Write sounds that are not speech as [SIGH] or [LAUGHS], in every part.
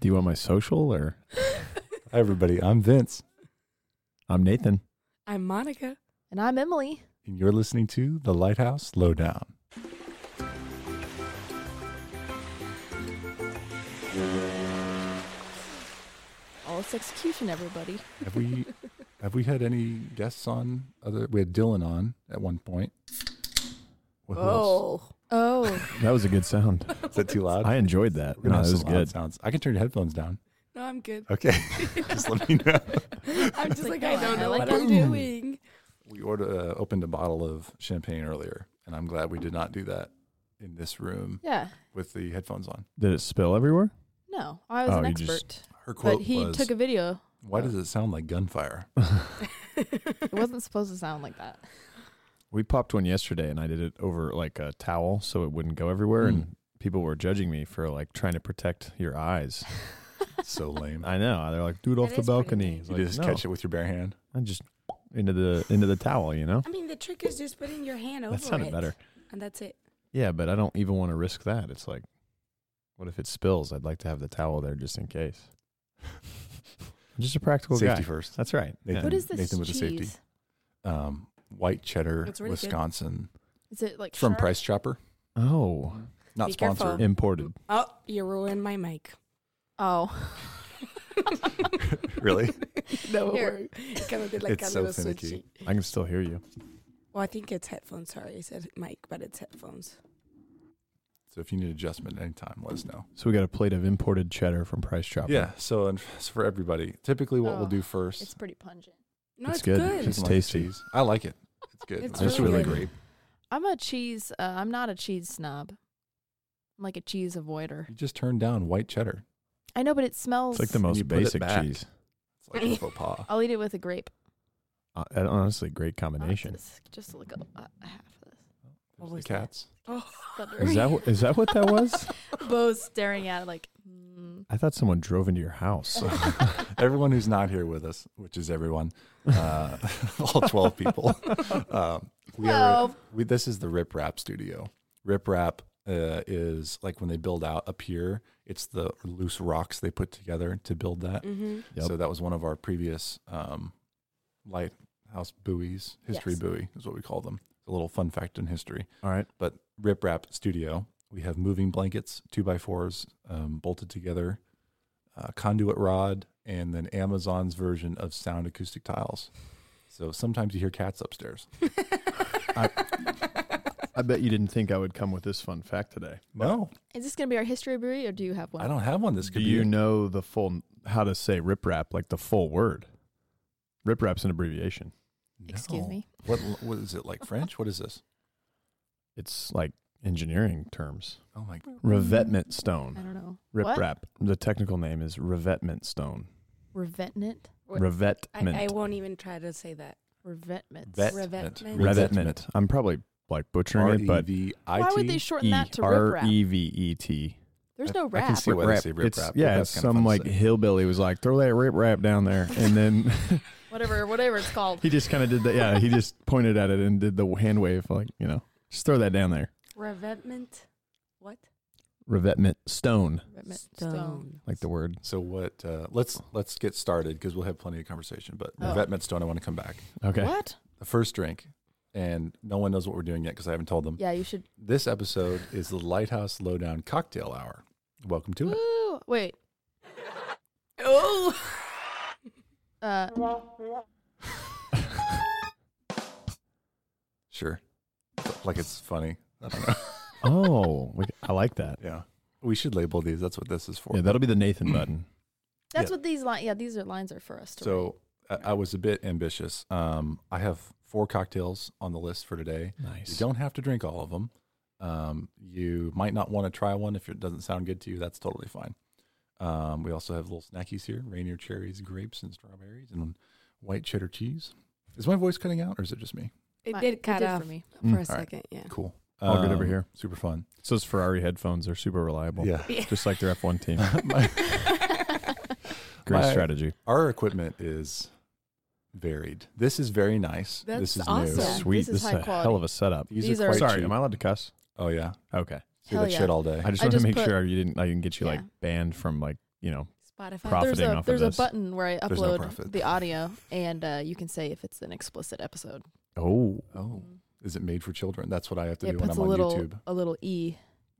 Do you want my social or Hi, everybody. I'm Vince, I'm Nathan? I'm Monica. And I'm Emily. and you're listening to The Lighthouse Lowdown. All this execution, everybody. [LAUGHS] Have we have we had any guests on other we had Dylan on at one point. What, who else? Oh, That was a good [LAUGHS] sound. Is that too loud? I enjoyed that. We're No, gonna have it was some loud good. sounds. I can turn your [LAUGHS] headphones down. No, I'm good. Okay. [LAUGHS] Just let me know. [LAUGHS] I'm just like, Like, I oh, don't I know like what that. I'm doing. [LAUGHS] We ordered uh, opened a bottle of champagne earlier, and I'm glad we did not do that in this room yeah. with the headphones on. Did it spill everywhere? No, I was Oh, an you expert. just- Her quote but he was, took a video. "Why does it sound like gunfire?" It wasn't supposed to sound like that. We popped one yesterday and I did it over like a towel so it wouldn't go everywhere. And people were judging me for like trying to protect your eyes. [LAUGHS] so lame. [LAUGHS] I know. They're like, do it off That the is pretty balcony. neat. It's You like, just no, catch it with your [LAUGHS] bare hand. I just into the into the towel, you know? [LAUGHS] I mean, the trick is just putting your hand over That sounded it, better. and that's it. Yeah, but I don't even want to risk that. It's like, what if it spills? I'd like to have the towel there just in case. I'm just a practical safety guy. first. That's right. Nathan. Yeah. [LAUGHS] What is this Nathan with the cheese? safety. Um, white cheddar, It's really good. Wisconsin, Is it like from sharp? Price Chopper. Oh, Not Be careful. [LAUGHS] sponsored. imported. Oh, you ruined my [LAUGHS] mic. Oh, [LAUGHS] [LAUGHS] Really? No, Here. it kind of did like It's a so little finicky. switchy. I can still hear you. Well, I think it's headphones. Sorry, I said mic, but it's headphones. So if you need adjustment at any time, let us know. So we got a plate of imported cheddar from Price Chopper. Yeah. So and it's for everybody. Typically, what we'll Oh, do it's first. pretty pungent. No, It's it's, good. good. It's she doesn't like the tasty. cheese. I like it. It's good. It's just really really good. great. I'm a cheese. Uh, I'm not a cheese snob. I'm like a cheese avoider. You just turned down white cheddar. I know, but it smells. It's like the And you most put it basic back. cheese. It's like a faux pas. I'll eat it with a grape. Uh, and honestly, great Oh, combination. this- Just look at uh, half of this. [LAUGHS] What The was that? cats. Oh, Thunder. Is that wh- is that what that was? Bo's staring at it like, mm. I thought someone drove into your house. Everyone who's not here with us, which is everyone, [LAUGHS] uh, [LAUGHS] all 12 people. Um, we are, [LAUGHS] Twelve. we, this is the Rip Rap studio. Rip Rap uh, is like when they build out a pier, it's the loose rocks they put together to build that. mm-hmm. Yep. So that was one of our previous um, lighthouse buoys, history Yes. buoy is what we call them. A little fun fact in history. All right. But Rip Rap Studio, we have moving blankets, two by fours um, bolted together, uh, conduit rod, and then Amazon's version of sound acoustic tiles. So sometimes you hear cats upstairs. I bet you didn't think I would come with this fun fact today. No, [LAUGHS] is this gonna be our history brewery, or do you have one? I don't have one. This could Do be you know the full how to say rip rap like the full word? Rip rap's an abbreviation. No. Excuse me. What what is it like French? What is this? It's like engineering terms. Oh my! God. Revetment I stone. don't know. Rip What? rap. The technical name is revetment stone. Revetment. What? I, Revetment. I won't even try to say that. Revetment. Vet- Revetment. Revetment. I'm probably like butchering it, E but R-E-V-I-T. Why would they shorten E that to rip R rap? E V E T. There's no I can rap. see why they say rip It's- rap. Rip Yeah, rap's it's kinda some fun to like say. hillbilly was like, throw that rip rap down there. And then [LAUGHS] Whatever, whatever it's called. [LAUGHS] he just kind of did that. Yeah, he just pointed at it and did the hand wave, like, you know, just throw that down there. Revetment. What? Revetment stone, Revetment. Stone. like the word. So what? Uh, let's let's get started because we'll have plenty of conversation. But Oh. Revetment Stone, I want to come back. Okay. What? the first drink, and no one knows what we're doing yet because I haven't told them. Yeah, you should. This episode is the Lighthouse Lowdown Cocktail Hour. Welcome to it. Woo! Wait. Oh. [LAUGHS] Uh, [LAUGHS] Sure, like it's funny. I don't know. [LAUGHS] [LAUGHS] Oh, we, I like that. yeah, we should label these. That's what this is for. Yeah, that'll be the Nathan [CLEARS THROAT] button. that's Yeah. what these lines. Yeah, these are lines are for us to. so I, I was a bit ambitious. Um, I have four cocktails on the list for today. You Nice. don't have to drink all of them. Um, you might not want to try one if it doesn't sound good to you. That's totally fine. Um, we also have little snackies here: Rainier cherries, grapes, and strawberries, and white cheddar cheese. Is my voice cutting out, or is it just me? It My- did cut did off for me. for a Mm, All right. second. Yeah. Cool. All good over here. Super fun. So those Ferrari headphones are super reliable. Yeah. Just like their F1 team. [LAUGHS] My- Great My- strategy. our equipment is varied. This is very nice. this That's is awesome. new. Yeah, Sweet. this This is is, high a quality. hell of a setup. These, These are, are- quite Sorry, cheap. am I allowed to cuss? oh yeah. Okay. See [LAUGHS] Hell that yeah. shit all day. I just I want to just make put- sure you didn't. I didn't get you like Yeah. banned from like you know, Spotify. Profiting there's a off of there's this. a button where I There's no upload profit. the audio, and uh, you can say if it's an explicit episode. oh, Oh, Mm. is it made for children? That's what I have to it do when puts I'm a on little YouTube. a little e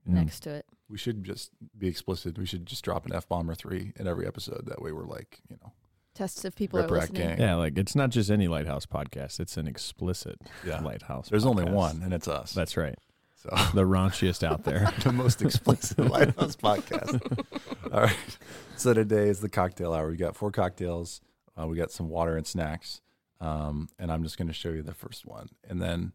mm, next to it. We should just be explicit. We should just drop an f bomb or three in every episode. That way, we're like, you know, Tests if people Rip are Rack listening. Gang. Yeah, like it's not just any lighthouse podcast; it's an explicit yeah. lighthouse. There's only podcast. one, and it's us. That's right. so The raunchiest out there. [LAUGHS] the [LAUGHS] most explicit lighthouse podcast. All right. So today is the cocktail hour. We got four cocktails. Uh, we got some water and snacks. Um, and I'm just going to show you the first one, and then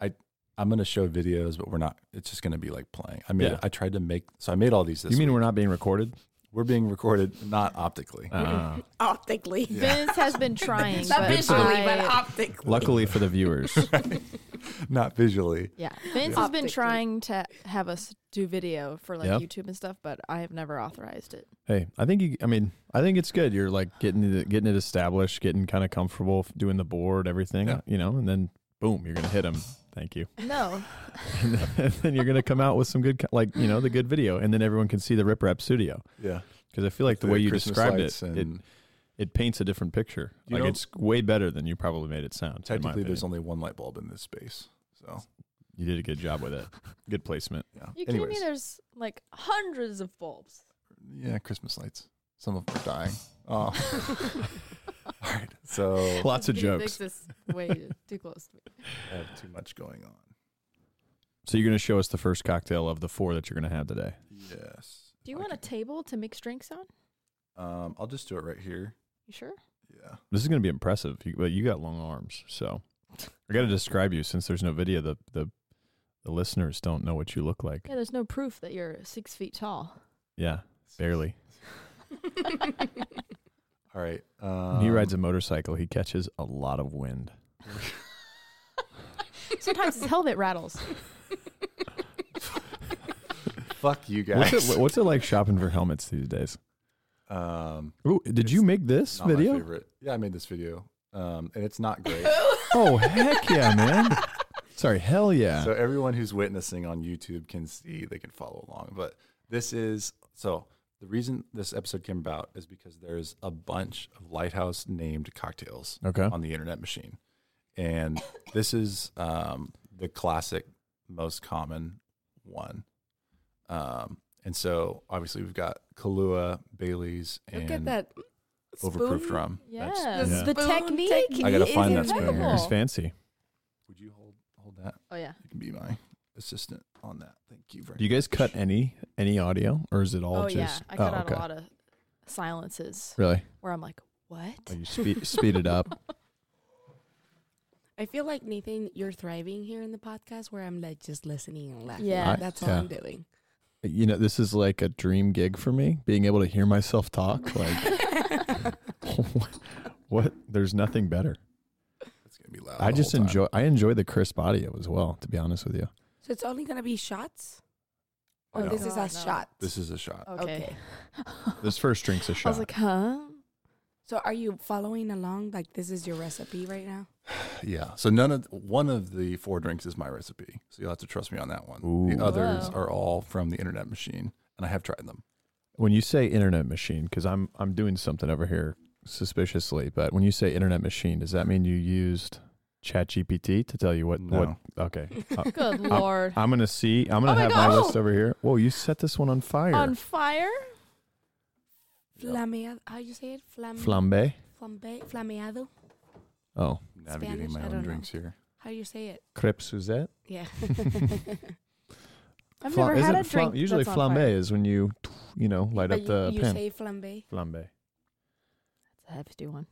I I'm going to show videos, but we're not. It's just going to be like playing. I mean, Yeah. I tried to make so I made all these. This you mean week. we're not being recorded? we're being recorded [LAUGHS] not optically? [LAUGHS] Uh, Optically. Vince has [LAUGHS] been trying, Not but visually, I- but optically. luckily for the [LAUGHS] viewers, not visually. yeah, Vince has been Optically. trying to have us do video for like Yep. YouTube and stuff, but I have never authorized it. hey, I think you. I mean, I think it's good. You're like getting it, getting it established, getting kind of comfortable f- doing the board, everything, Yeah. you know, and then boom, you're gonna hit them. Thank you. [LAUGHS] No, and then- [LAUGHS] and [LAUGHS] then you're gonna come out with some good, co- like you know, the good video, and then everyone can see the Rip Rap Studio. Yeah. Because I feel like the, way you Christmas described lights it, it, and it paints a different picture. You like know- it's way better than you probably made it sound. in my technically there's opinion. only one light bulb in this space. So you did a good job [LAUGHS] with it. Good placement. yeah. [LAUGHS] you kidding Anyways, me? There's like hundreds of [LAUGHS] bulbs. yeah, Christmas lights. Some of them are dying. [LAUGHS] Oh. All [LAUGHS] right. So Lots of You jokes. fix This way too close [LAUGHS] to me. I have too much going on. So you're going to show us the first cocktail of the four that you're going to have today. Yes. Do you Okay. want a table to mix drinks on? Um, I'll just do it right here. You sure? Yeah. This is going to be impressive. You, but you got long arms, so I got to describe you since there's no video. The the the listeners don't know what you look like. Yeah, there's no proof that you're six feet tall. Yeah, barely. All right. Um, he rides a motorcycle. He catches a lot of wind. Sometimes his helmet rattles. [LAUGHS] Fuck you guys. What's it, what's it like shopping for helmets these days? um, Ooh, did you It's make this not my video? favorite. Yeah, I made this video. Um, and it's not great. [LAUGHS] Oh heck yeah, man! Sorry, hell yeah. So everyone who's witnessing on YouTube can see, they can follow along. But this is so the reason this episode came about is because there's a bunch of lighthouse named cocktails okay. on the internet machine. And this is um, the classic, most common one. Um, and so obviously we've got Kahlua, Bailey's, and Look at that. Overproof spoon. Rum. That's- Yeah. Yeah. The Spoon technique. technique I gotta is find that spoon. incredible. It's fancy. Would you hold hold that? Oh, yeah. You can be my assistant on that. Thank you very Do you guys cut any any audio, or is it all oh, yeah. just? I cut oh, out okay. a lot of silences Really? where I'm like, what? Oh, [LAUGHS] Like you [LAUGHS] speed speed it up. I feel like Nathan, you're thriving here in the podcast where I'm like just listening and laughing. Yeah. I- that's all yeah. I'm doing. [LAUGHS] you know this is like a dream gig for me being able to hear myself talk like [LAUGHS] what, what? there's nothing better It's gonna be loud. i the just whole time. enjoy i enjoy the crisp audio as well to be honest with you So it's only gonna be shots. Oh, Or No. this is God, us no. shots. This is a shot. Oh. Okay. this first drink's a I shot was like, huh? So are you following along? Like this is your recipe right now? Yeah. So none of one of the four drinks is my recipe. So you'll have to trust me on that one. Ooh. The others Whoa. are all from the internet machine, and I have tried them. when you say internet machine because i'm i'm doing something over here suspiciously but when you say internet machine does that mean you used chat gpt to tell you what what No. okay Uh, Good lord. i'm gonna see i'm gonna Oh my have God. my list over here whoa you set this one on fire On fire? Flameado. How you say it? Flam. flambe flambe- flameado. oh Navigating Spanish? I my own don't know. drinks here. How do you say it? crepe suzette [LAUGHS] Yeah. I've Flam- never had a isn't flam- drink. usually that's on fire. flambe is when you you know light But up you, the you pan. say flambe. flambe. That's a hefty one.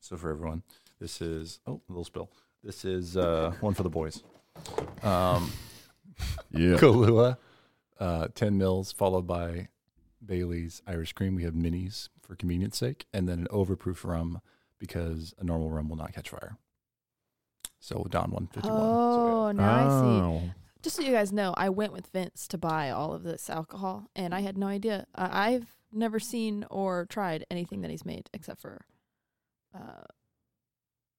So for everyone, this is oh a little spill. This is uh, one for the boys. Um, Yeah. Kahlua, uh, ten mils, followed by Bailey's Irish Cream. We have minis for convenience sake, and then an overproof rum because a normal rum will not catch fire. So Don one fifty one. Oh, now Ah. I see. just so you guys know, I went with Vince to buy all of this alcohol, and I had no idea. Uh, I've never seen or tried anything that he's made except for uh,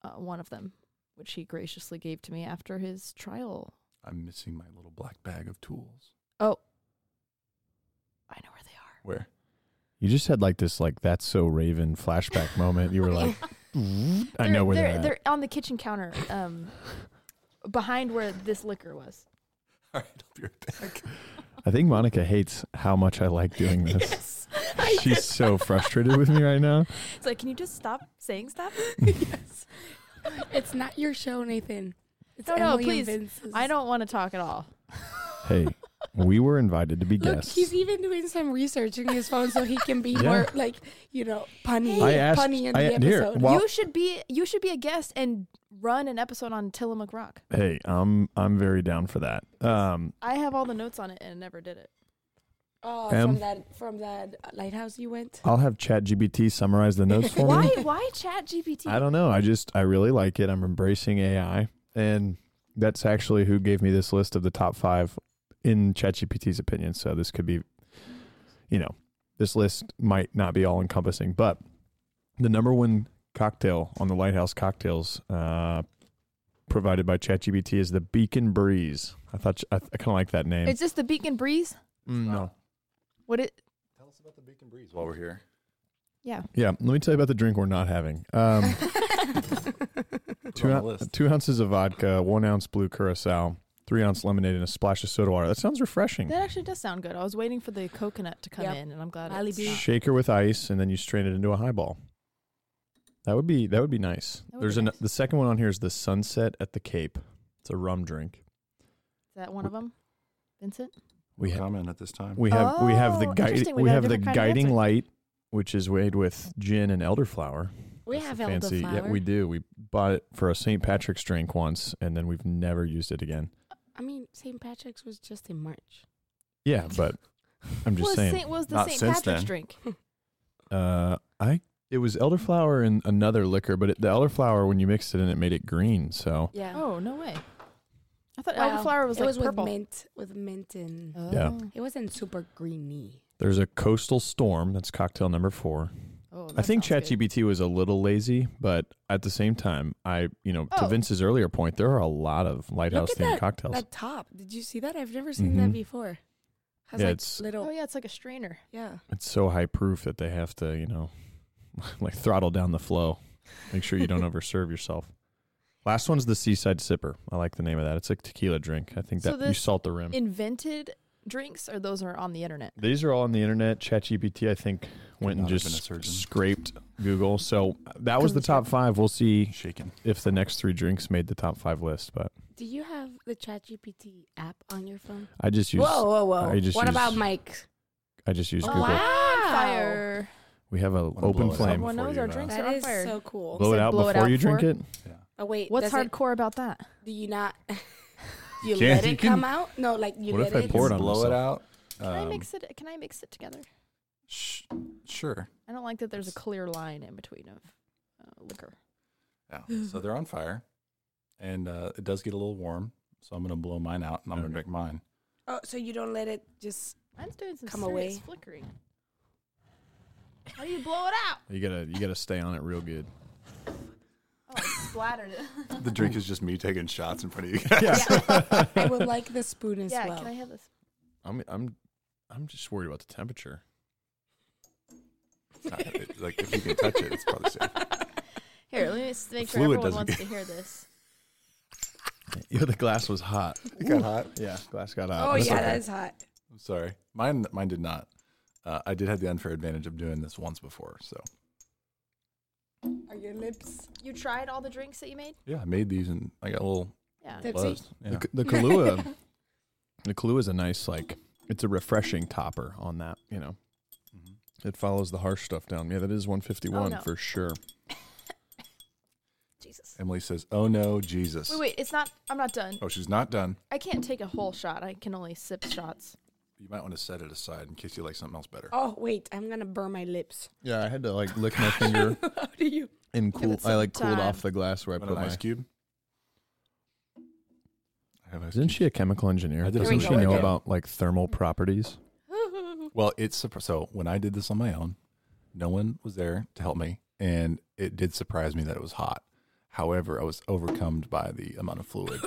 uh, one of them, which he graciously gave to me after his trial. I'm missing my [LAUGHS] little black bag of tools. I know where they are. Where? You just had like this like that's so Raven flashback moment. You were like, [LAUGHS] I [LAUGHS] They're- know where they're, they're, at. they're on the kitchen counter, [LAUGHS] um, behind where this liquor was. All right, I'll be right back. I think Monica hates how much I like doing [LAUGHS] this. [LAUGHS] [LAUGHS] She's so frustrated with me right now. It's like, can you just stop saying stuff? [LAUGHS] [LAUGHS] yes. It's not your show, Nathan. It's No, no, Emily and please. Vince's. I don't want to talk at all. Hey, we were invited to be Look, guests. he's even doing some research in his phone so he can [LAUGHS] be Yeah. more like, you know, punny, I asked- punny in I- the here, episode. Well- you should be you should be a guest and run an episode on Tillamook Rock. hey, I'm I'm very down for that. Um, I have all the notes on it and never did it. oh, Em? from that from that lighthouse you went. [LAUGHS] [LAUGHS] I'll have ChatGPT summarize the notes for Why me. why Chat GPT? I don't know. I just I really like it. I'm embracing AI, and that's actually who gave me this list of the top five in ChatGPT's opinion. So this could be, you know, this list might not be all encompassing, but the number one cocktail on the Lighthouse cocktails uh, provided by ChatGPT is the Beacon Breeze. I thought I, I kind of like that name. Is this the Beacon Breeze? Mm, no. What it? Tell us about the Beacon Breeze while we're here. Yeah. Yeah, let me tell you about the drink we're not having. Um, two, on the ou- list. two ounces of vodka, one ounce blue curacao, three ounce lemonade, and a splash of soda water. That sounds refreshing. That actually does sound good. I was waiting for the coconut to come Yep. in, and I'm glad. Valley it's Beach. not. Shaker with ice, and then you strain it into a highball. That would be that would be nice. That would There's be an nice. the second one on here is the sunset at the Cape. It's a rum drink. Is that one of them, Vincent? We have Comment at this time. we have we have the Oh, guide, interesting. We we got a have the different kind of guiding answer. light, which is made with gin and elderflower. we That's have a fancy. elderflower. Yeah, we do. We bought it for a St. Patrick's drink once, and then we've never used it again. I mean, St. Patrick's was just in March. Yeah, but I'm just was saying. Saint, was the Not St. since Patrick's then. drink? Uh, I it was elderflower and another liquor, but it, the elderflower when you mixed it in, it made it green. So Yeah. Oh no way! I thought Wow. elderflower was it like was purple. with mint, with mint and Oh. Yeah. it wasn't super greeny. there's a coastal storm. That's cocktail number four. Oh, I that think sounds good. ChatGPT was a little lazy, but at the same time, I you know to Oh. Vince's earlier point, there are a lot of lighthouse at themed cocktails. That top, did you see that? I've never seen that Mhm. before. Has Yeah, like it's- Oh little, yeah, it's like a strainer. yeah. it's so high proof that they have to you know [LAUGHS] like throttle down the flow, make sure [LAUGHS] you don't overserve yourself. Last one's the Seaside Sipper. I like the name of that. It's a tequila drink. I think So that you this salt the rim. Invented drinks, or those are on the internet. These are all on the internet. ChatGPT, I think, went and not have just been a surgeon. scraped Google. So that was the Couldn't top five. We'll see Shaken. if the next three drinks made the top five list. But Do you have the ChatGPT app on your phone? I just use whoa, whoa, whoa! I just what use about Mike? I just use Oh, Google. Wow. On fire! We have an Wanna open blow it up flame. Someone before knows you, our uh, drinks. That on is fire. so cool. Blow it Said out blow it before out you drink for- it. Yeah. Oh wait, What's does it- hardcore about that? do you not? [LAUGHS] do you Can't- let you it can- come out? No, like you What let if I it. pour it on blow it myself? out. Can I um, mix it? Can I mix it together? Sh- sure. I don't like that. There's a It's- clear line in between of uh, liquor. Yeah. So they're on fire, and uh, it does get a little warm. So I'm gonna blow mine out, and I'm gonna Okay. drink mine. Oh, so you don't let it just? Mine's doing some Come serious away. flickering. How do you blow it [LAUGHS] out? You gotta you gotta stay on it real good. Oh, I splattered it. [LAUGHS] The drink is just me taking shots in front of you. [LAUGHS] [LAUGHS] I would like the spoon as yeah, well. can I have this? I'm I'm I'm just worried about the temperature. [LAUGHS] Uh, It's not- it- like, if you can touch it, it's probably safe. Here, let me just make sure Fluid everyone doesn't wants get- to hear this. Yeah, the glass was hot. It got hot. Yeah, glass got hot. oh That's yeah, Uh, okay. that is hot. I'm sorry. Mine, mine did not. Uh, I did have the unfair advantage of doing this once before. So Are your lips? You tried all the drinks that you made? yeah, I made these, and I got a little Yeah. [LAUGHS] Tipsy? buzzed. Yeah. The, K- the Kahlua, the Kahlua is a nice like. It's a refreshing topper on that. You know, Mhm. it follows the harsh stuff down. Yeah, that is 151 Oh, no. for sure. Jesus. Emily says, "Oh no, Jesus." Wait, wait. It's not. I'm not done. Oh, she's not done. I can't take a whole shot. I can only sip [LAUGHS] shots. You might want to set it aside in case you like something else better. [LAUGHS] Oh wait, I'm gonna burn my lips. Yeah, I had to like lick [LAUGHS] my finger [LAUGHS] How do you? and cool- it I, like, cooled some off time. the glass where Want [LAUGHS] an ice cube. I have ice Isn't cubes. she a chemical engineer? I did Doesn't some she know research. about like thermal [LAUGHS] properties? [LAUGHS] Well, it's surpri- so when I did this on my own, no one was there to help me, and it did surprise me that it was hot. However, I was [LAUGHS] Oh. overcome by the amount of fluid.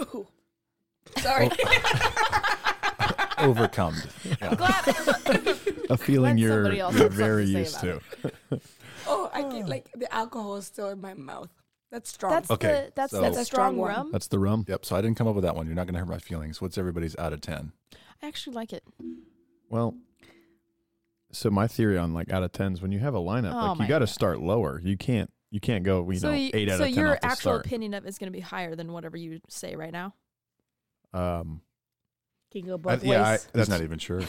Sorry. [LAUGHS] overcome. Yeah. a feeling Let you're, somebody else you're have something very to say used about to. [LAUGHS] Oh, I get like the alcohol is still in my mouth. That's [LAUGHS] strong. Oh. [LAUGHS] That's Okay, the that's so- that's That's a a strong, strong one. rum. That's the rum. Yep. So I didn't come up with that one. You're not going to hurt my feelings. What's everybody's out of 10? I actually like it. Well, so my theory on like out of tens when you have a lineup, Oh like my you got to God. start lower. You can't you can't go you so know you- eight out so of ten your off the actual start. opinion of it is going to be higher than whatever you say right now. um, Can go I- both Uh, yeah, I, ways. that's He's not even sure.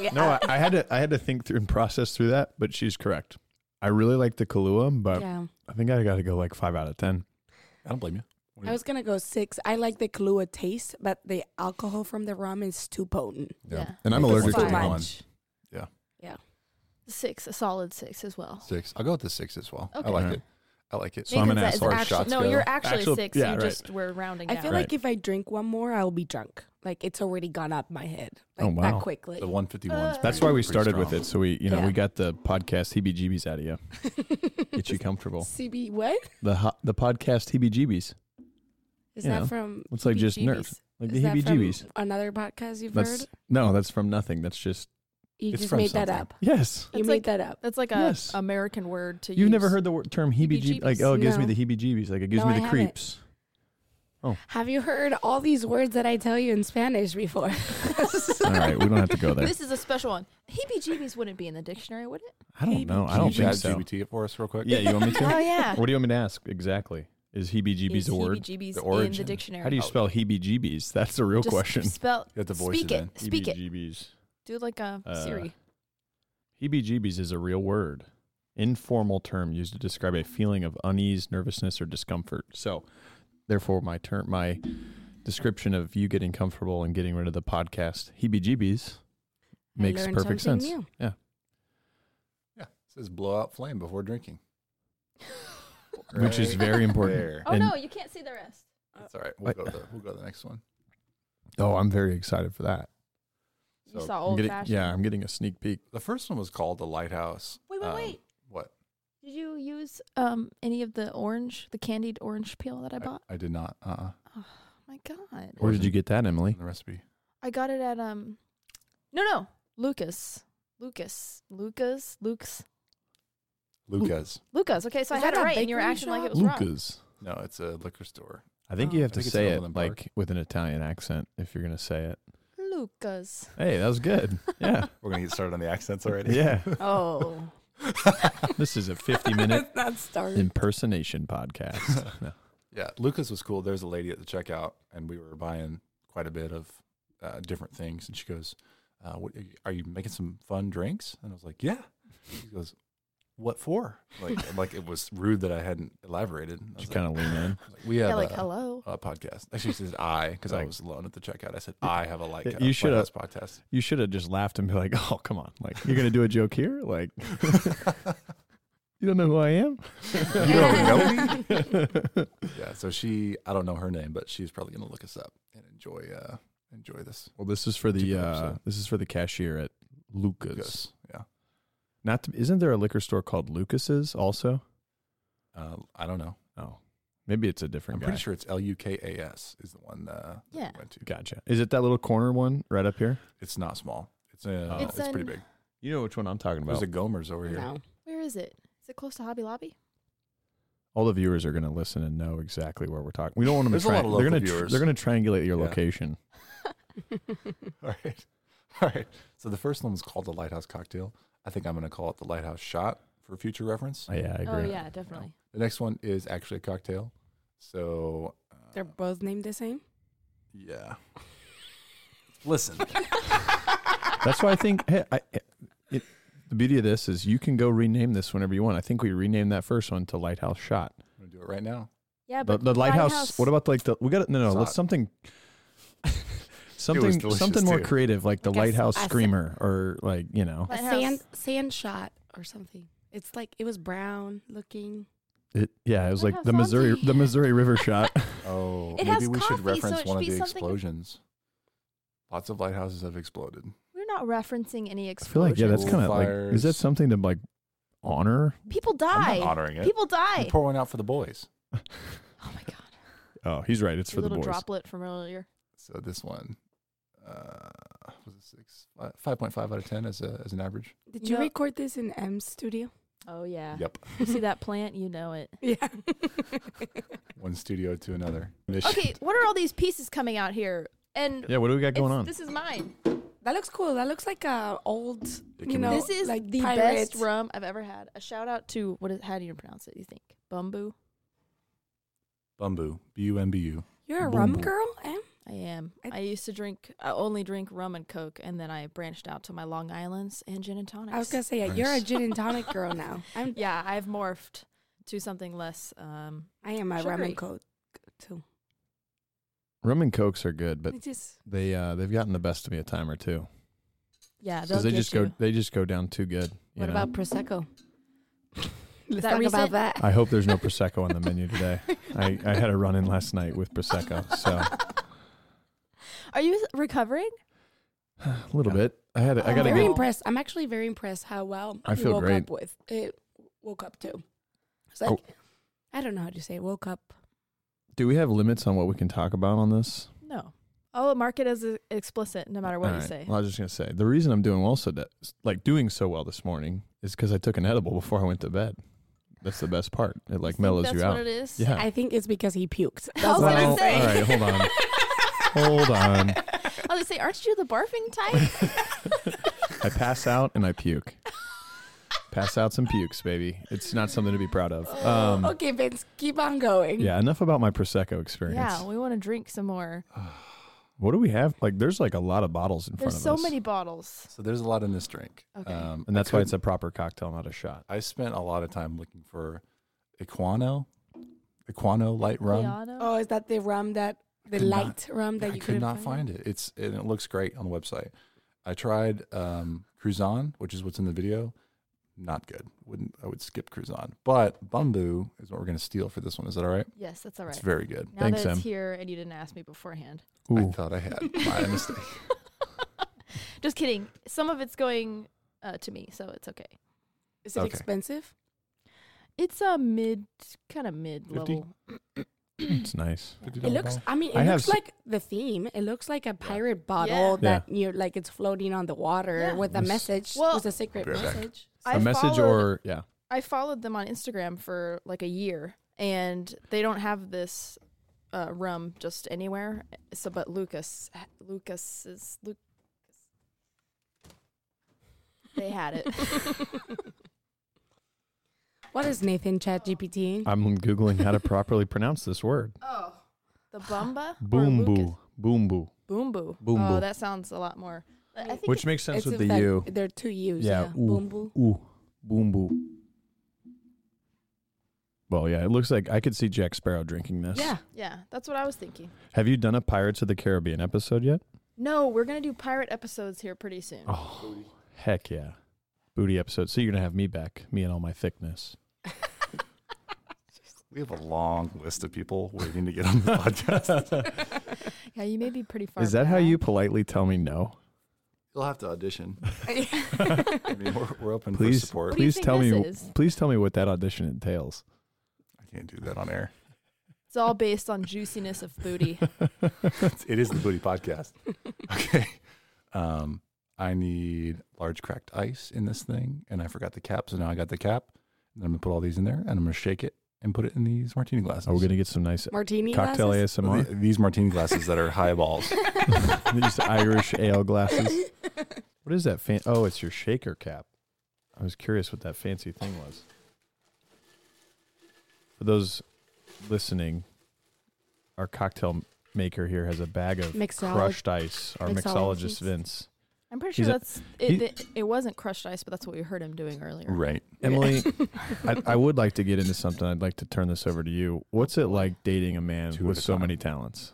yeah. no. I, I had to I had to think through and process through that, but she's correct. I really like the Kahlua, but yeah. I think I got to go like five out of ten. I don't blame you. I was gonna go six. I like the Kahlua taste, but the alcohol from the rum is too potent. Yeah. And I'm Like allergic to the first one. one. [LAUGHS] Six, a solid six as well. Six. I'll go with the six as well. Okay. I like Alright. it. I like it. So I'm an Nathan's at- asshole. is As actually- shots no, go. you're actually Actual- six. yeah, you right. just we're rounding I down. feel like Right. if I drink one more, I'll be drunk. Like it's already gone up my head. Like Oh, wow. That quickly. [LAUGHS] The 151. Uh, That's why we started with it. So we you know Yeah. we got the podcast heebie-jeebies out of you, [LAUGHS] get you comfortable. CB what? The ho- the podcast heebie-jeebies. Is You that know, from? It's like just nerve, BGBs? like Is the that from heebie-jeebies. Another podcast you've That's heard? no, that's from nothing. That's just You it's just from made that something. up. yes. You It's made like- that up. that's like a Yes. American word to You've never use. heard the word, term heebie-jeebies? Like, Heebie-jeebies. oh, it gives me No. the heebie-jeebies. Like, it gives No, me I the haven't. creeps. Have you heard all these words that I tell you in Spanish before? All right, we don't have to go there. This is a special one. Heebie-jeebies wouldn't be in the dictionary, would it? I don't know. I Can don't you think chat so. GBT it for us real quick? Yeah, you want me to? Oh, yeah. What do you want me to ask exactly? Is [LAUGHS] heebie-jeebies Is a word? heebie-jeebies The in the origin. dictionary? How do you Oh, spell heebie-jeebies? That's a real just question. [LAUGHS] [LAUGHS] Spell. You have to voice speak it in. it. Speak it. heebie-jeebies. Do like a Uh, Siri. Heebie-jeebies is a real word, informal term used to describe a feeling of unease, nervousness, or discomfort. So, therefore, my term, my description of you getting comfortable and getting rid of the podcast heebie-jeebies I makes learned perfect something sense. new. Yeah. Yeah. It says blow out flame before drinking. [LAUGHS] Which is [LAUGHS] very important. there. Oh and- no, you can't see the rest. That's all right. We'll go, to the, we'll go to the next one. Oh, I'm very excited for that. You So, saw I'm old getting- fashioned. yeah, I'm getting a sneak peek. The first one was called the lighthouse. Wait, wait, Um, wait. What? Did you use um any of the orange, the candied orange peel that I bought? I, did not. Uh. uh Oh my god! Where did you get that, Emily? The recipe. I got it at um, no, no, Lucas, Lucas, Lucas, Luke's, [LAUGHS] Luca's. Lucas. Okay, so Is I that had it a right, and you were bakery acting like shop? it was wrong. No, it's a liquor store. I think Oh. you have I to think it's say in it Overland Park. like with an Italian accent if you're going to say it. Lucas. Hey, that was good. Yeah. We're gonna get started on the accents already. yeah. [LAUGHS] [LAUGHS] Oh, This is a 50 minute Let's not start. impersonation [LAUGHS] podcast. No. Yeah, Lucas was cool. There's a lady at the checkout, and we were buying quite a bit of uh, different things. And she goes, uh, what, "Are you making some fun drinks?" And I was like, "Yeah." She goes, "What for?" Like, I'm like it was rude that I hadn't elaborated. I was Just like- kind of lean [LAUGHS] in. I was like, we yeah, have like a, hello. a podcast. Actually, she says I because I Like- was alone at the checkout. I said I have a like. You should uh, have- podcast. You should have just laughed and be like, oh, come on. Like, you're going to do a joke here? Like, you don't know who I [LAUGHS] am? You don't know [LAUGHS] me? [LAUGHS] Yeah. So she, I don't know her name, but she's probably gonna look us up and enjoy uh, enjoy this. well, this is for the Particular uh, episode. this is for the cashier at Lucas. Lucas. Yeah. Not to, isn't there a liquor store called Lucas's also? Uh, I don't know. Oh, maybe it's a different I'm guy. pretty sure it's L U K A S is the one uh, that we Yeah. went to. Gotcha. Is it that little corner one right up here? It's not small. It's uh, It's it's, pretty in- big. You know which one I'm talking There's a Gomer's over here. No. Where is it? Is it close to Hobby Lobby? All the viewers are going to listen and know exactly where we're talking. We don't want them There's to a try. lot of they're local gonna viewers. they're going to triangulate your Yeah. location. [LAUGHS] All right. All right. So the first one was called the Lighthouse Cocktail. I think I'm going to call it the Lighthouse Shot for future reference. Oh, yeah, I Oh agree. yeah, definitely. The next one is actually a cocktail. So uh, [LAUGHS] They're both named the same. yeah. [LAUGHS] Listen. That's why I think hey, I, it, the beauty of this is you can go rename this whenever you want. I think we renamed that first one to Lighthouse Shot. I'm going to do it right now. Yeah, The, but the lighthouse, What about like the we got no no Shot. let's something [LAUGHS] It was something delicious, something more too. creative like the Like a s- lighthouse a s- screamer or like you know A [LAUGHS] Lighthouse. sand sand shot or something. It's like it was brown looking. it, yeah it was like the Lighthouse Missouri Auntie. the Missouri River [LAUGHS] Shot. Oh, It maybe has we coffee, should so reference it one of should be the something- explosions. Lots of lighthouses have exploded. We're not referencing any I feel like explosions. yeah that's Explosions. kind of like is that Fires. something to like honor? people I'm not die. honoring it. People I'm die. pouring out for the boys. Oh my god. Oh, he's right. It's Your little droplet from earlier. So this one, uh, was it six, uh, 5.5 out of 10 as, a, as an average. Did you No. record this in M Studio? Oh yeah. Yep. You see that plant? You know it. [LAUGHS] Yeah. [LAUGHS] One studio to another. Mission. Okay. What are all these pieces coming out here? And Yeah, what do we got going it's- on? this is mine. that looks cool. That looks like a old, It you can- know, this is like the pirate- best rum I've ever had. A shout out to what is how do you pronounce it? You think Bumbu? Bumbu. B U M B U. You're a Boom, rum boom. girl, Em? I am. I- I used to drink. I only drink rum and coke, and then I branched out to my Long Island's and gin and tonics. I was gonna say yeah, you're a Nice. gin and tonic girl now. I'm yeah, I've morphed to something less. Um, I am a rum Sugary. and coke too. Rum and cokes are good, but It just they uh, they've gotten the best of me a time or two yeah, they'll because they get just you. go they just go down too good. you What know? about prosecco. [LAUGHS] Let's that talk about recent? that. I hope there's no prosecco on the [LAUGHS] menu today. I, I had a run in last night with prosecco, so Are you recovering? a little bit. I had a, I Oh. got to very get. impressed. I'm actually very impressed how well I you feel woke great. up with it. Woke up too. It's like Oh. I don't know how to say it, woke up. Do we have limits on what we can talk about on this? No. I'll mark it as uh, explicit, no matter what All you right. say. Well, I was just gonna say the reason I'm doing well so that like doing so well this morning is because I took an edible before I went to bed. That's the best part. It like think mellows [LAUGHS] that's you what out. it is. [LAUGHS] Yeah. I think it's because he puked. I That's was what gonna I'm say. saying. All right, hold on. [LAUGHS] Hold on. I was gonna say, aren't you the barfing [LAUGHS] type? I pass out and I puke. Pass outs and pukes, baby. It's not something to be proud of. Oh, Um, Okay, Vince, keep on going. Yeah, enough about my prosecco experience. Yeah, we want to drink some more. What do we have? Like, there's like a lot of bottles in front There's of so us. many bottles. So there's a lot in this drink. Um, Okay. and that's why I it's a proper cocktail, not a shot. I spent a lot of time looking for Equano, Equano light rum. Liano? Oh, is that the rum that the Could not- light rum that I you could couldn't not find it. It's and it looks great on the website. I tried um, Cruzan, which is what's in the video. Not good. Wouldn't I would skip Cruzan, but Bumbu is what we're going to steal for this one. Is that all right? Yes, that's all It's right. very good. now Thanks, that it's Em. here and you didn't ask me beforehand. I Ooh, thought I [LAUGHS] had my mistake. Just kidding. Some of it's going uh, to me, so it's okay. Is it Okay. expensive? It's a mid, kind of mid 50? level. [CLEARS THROAT] it's nice. $50 It looks. bottle. I mean, it I have looks s- like the theme. It looks like a pirate bottle Yeah. that you like. It's floating on the water Yeah. with a Yes. message. Well- with a secret Be right back. message. a message followed- or yeah, I followed them on Instagram for like a year, and they don't have this uh, rum just anywhere. So, but Lucas, Lucas is Lucas. They had it. What is Nathan Chat GPT? I'm googling how to properly pronounce this word. [LAUGHS] oh, [SIGHS] the Bumba. [LAUGHS] or Boom Lucas? boo, boom boo, Boom boo. Boom oh, boo. that sounds a lot more. I I think which makes sense It's with in the fact- U. There are two U's. Yeah, Yeah. ooh. Boom boom. Ooh, boom boo. Well, yeah, it looks like I could see Jack Sparrow drinking this. Yeah. it- yeah, that's what I was thinking. Have you done a Pirates of the Caribbean episode yet? No, we're gonna do pirate episodes here pretty soon. Oh, heck yeah, booty episode. So you're gonna have me back, me and all my thickness. We have a long list of people waiting to get on [LAUGHS] the podcast. Yeah, you may be pretty far. Is that how back. you politely tell me no? You'll have to audition. [LAUGHS] I mean, we're, we're open Please. for support. What do you Please think tell me. this w- is? Please tell me what that audition entails. I can't do that on air. It's all based on juiciness of [LAUGHS] booty. [LAUGHS] It is the Booty Podcast. Okay. Um, I need large cracked ice in this thing, and I forgot the cap, so now I got the cap. And I'm gonna put all these in there, and I'm gonna shake it and put it in these martini glasses. Are we gonna get some nice Martini cocktail glasses? Well, ASMR? the- these martini glasses that are [LAUGHS] highballs. [LAUGHS] These [LAUGHS] Irish ale glasses. What is that? Fan- oh, it's your shaker cap. I was curious what that fancy thing was. For those listening, our cocktail maker here has a bag of Mixolog- crushed ice. Our mixologist [LAUGHS] mixologist. Vince. I'm pretty He's sure a- that's it, he- it. It wasn't crushed ice, but that's what we heard him doing earlier. right. Emily, I, I would like to get into something. I'd like to turn this over to you. What's it like dating a man Two at with a so time. many talents?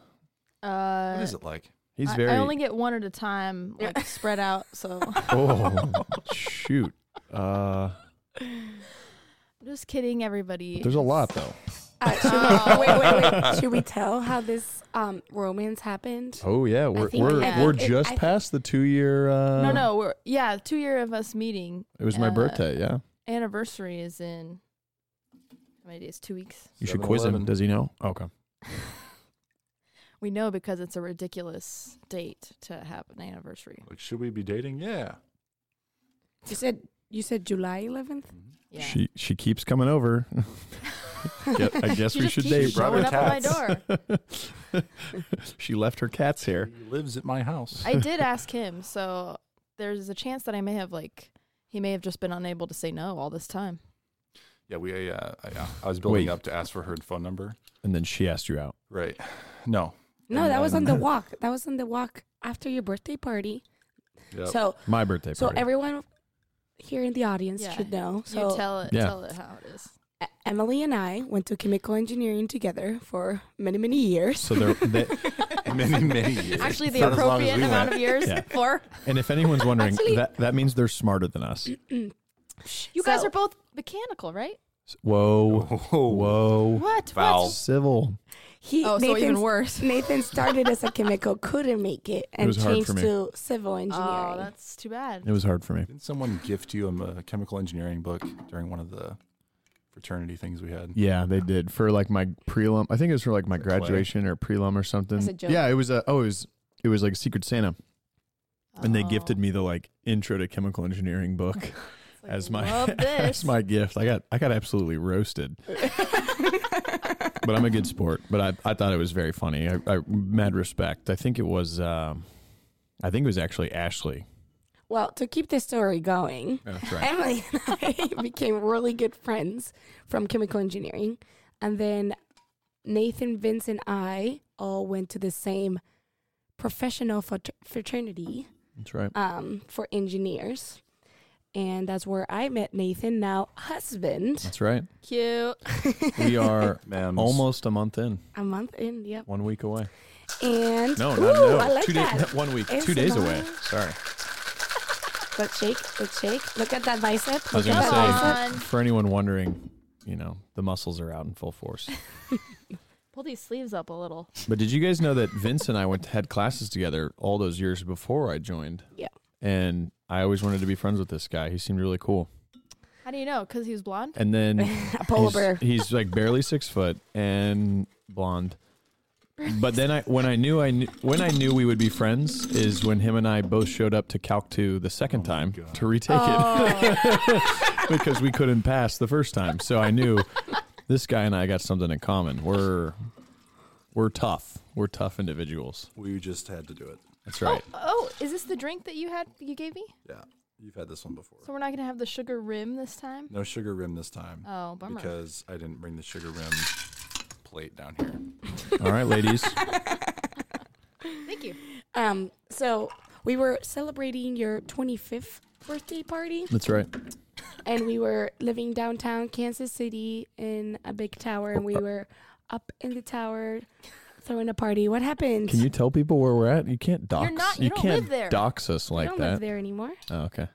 Uh, What is it like? He's I- very. I, only get one at a time, Yeah. like spread out. So [LAUGHS] oh shoot! Uh, just kidding, everybody. there's a lot though. Uh, should Oh. we, wait, [LAUGHS] wait, wait. Should we tell how this um, romance happened? Oh yeah, we're think- we're, I think we're it- just I think- past the two year. Uh, no, no, we're yeah, two year of us meeting. It was my uh, birthday. Yeah, Anniversary is in how many days? Two weeks. you should quiz him. 7-Eleven. Does he know? Okay. We know because it's a ridiculous date to have an anniversary. Like, should we be dating? Yeah. You said you said July 11th. Mm-hmm. [LAUGHS] Yeah. She she keeps coming over. Gu- [LAUGHS] I [LAUGHS] guess She we just should keeps date, showing brother. up at my door. [LAUGHS] she left her cats here. He lives at my house. I did ask him, so there's a chance that I may have like he may have just been unable to say no all this time. yeah, we. Uh, I, I was building Wait. up to ask for her phone number. And then she asked you out. Right. No. No, And that was on the then- walk. That was on the walk after your birthday party. Yep. So My birthday so party. everyone here in the audience Yeah. should know. So So you tell it Yeah. tell it how it is. E- Emily and I went to chemical engineering together for many many years. so there, they, [LAUGHS] many, [LAUGHS] many years. Actually the Not as long as appropriate we amount went. of years Yeah. [LAUGHS] for and if anyone's wondering, Actually- that that means they're smarter than us. you guys So- are both mechanical, right? Whoa, whoa, What? Foul. What? civil. He Oh, so even Nathan's- worse. [LAUGHS] Nathan started as a chemical, couldn't make it, and was hard for changed me. to civil engineering. Oh, that's too bad. It was hard for me. Didn't someone gift you a, a chemical engineering book during one of the fraternity things we had? Yeah, they did for like my prelum. I think it was for like my It's a play. graduation or prelum or something. That's a joke. Yeah, it was a oh, it was it was like Secret Santa, and they Oh. gifted me the like Intro to Chemical Engineering book It's like, as my [LAUGHS] love as this. [LAUGHS] my gift. I got I got absolutely roasted, but I'm a good sport. But I I thought it was very funny. I, I mad respect. I think it was um, I think it was actually Ashley. Well, to keep the story going, That's right. Emily and [LAUGHS] I became really good friends from chemical engineering. And then Nathan, Vince, and I all went to the same professional frater- fraternity That's right. um, for engineers. And that's where I met Nathan, now husband. That's right. cute. We [LAUGHS] are Ma'am. almost a month in, A month in, yep. one week away. And No, not Ooh, no. I like two days, [LAUGHS] that. one week, It's two days not- away. Sorry. But shake, but shake. Look at that bicep. I was Look gonna at say- that bicep. Fun. For anyone wondering, you know, the muscles are out in full [LAUGHS] force. Pull these sleeves up a little. But did you guys know that Vince and I went had classes together all those years before I joined? Yeah. And I always wanted to be friends with this guy. He seemed really cool. How do you know? Because he was blonde. And then A [LAUGHS] polar he's, bear. he's like barely six foot and blonde. But then I when I knew I knew, when I knew we would be friends is when him and I both showed up to Calc 2 the second time God. to retake Oh, [LAUGHS] it Oh. because we couldn't pass the first time. So I knew this guy and I got something in common. We're we're tough. We're tough individuals. We just had to do it. That's right. Oh, is this the drink that you had? You gave me. Yeah. You've had this one before. So we're not gonna have the sugar rim this time. No sugar rim this time Oh, bummer. because I didn't bring the sugar rim plate down here. [LAUGHS] All right, ladies. Thank you. Um, so we were celebrating your 25th birthday party, That's right. and we were living downtown Kansas City in a big tower, and we were up in the tower throwing a party. What happened? Can you tell people where we're at? You can't dox. not- you don't can't live there. dox us I like don't live that. there anymore. Oh, okay.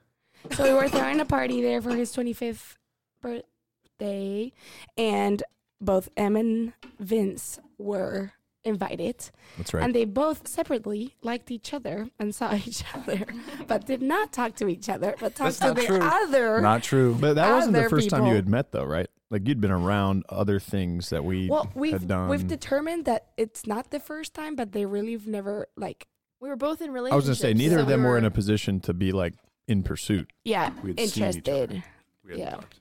So we were throwing a party there for his 25th birthday, and both Em and Vince were invited. That's right. And they both separately liked each other and saw [LAUGHS] each other, but did not talk to each other, but That's talked to not the true. other. Not true. But that wasn't the other first time you people. had met, though, right? Like you'd been around other things that we well, we've had done. we've determined that it's not the first time, but they really've never like We were both in I was relationships. gonna say neither of so them we were in a position to be like in pursuit. yeah [LAUGHS] We had seen each other. interested. We hadn't Yeah. talked.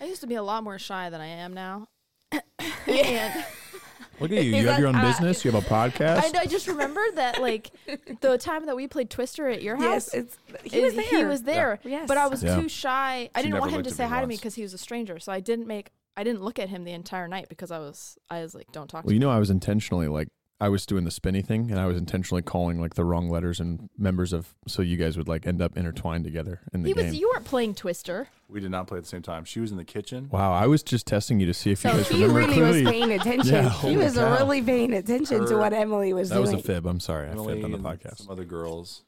I used to be a lot more shy than I am now. [COUGHS] and Look at you! Is You have your own that, uh, business. You have a podcast. and I just remembered that, like, the time that we played Twister at your house, Yes, it's he was is- there. he was there. Yes. But I was Yeah. too shy. I She didn't never want him looked to at say me hi to me once. because he was a stranger. So I didn't make, I didn't look at him the entire night because I was, I was like, don't talk Well, to you me. know, I was intentionally like I was doing the spinny thing, and I was intentionally calling like the wrong letters and members of, so you guys would like end up intertwined together in the He game. was, you weren't playing Twister. We did not play at the same time. She was in the kitchen. wow, I was just testing you to see if you So guys he remember really was clearly. paying attention. Yeah, he holy was cow. really paying attention to Her- what Emily was that was doing. a fib. I'm sorry, I Emily fibbed on the and podcast. Some other girls.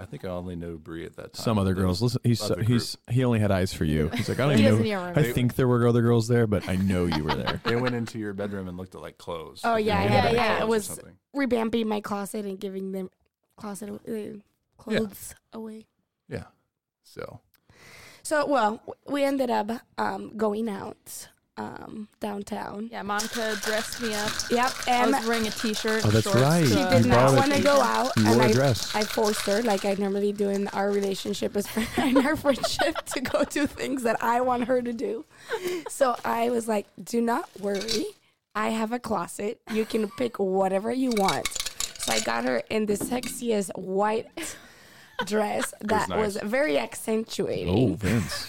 I think I only know Brie at that time. Some other There girls. was- Listen, he's other so, he's he only had eyes for you. He's like I don't He even doesn't know. even I remember. think there were other girls there, but I know you were there. They went into your bedroom and looked at like clothes. Oh, Like, yeah, your yeah, bed yeah, it clothes or was- something. Revamping my closet and giving them closet uh, clothes away. Yeah. So So, well, w- we ended up um, going out um, downtown. Yeah, Monica dressed me up. Yep, I and was wearing a t-shirt. Oh, and that's shorts right. to she uh, did you brought not a want to go out, You [LAUGHS] and wore a I, dress. I forced her, like I normally do in our relationship as friend, [LAUGHS] and our friendship, to go do things that I want her to do. So I was like, "Do not worry, I have a closet. You can pick whatever you want." So I got her in the sexiest [LAUGHS] white dress that was, nice. very accentuating. oh, [LAUGHS] Vince.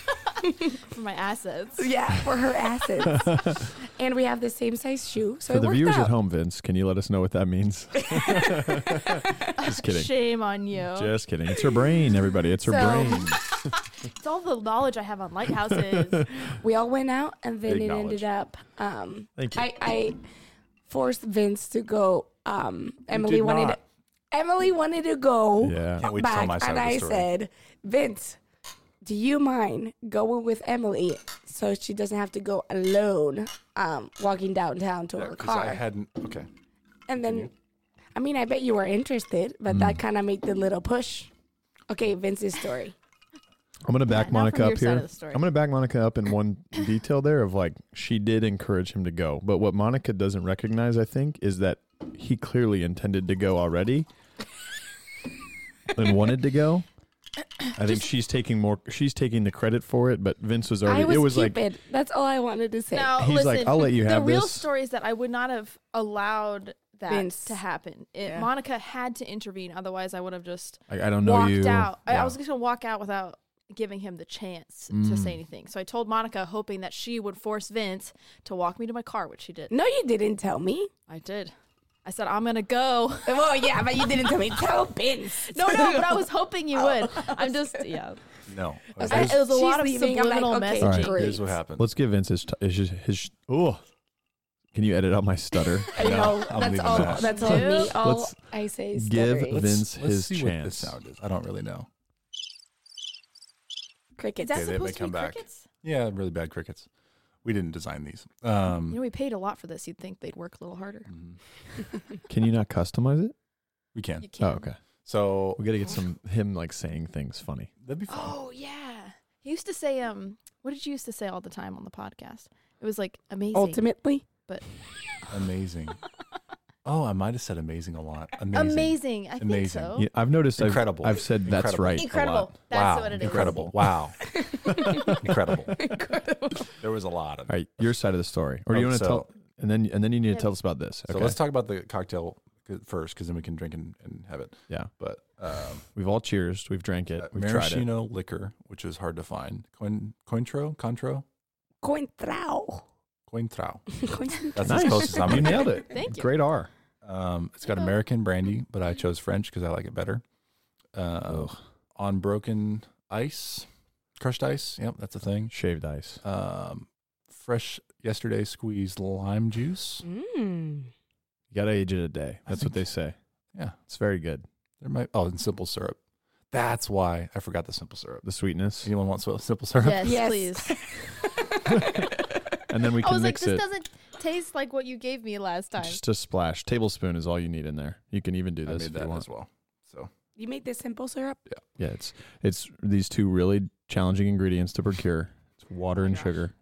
for my assets. Yeah, for her assets. [LAUGHS] and we have the same size shoe. So For it the worked viewers out. at home, Vince, can you let us know what that [LAUGHS] means? [LAUGHS] Just kidding. Shame on you. Just kidding. It's her brain, everybody. It's her Oh, So- brain. It's all the knowledge I have on lighthouses. We all went out, and then Big it knowledge. ended up. Um, Thank you. I, I forced Vince to go. Um, Emily did wanted. not. Emily wanted to go Yeah. Can't wait to tell back, my side and of the I story. said, Vince, do you mind going with Emily so she doesn't have to go alone? Um, walking downtown to her because car, I hadn't. Okay. and then, I mean, I bet you were interested, but that Mm. kind of made the little push. Okay, Vince's story. I'm gonna back now from Monica your up side here. of the story. I'm gonna back Monica up in one detail there of like she did encourage him to go, but what Monica doesn't recognize, I think, is that he clearly intended to go already and wanted to go. I think she's taking more. She's taking the credit for it, but Vince was already. I was, it was like stupid. That's all I wanted to say. [LAUGHS] now, he's listen, like, I'll let you the have real this. story is that I would not have allowed that Vince. to happen. It, Yeah. Monica had to intervene, otherwise I would have just I, I don't know walked you. out. I, I Yeah. Mm. was just gonna walk out without giving him the chance to say anything. So I told Monica, hoping that she would force Vince to walk me to my car, which she did. No, you didn't tell me. I did. I said, I'm gonna go. [LAUGHS] Well, yeah, but you didn't tell me. Tell Vince. No, no, but I was hoping you would. I'm just, yeah. No. was I- like, it was a "She's lot of leaving." I'm subliminal like, okay, messaging. Alright. great. Here's what happened. Let's give Vince his. T- his, his oh, can you edit out my [LAUGHS] stutter? [LAUGHS] I know. I'm that's leaving all. that. That's all me. Let's- All let's I say is give stuttering. Vince- Let's- let's his see what chance. this sound is. I don't really know. Is [LAUGHS] crickets. that Okay, they may supposed to come be back. crickets? Yeah, really bad crickets. We didn't design these. You Um, mhm. know, we paid a lot for this. You'd think they'd work a little harder. Can you not customize it? we can. You can't. Oh, okay. So We gotta get some him like saying things funny. that'd be fun. [GASPS] Oh yeah. He used to say, um, what did you used to say all the time on the podcast? It was like Oh, amazing. [LAUGHS] Ultimately, Amazing. Oh, I might have said amazing a lot. Amazing. Amazing. I think Amazing. so. Yeah, I've noticed. I've, Incredible. I've said that's Incredible. right. a Incredible. lot. That's wow. what it is. Incredible. Wow. [LAUGHS] Incredible. There was a lot of All right, your side of the story, or do you Oh, want to so- tell? And then and then you need Yeah. to tell us about this. So Okay. let's talk about the cocktail c- first because then we can drink and, and have it. Yeah, But um, we've all cheers. We've drank it. uh, We've tried it. maraschino liquor, which is hard to find. Coin, cointreau? Cointreau? cointrao. Cointreau. [LAUGHS] Coin- That's Nice. as close as I'm You going to nailed it. Thank you. Great R. Um, it's got Oh. American brandy, but I chose French because I like it better. Uh, on broken ice, crushed ice. Yep, that's a thing. Shaved ice. Um, fresh yesterday squeezed lime juice. Mm. You gotta age it a day. I That's what think- they say. Yeah, It's very good. there might. Oh, and simple syrup. That's why I forgot the simple syrup. The sweetness, Anyone wants simple syrup? [LAUGHS] Yes, Yes. [LAUGHS] please. and then we I can was like, mix this it. doesn't taste like what you gave me last time. Just a splash. Tablespoon is all you need in there. You can even do I this made if you that want. as well. So You made this simple syrup. Yeah, it's it's these two really challenging ingredients to procure. It's water Oh my and gosh. sugar.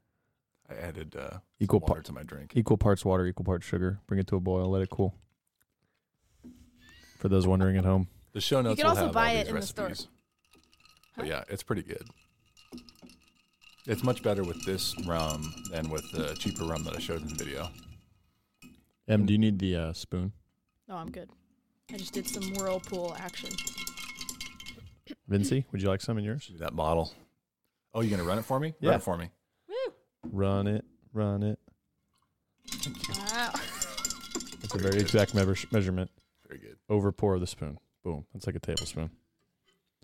I added uh, some Equal water par- to my drink. equal parts water, equal parts sugar. Bring it to a boil, let it cool. For those wondering at home, The show notes can will also have buy all it these in the store. recipes. But yeah, it's pretty good. It's much better with this rum than with the cheaper rum that I showed in the video. Em, do you need the uh, spoon? No, I'm good. I just did some whirlpool action. Vinci, would you like some in yours? That bottle. Oh, you gonna run it for me? Yeah. Run it for me. Woo! Run it, run it. Wow. [LAUGHS] It's a very exact measure- measurement. Very good. Over pour of the spoon. Boom. That's like a tablespoon.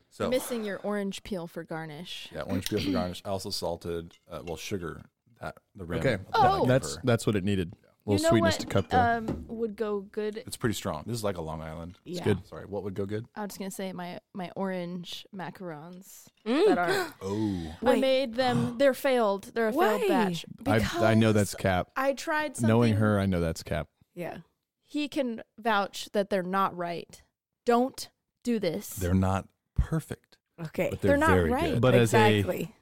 So Missing your orange peel for garnish. yeah, orange peel for garnish. I also salted uh, well sugar that the rim. Okay. of that Oh. That's pepper. that's what it needed. A little you know sweetness what to cut there. um, would go good? it's pretty strong. This is like a Long Island. It's yeah. good. Sorry, what would go good? I was just gonna say my my orange macarons Mm. that are Oh, I Wait. made [GASPS] them. They're failed. They're a Why? failed batch. I I know that's Because cap. I tried something. Knowing her, I know that's cap. [GASPS] Yeah. he can vouch that they're not right. Don't do this. they're not perfect, Okay. but they're, They're not very right. good. But as a exactly.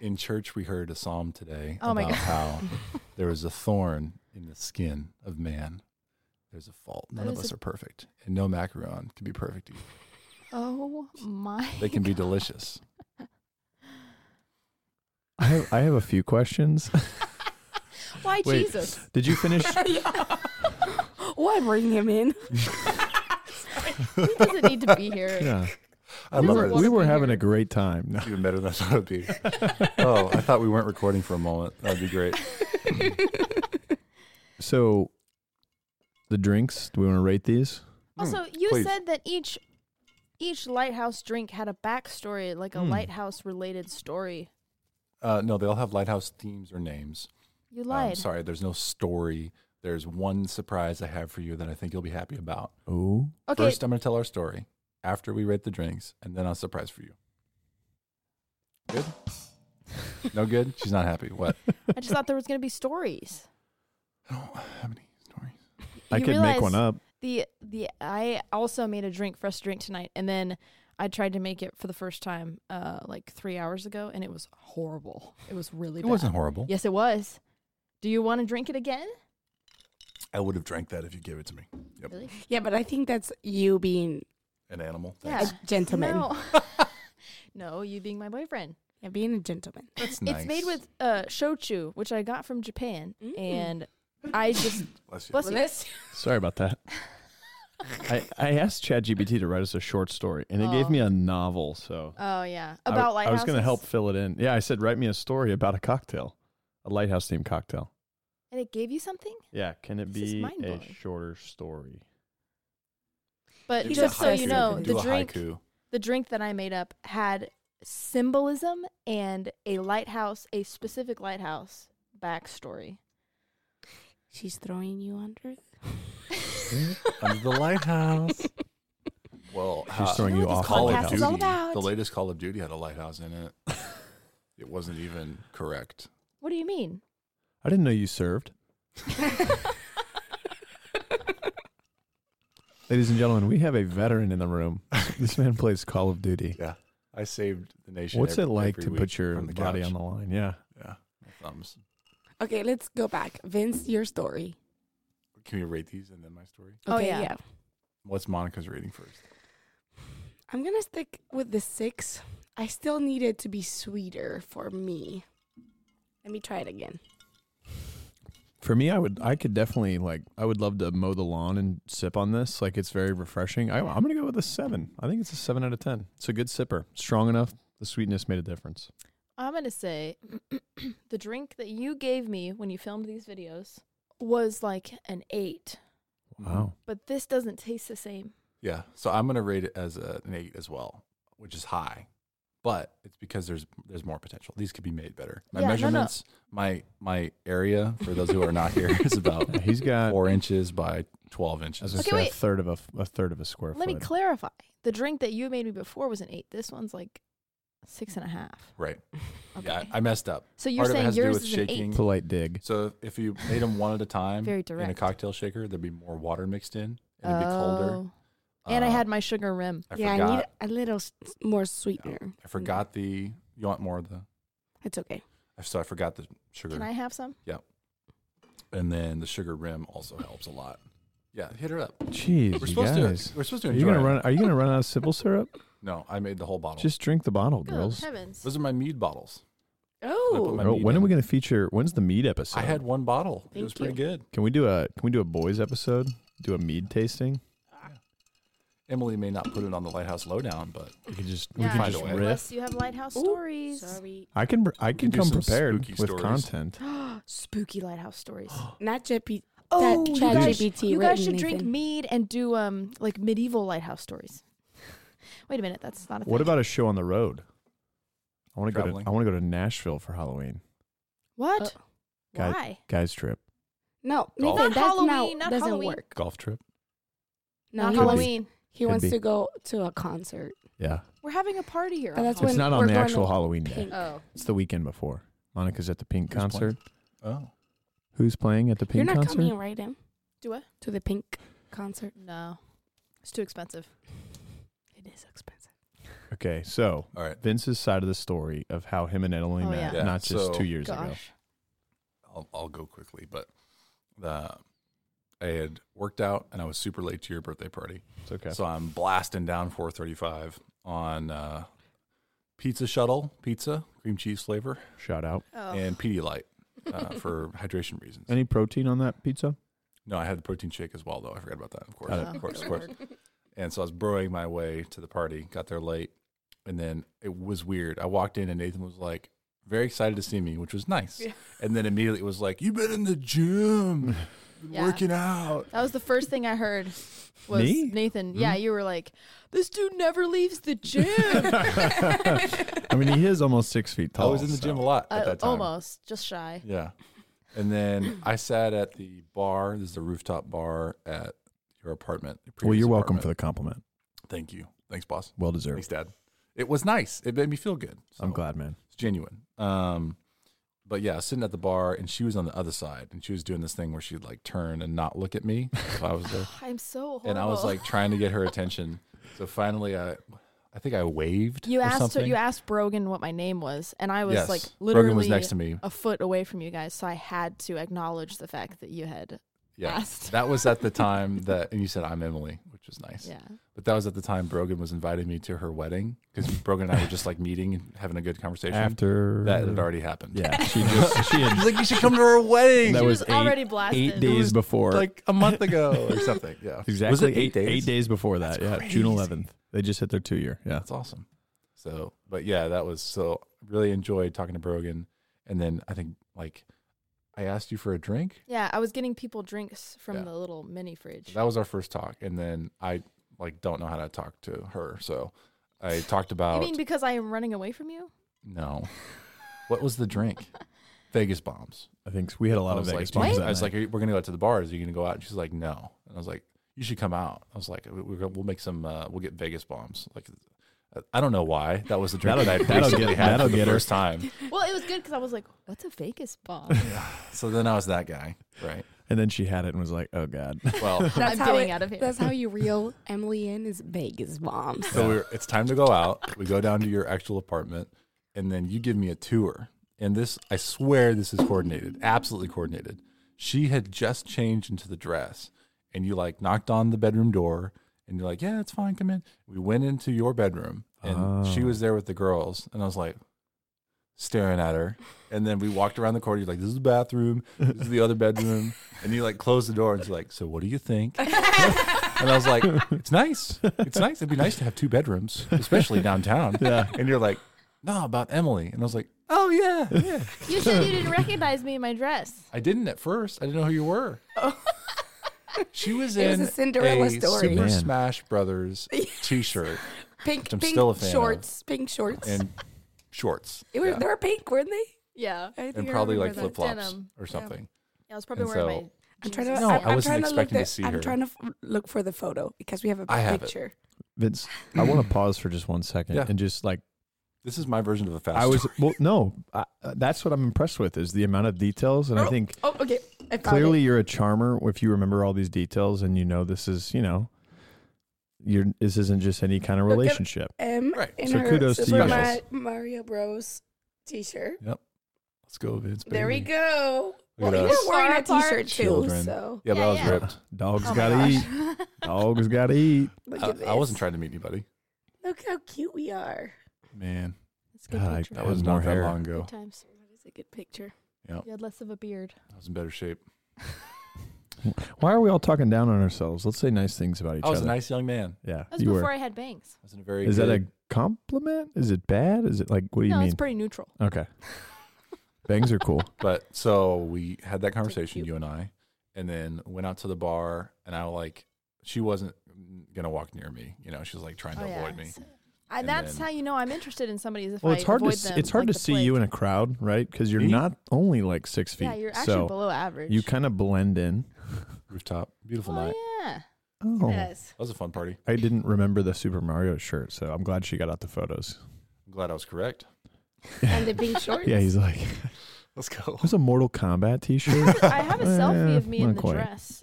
in church we heard a psalm today Oh my about [LAUGHS] how there is a thorn in the skin of man. There's a fault. None That of is us a- are perfect, and no macaron can be perfect. Either. Oh my. They can be delicious. I have, I have a few [LAUGHS] questions. [LAUGHS] Why Wait. Jesus? Did you [LAUGHS] finish? [LAUGHS] Why bring him in? He doesn't need to [LAUGHS] be here. yeah. I we love were, it. we wanna were be having here. a great time. No. [LAUGHS] Even better than I thought it'd be. [LAUGHS] [LAUGHS] Oh, I thought we weren't recording for a moment. That'd be great. So, the drinks, do we want to rate these? Also, Mm, you please. said that each each lighthouse drink had a backstory, like a Hmm. lighthouse related story. Uh, no, they all have lighthouse themes or names. You I'm lied. sorry, there's no story. There's one surprise I have for you that I think you'll be happy about. Oh. okay. First, I'm going to tell our story after we rate the drinks, and then I'll surprise for you. Good? [LAUGHS] No good? She's not happy. What? I just thought there was going to be stories. I don't have any stories. I you could realize make one up. The the I also made a drink fresh drink tonight, and then I tried to make it for the first time uh, like three hours ago, and it was horrible. It was really. It bad. wasn't horrible. Yes, it was. Do you want to drink it again? I would have drank that if you gave it to me. Yep. Really? [LAUGHS] Yeah, but I think that's you being An animal. Yeah. a gentleman. [LAUGHS] No. no, you being my boyfriend. Yeah, being a gentleman. That's nice. It's made with uh, shochu, which I got from Japan, Mm. and I just Bless you. bless you. Sorry about that. I, I asked ChatGPT to write us a short story, and it gave Oh. me a novel. So [LAUGHS] Oh yeah, I w- about I, lighthouses. was going to help fill it in. Yeah, I said write me a story about a cocktail, a lighthouse themed cocktail. And it gave you something, Yeah, can it This is be a mind-blowing. shorter [LAUGHS] story? but Maybe He's a just uh, so obsessed you haiku. know, can the do a drink, haiku. the drink that I made up had symbolism and a lighthouse, a specific lighthouse backstory. She's throwing you under. Under the lighthouse. Well, She's uh, throwing you you know what off. this the Call of podcast lighthouse. Duty. is all about. The latest Call of Duty had a lighthouse in [LAUGHS] it. it wasn't even correct. What do you mean? I didn't know you served. Ladies and gentlemen, we have a veteran in the [LAUGHS] room. This man plays Call of Duty. Yeah, I saved the nation. What's every- it like every to week put your from the body couch. on the line? Yeah. Yeah, my thumbs. [LAUGHS] Okay, let's go back. Vince, your story. Can we rate these and then my story? Oh, Okay, yeah. What's Monica's rating first? I'm gonna stick with the six. I still need it to be sweeter for me. Let me try it again. For me, I would, I could definitely like, I would love to mow the lawn and sip on this. Like, it's very refreshing. I, I'm gonna go with a seven. I think it's a seven out of ten. It's a good sipper, strong enough. The sweetness made a difference. I'm gonna say [CLEARS THROAT] the drink that you gave me when you filmed these videos was like an eight, Wow. but this doesn't taste the same. Mm-hmm. Yeah, so I'm gonna rate it as a, an eight as well, which is high, but it's because there's there's more potential. These could be made better. My Yeah, no, no. measurements, my my area for those who are not here [LAUGHS] is [LAUGHS] about Yeah, he's got four inches by twelve inches. as I Okay, said, a wait. third of a, a third of a square Let me foot. clarify. The drink that you made me before was an eight. This one's like six and a half. [LAUGHS] Right. Okay. Yeah, I, I messed up. so you're part of it saying has to do yours with is shaking. an eight. Polite dig. So if you made them one at a time Very in a direct. cocktail shaker, there'd be more water mixed in and it'd be colder. Oh. And I Uh, had my sugar rim. I yeah, forgot. I need a little s- more sweetener. I forgot the. You want more of the? It's okay. So I forgot the sugar, Can I have some? and then the sugar rim also helps a lot. Yeah, hit her up. Jeez, We're you supposed guys. to. We're supposed to Are enjoy. you gonna it. run? Are you gonna run [LAUGHS] out of simple syrup? No, I made the whole bottle. Just drink the bottle, Good girls. heavens. Those are my mead bottles. Oh, my Oh, mead when are in. we gonna feature? When's the mead episode? I had one bottle. it was Thank you. pretty good. Can we do a Can we do a boys episode? Do a mead tasting? Emily may not put it on the lighthouse lowdown, but We can just yeah, we find can just a way. riff. unless you have lighthouse Ooh, stories. sorry. I can br- I can, can do come some prepared spooky with stories. content. [GASPS] Spooky lighthouse [GASPS] stories. Not JP. oh, that you chat guys, GPT you guys written, should drink Nathan. mead and do um like medieval lighthouse stories. [LAUGHS] Wait a minute, that's not a thing. What about a show on the road? I want to go Traveling. to I want to go to Nashville for Halloween. what? Uh, Guys- Why? Guys trip. No, Not Nathan, that's Halloween, not, not doesn't Halloween. work. golf trip. No, not he Wants, Halloween. he Could wants be. to go to a concert. Yeah. We're having a party here. But on that's it's when not we're on the going actual to Halloween day. Pink. Oh, It's the weekend before. Monica's at the Pink Who's playing? concert. Oh, Who's playing at the You're Pink not concert? coming, right, Em? do what? To the Pink concert. No, it's too expensive. It is expensive. Okay, so All right, Vince's side of the story of how him and Emily Oh, met, yeah. Yeah, not just so- two years ago. Gosh. I'll, I'll go quickly, but the I had worked out and I was super late to your birthday party, It's okay. so I'm blasting down 435 on uh, pizza shuttle pizza, cream cheese flavor, Shout out. Oh. Oh. and Pedialyte uh, [LAUGHS] for [LAUGHS] hydration reasons. Any protein on that pizza? No, I had the protein shake as well, though. I forgot about that. Of course, Oh. Got it. uh, of course, of course. And so I was burrowing my way to the party, got there late, and then it was weird. I walked in and Nathan was like very excited to see me, which was nice. Yeah. And then immediately it was like, You've been in [LAUGHS] the gym, been Yeah. working out. That was the first thing I heard [LAUGHS] was Me? Nathan. Hmm? Yeah, you were like, this dude never leaves [LAUGHS] the gym. I mean, he is almost six feet I tall. was in the so- gym a lot at [LAUGHS] Uh, that time. Almost, just shy. Yeah. And then I sat at the bar. This is the rooftop bar at your apartment. your Well, previous you're welcome for apartment. the compliment. Thank you. Thanks, boss. Well deserved. Thanks, Dad. It was nice. It made me feel good. I'm So- glad, man. It's genuine. Um, but yeah, I was sitting at the bar, and she was on the other side, and she was doing this thing where she'd like turn and not look at me if I was there, [SIGHS] I'm so horrible. and I was like trying to get her attention. So finally, I, I think I waved. you or asked her, something. you asked Brogan what my name was, and I was yes. like Brogan literally was next to me. a foot away from you guys, so I had to acknowledge the fact that you had Yeah, asked. that was at the time that, and you said I'm Emily, which was nice. [LAUGHS] yeah, But that was at the time Brogan was inviting me to her wedding because Brogan and I were just like meeting and having a good conversation. After that had already happened. [LAUGHS] yeah, she just she She's had like, you should come to her wedding. That she was was, eight- already blasted. eight days before. like a month ago or something. Yeah. exactly Was it eight, eight days before that. That's yeah, crazy. June 11th. They just hit their two year. Yeah, That's awesome. So, but yeah, that was so really enjoyed talking to Brogan. And then I think like I asked you for a drink. Yeah, I was getting people drinks from Yeah. the little mini fridge. That was our first talk. And then I like don't know how to talk to her. So I talked you about mean because I am running away from you? [LAUGHS] [LAUGHS] no. What was the drink? Vegas bombs. I think we had a lot I of was Vegas like, bombs. I was like, "Are you- we're gonna go out to the bars. Are you gonna go out? And she's like, no. And I was like, you should come out. I was like, we, we're gonna, we'll make some. Uh, we'll get Vegas bombs. Like, uh, I don't know why that was the drink That'll- that I that'll basically get- had that'll for the get her. first time. Well, it was good because I was like, "What's a Vegas [LAUGHS] bomb?" So then I was that guy, right? and then she had it and was like, oh [LAUGHS] god. Well, I'm That's how getting it- out of here. That's how [LAUGHS] you reel Emily in is Vegas bombs. so we're, it's time to go out. We go down to your actual apartment, and then you give me a tour. And this, I swear, this is coordinated, absolutely coordinated. She had just changed into the dress, and you like knocked on the bedroom door, and you're like, "Yeah, it's fine, come in." We went into your bedroom, and she Oh. was there with the girls, and I was like. Staring at her, and then we walked around the corner. You're like, "This is the bathroom. This is the other bedroom," [LAUGHS] and you like closed the door. And she's like, "So, what do you think?" [LAUGHS] And I was like, [LAUGHS] it's nice. It's nice. It'd be nice to have two bedrooms, especially downtown. Yeah. And you're like, no, about Emily. And I was like, oh, yeah, yeah. [LAUGHS] you said you didn't recognize me in my dress. I didn't at first. I didn't know who you were. She was It was in a Cinderella a story. Super Man. Smash Brothers t shirt Pink, I'm pink still a fan of. shorts, pink shorts. and shorts. It was- Yeah. They were pink, weren't they? Yeah, I think And I probably like remember flip that. flops Denim. or something. I was probably And wearing so- my. I'm trying to. No, I, I am wasn't trying expecting to, to look see I'm her. trying to f- look for the photo because we have a I have it. picture. Vince, I want to pause for just one second Yeah. and just like This is my version of a fast I was [LAUGHS] story. well, no, I, uh, that's what I'm impressed with is the amount of details, and I think Oh, okay. I found clearly it. you're a charmer if you remember all these details and you know this is you know, you're this isn't just any kind of Look at- relationship. M Right. in So her kudos to Super you. Ma- Mario Bros. T-shirt. Let's go, Vince. There we baby. go. Look Well, at you us. were wearing a Far apart. T-shirt too, Children. so Yeah, but Yeah, I was yeah. ripped. Dogs [LAUGHS] Oh my gotta eat. gosh. [LAUGHS] Dogs gotta eat. look at this. I, I wasn't trying to meet anybody. Look how cute we are. Man, That's a good God, I- picture. that Had was more not that hair. long ago. Good times. That is a good picture. You had less of a beard. I was in better shape. Why are we all talking down on ourselves? Let's say nice things about each I was other. a nice young man. yeah, That was you before were. I had bangs. I was in a very. Is that good- a compliment? Is it bad? Is it like what do you no, mean? it's pretty neutral. okay, bangs are [LAUGHS] cool. But so we had that conversation, cute. you and I, and then went out to the bar, and I like she wasn't gonna walk near me. You know, she was like trying to Oh, avoid me. Oh, I, And that's then- how you know I'm interested in somebody is if Well, I it's hard to avoid s- them it's hard like to the see plague. you in a crowd, right? Because you're Me? not only like six feet. Yeah, you're actually so below average. you kind of blend in. Rooftop, beautiful Oh night. yeah. Oh, [LAUGHS] Yes. That was a fun party. I didn't remember the Super Mario shirt, so I'm glad she got out the photos. I'm glad I was correct. And the [LAUGHS] pink shorts. Yeah, he's like, Let's go. it was a Mortal Kombat T-shirt. [LAUGHS] I have a selfie Eh, of me in not the quite. dress.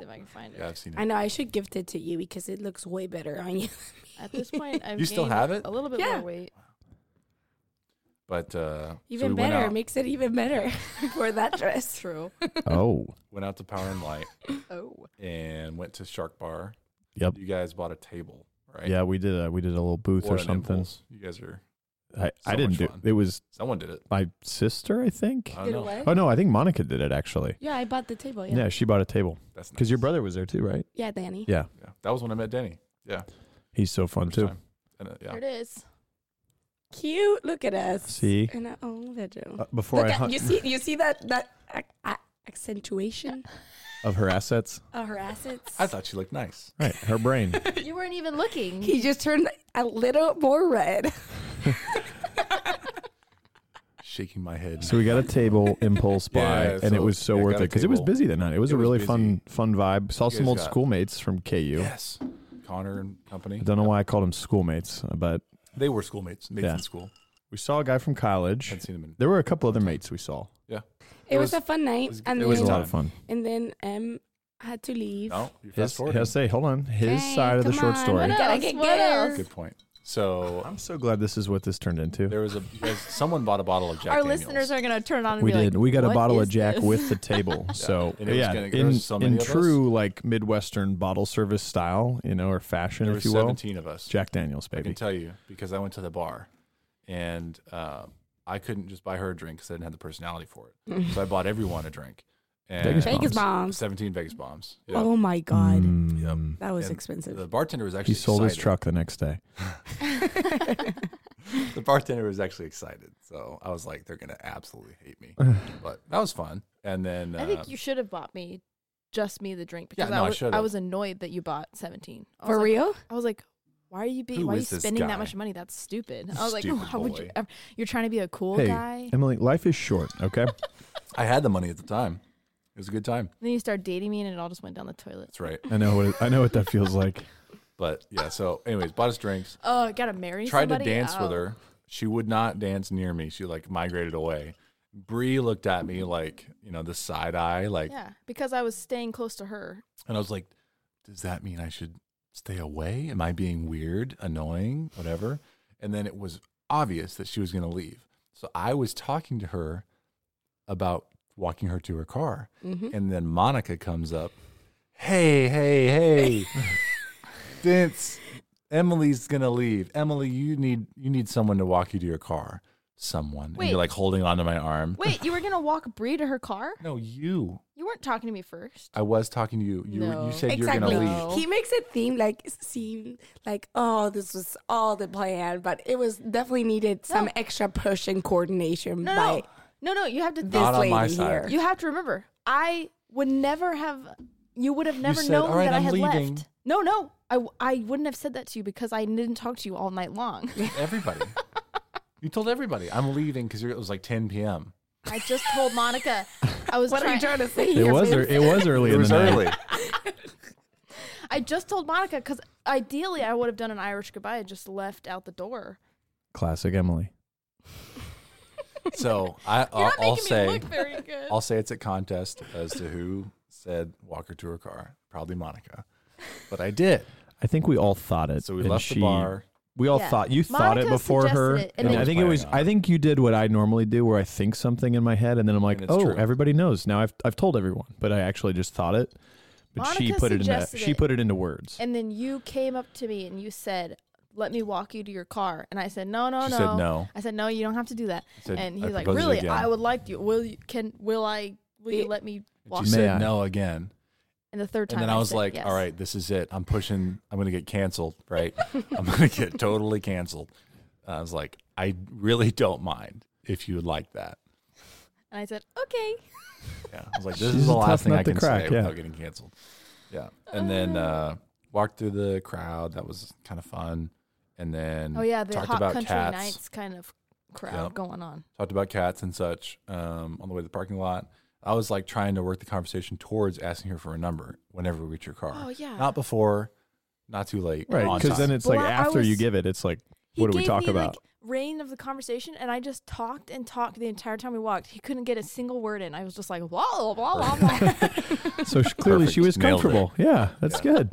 if I can find it. Yeah, I've seen I it. know I should gift it to you because it looks way better on [LAUGHS] you. At this point, I've You still gained have it? a little bit Yeah. more weight. But uh, so Even we better. Went out, Makes it even [LAUGHS] better for that dress. True. Oh, went out to Power and [LAUGHS] Light Oh, and went to Shark Bar. Yep. You guys bought a table, right? yeah. We did a we did a little booth What or an something. impulse. You guys are. I, I So didn't much do. fun. It was Someone did it. my sister, I think. I don't know. Oh no, I think Monica did it actually. Yeah, I bought the Oh, table. Yeah, Yeah. she bought a table That's nice. because your brother was there too, right? Yeah, Danny. Yeah. Yeah, that was when I met Danny. He's so fun first too. time. And, uh, yeah. there it [LAUGHS] is. Cute. Look at us. See? In our own bedroom. Uh, before Look I at, hunt you see you see that that ac- ac- accentuation [LAUGHS] of her assets, of her assets. I thought she looked nice. right? Her [LAUGHS] brain. You weren't even looking. he just turned a little more red. Shaking my head. So we got a table impulse buy, Yeah, and it so- was so yeah, worth got it a because it was table. busy that night. It was It a was really busy. fun fun vibe. Saw guys some old got- schoolmates from KU. yes, Connor and company. I don't know why I called them schoolmates, but They were schoolmates. Mates Yeah. in school. we saw a guy from college. Hadn't seen them in. There were a couple other mates we saw. It, It was, was- a fun night. was- and it It then, was a Yeah. lot of fun. and then M had to leave. No, you fast His, forward. he'll say, hold on, his Okay, side of the come short on. story. What Gotta else? get What girls. else? Good point. So I'm so glad this is what this turned into. there was a you guys, someone bought a bottle of Jack. Our Daniels. listeners are gonna turn on. And We be like, did. we got a "What bottle of is Jack this?" [LAUGHS] with [LAUGHS] the table. So And it was yeah, gonna- there in, was so many in of us. true like Midwestern bottle service style, you know, or fashion, There were if you will. seventeen of us. Jack Daniels, I can baby. tell you because I went to the bar, and uh, I couldn't just buy her a drink because I didn't have the personality for it. So I bought [LAUGHS] everyone a drink. And Vegas Vegas bombs. Seventeen Vegas bombs. Yeah. Oh my god. Mm. That was And expensive. The bartender was actually He sold his excited. truck the next [LAUGHS] day. [LAUGHS] The bartender was actually excited, so I was like, "They're gonna absolutely hate me," but that was fun. And then I uh, think you should have bought me just me the drink because no, I I, was, I, should've. was annoyed that you bought 17. I was For like, real? I was like, why are you be, Who why are you is this spending guy? that much money? That's stupid. I was like, Stupid how would you boy. ever, you're trying to be a cool Hey, guy? And Emily, life is short, [LAUGHS] okay? I had the money at the time. It was a good time. then you start dating me and it all just went down the toilet. That's right. I know what it, I know what that feels [LAUGHS] like. But yeah, so anyways, bought us drinks. Oh, gotta marry Tried somebody? to dance Oh. with her. She would not dance near me. She like migrated away. Bree looked at me like, you know, the side eye, like Yeah, because I was staying close to her. [LAUGHS] and I was like, Does that mean I should stay away? Am I being weird, annoying, whatever? And then it was obvious that she was gonna leave. So I was talking to her about walking her to her car. And then Monica comes up, Hey, hey, [LAUGHS] hey. mm-hmm. [LAUGHS] Vince, Emily's gonna leave. Emily, you need you need someone to walk you to your car. Someone. And Wait. you're like holding onto my arm. Wait, you were gonna walk Bree to her car? [LAUGHS] No, you. You weren't talking to me first. I was talking to you. You were- No. you said Exactly. you're gonna leave. No. He makes it seem like seem like oh this was all the plan, but it was definitely needed some No. extra push and coordination No, by no, no, no, you have to. this Not on lady my side. here. You have to remember, I would never have. You would have never said, known "All right, that I I'm had leaving." left. No, no, I, w- I wouldn't have said that to you because I didn't talk to you all [LAUGHS] night long. Everybody. you told everybody I'm leaving because it was like 10 p.m. I just told Monica I [LAUGHS] was. what are trying- you trying to say It here? was Vince? ear- it was early in the [LAUGHS] night. I just told Monica because ideally I would have done an Irish goodbye and just left out the door. Classic Emily. So I, I'll, I'll say very good. I'll say it's a contest as to who said walk her to her car. Probably Monica, but I did. I think we all thought it. So we and left she- the bar. We all Yeah. thought you thought it Monica before her, suggested it, and, and then- I think it was. Playing on I think you did what I normally do, where I think something in my head, and then I'm like, And it's "Oh, true. everybody knows." Now I've I've told everyone, but I actually just thought it. But she Monica put it in that. suggested She it. put it into words. And then you came up to me and you said, "Let me walk you to your car." And I said, "No, no, She no." said Oh, no. I said, "No, you don't have to do that." said, and "I he's like, propose it "Really? again." I would like you. Will you? Can will I? Will you let me walk?" She May said I? no again, And the third time, and then I was said like, yes. "All right, this is it. I'm pushing. I'm gonna get canceled. [LAUGHS] Right? I'm gonna get totally canceled." I was like, "I really don't mind if you would like that." And I said, "Okay." Yeah, I was like, this She's is the a tough last thing nut I to can crack, say yeah. without getting canceled. Yeah, and then uh, walked through the crowd. That was kind of fun. And then Oh yeah, the talked hot about country cats, nights kind of crowd Yep. going on. talked about cats and such um, on the way to the parking lot. I was like trying to work the conversation towards asking her for a number whenever we reach your car. Oh yeah. Not before, not too late, Right, on because time. then it's Well, like I- I after you was- give it, it's like He What did we gave talk me, about? Like, [LAUGHS] reign of the conversation, and I just talked and talked the entire time we walked. He couldn't get a single word in. I was just like, [LAUGHS] blah, blah, blah, blah. So she, clearly she Perfect. was Nailed it. comfortable. Yeah, that's Yeah. good.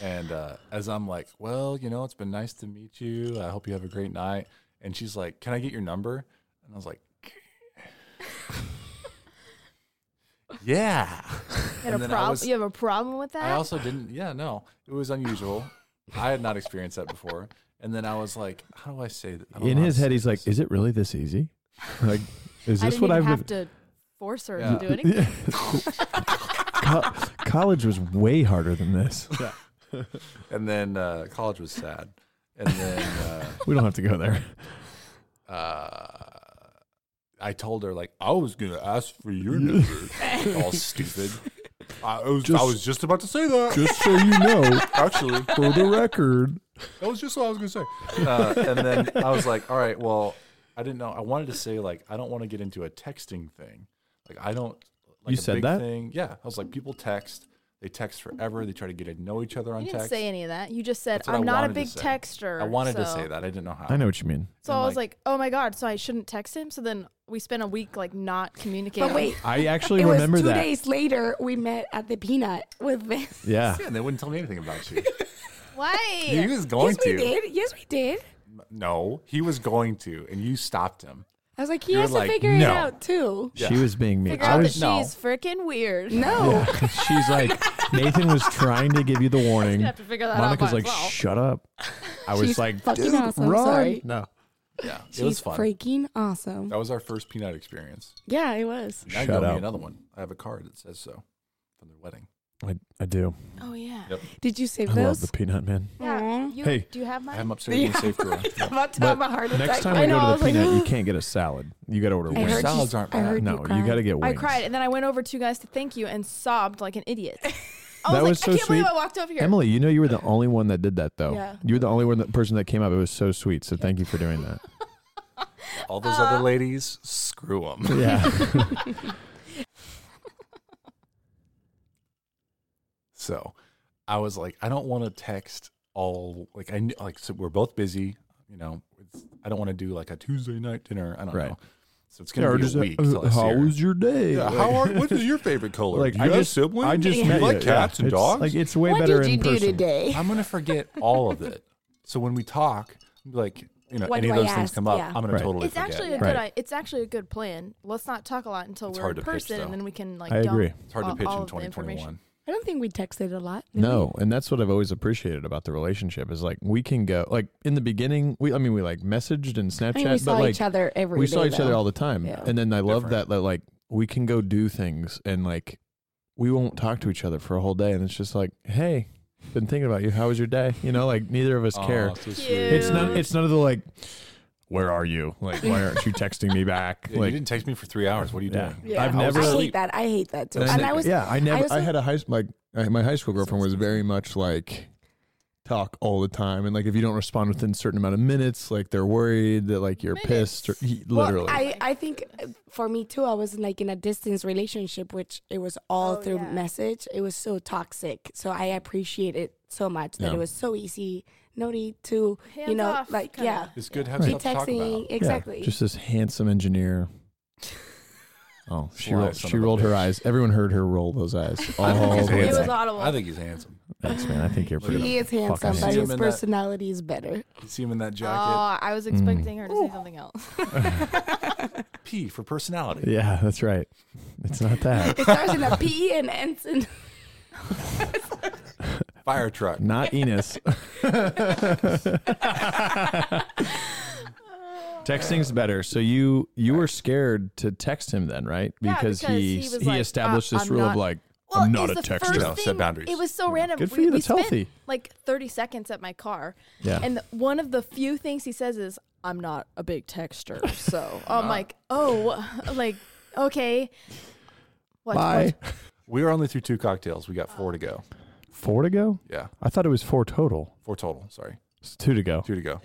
And uh, as I'm like, well, you know, it's been nice to meet you. I hope you have a great night. And she's like, can I get your number? And I was like, [LAUGHS] yeah. You And had a then I problem. was- you have a problem with that? I also didn't. Yeah, no, it was unusual. I had not experienced that before. And then I was like, how do I say that? I don't In know how his to head, say he's like, this. "Is it really this easy? Like, is I this didn't what even I've have been?" to force her Yeah. [LAUGHS] to [LAUGHS] do anything. Yeah. [LAUGHS] Co- college was way harder than this. and then uh, college was sad. And then We don't have to go there. uh, uh, I told her, like, I was going to ask for your number. [LAUGHS] All stupid. I, I was, I Just- [LAUGHS] was just about to say that. Just so you know, Actually, for the record, that was just what I was going to say. Uh, and [LAUGHS] then I was like, all right, well, I didn't know. I wanted to say, like, I don't want to get into a texting thing. Like, I don't. Like You a said big that? Thing. Yeah. I was like, people text. They text forever. They try to get to know each other on You didn't text. say any of that. You just said, That's what I I'm not a wanted to big say. texter. I wanted to so- say that. I didn't know how. I know what you mean. So And, I was like- like, oh my God, so I shouldn't text him? So then we spent a week like not communicating. But [LAUGHS] wait, I actually it was remember two that. days later we met at the Peanut with [LAUGHS] Vince. Yeah, Yeah, and they wouldn't tell me anything about [LAUGHS] you. he Why? was going yes, we to. did. Yes, we did. No, he was going to, and you stopped him. I was like, he You were has like, to figure "No." it out too. she was being mean. Figure I out that was. [LAUGHS] she's no. freaking weird. No, She's like, Nathan was trying to give you the warning. You have to figure that Monica's out by like, herself. "Shut up." I was She's like, fucking "Dude, awesome, run!" sorry. No, Yeah, she's it was fun. freaking awesome. That was our first peanut experience. Yeah, it was. Now you Shut owe up. me another one. I have a card that says so from their wedding. I, I do. Oh yeah. Yep. Did you save I love those? the peanut man. Yeah. Aw. You, Hey. Do you have I mine? have them upstairs in the safe drawer. [LAUGHS] I'm about to have a heart attack. Next time I we know, I go to was the like, peanut, you can't get a salad. You got to order I wings. heard you, Salads aren't I bad. heard No, cry. you got to get I wings. cried, and then I went over to you guys to thank you and sobbed like an [LAUGHS] idiot. I That was, was like, so I can't believe sweet. I walked over here. Emily, you know you were [LAUGHS] the only one that did that though. Yeah. You were the only one that person that came up. It was so sweet. So thank you for doing [LAUGHS] that. All those other ladies, screw [LAUGHS] them. Yeah. [LAUGHS] So I was like, I don't want to text all like I kn- like so we're both busy. You know, it's, I don't want to do like a Tuesday night dinner. I don't Right. know. So it's gonna be a week. till I see uh, how her. was your day? Yeah, how are, [LAUGHS] what is your favorite color? like Do you I have just siblings? I just Do you met like you. cats Yeah. and It's- dogs? Like it's way what better did you in do person. today? I'm gonna forget all of it. So when we talk, like you know, What any of do I those things ask? come up, Yeah. I'm gonna Right. totally It's forget. actually a Right. good. i- It's actually a good plan. Let's not talk a lot until It's we're in hard to pitch, person, though. and then we can like. I dump agree. it's hard to all- pitch all in of the information. 2021. I don't think we texted a lot. did No, and that's what I've always appreciated about the relationship is like we can go like in the beginning we I mean we like messaged and Snapchat we saw but like each other every we day, saw each other though. all the time Yeah. and then i love that Different. that like we can go do things and like we won't talk to each other for a whole day and it's just like hey been thinking about you how was your day you know like neither of us care Aw, so sweet. it's not- none it's none of the like where are you like why aren't you texting me back [LAUGHS] Yeah, you like didn't text me for three hours. What are you Yeah. doing? Yeah. i've I was never I asleep. hate that. I hate that too. and And I- I was yeah i never i, also- had a high s- like I- my high school girlfriend was very much like talk all the time and like if you don't respond within a certain amount of minutes like they're worried that like you're pissed or he- literally Well, I, I think uh, for me too, I was like in a distance relationship, which it was all Oh, through yeah. message. It was so toxic. So I appreciate it so much that Yeah. it was so easy, no need to, you Hands know, off, like, kinda. yeah. It's good to have Be stuff to talk texting, about. Yeah, exactly. just this handsome [LAUGHS] engineer. Oh, she Sly rolled, son she of a rolled her bitch. eyes. Everyone heard her roll those [LAUGHS] eyes. I think All he's the way It was handsome. back. audible. I think he's handsome. Thanks, man. I think you're pretty. he is fucking handsome, but handsome. his Him in that- personality is better. You see him in that jacket. Mm. Oh, I was expecting her to say something else. P for personality. Yeah, that's right. It's not [LAUGHS] that. It starts in a P and ends [LAUGHS] in. Fire truck. Not Enos. Texting's better. So you you were scared to text him then, right? Yeah, Because, because he he was he, like, established "Uh, this I'm rule of not- like Well, I'm not a it's the texter. first No, set thing- boundaries. It was so random. Good for we, you, we that's spent healthy. Like 30 seconds at my car, Yeah. and one of the few things he says is, "I'm not a big texter." [LAUGHS] So I'm like, "Oh, like okay." What, Bye. We were only through two cocktails. We got four to go. Four to go? Yeah, I thought it was four total. four total. Sorry, It's two to go. two to go.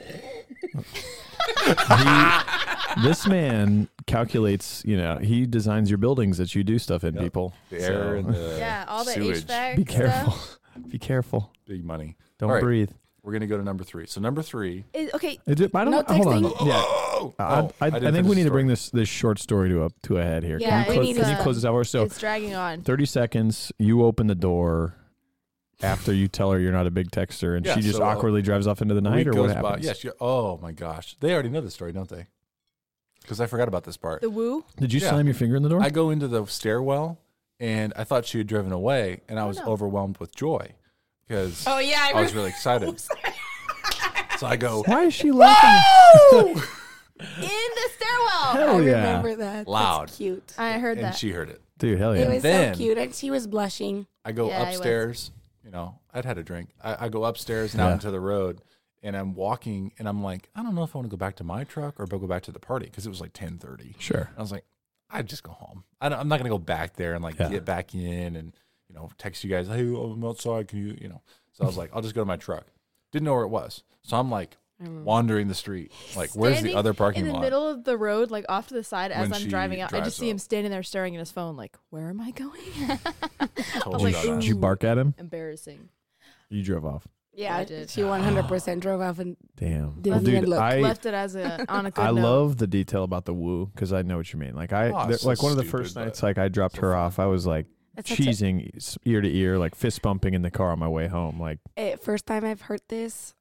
[LAUGHS] this man calculates, you know, he designs your buildings that you do stuff in, Yep. people. The So, air and the [LAUGHS] Yeah, all the Uh, sewage. HVAC be stuff. careful. [LAUGHS] be careful. Big money. Don't All right. breathe. We're going to go to number three. So number three. It, okay, Is it, I don't. No hold on. texting. Yeah. Oh, I, I, I didn't think finish we need the to story. bring this this short story to up to a head here. can Yeah, it you close, needs can you a- close this hour? So it's dragging on. thirty seconds. You open the door after you tell her you're not a big texter, and Yeah, she just so, uh, awkwardly drives off into the night, Week or what goes by- happens? yes. you- oh my gosh, they already know this story, don't they? Because I forgot about this part. [LAUGHS] The woo. Did you Yeah. slam your finger in the door? I go into the stairwell, and I thought she had driven away, and I was no. overwhelmed with joy because Oh yeah, I was really excited. so I go, Why [LAUGHS] is she laughing? in the stairwell. Hell Ah! I yeah. remember that. Loud. That's cute. I heard and that. she heard it. Dude, hell yeah. It was Then- so cute, and she was blushing. I go Yeah, I was. upstairs. You know, I'd had a drink. I, I go upstairs and out Yeah. into the road, and I'm walking, and I'm like, I don't know if I want to go back to my truck or go back to the party because it was like ten thirty. sure. I was like, I would just go home. I don't, I'm not gonna go back there and like Yeah. get back in and you know text you guys. Hey, I'm outside. Can you you know? So I was like, I'll just go to my truck. Didn't know where it was, so I'm like wandering the street. Like, where's the Standing other parking in the lot? middle of the road, like off to the side, as When I'm she driving out, I drives just see him up. standing there staring at his phone, like, "Where am I going?" [LAUGHS] Did, Totally got was like, you, out. did you bark at him? Embarrassing. You drove off. Yeah, I did. Oh. she 100 percent drove off and Damn. Didn't Well, even dude, look. I Left it as a on a good I note. love the detail about the woo because I know what you mean. Like I Oh, there- it's like so one of the stupid, first but nights like I dropped so her fun. off. I was like That's such a- cheesing s- ear to ear, like fist bumping in the car on my way home. Like eh, first time I've heard this.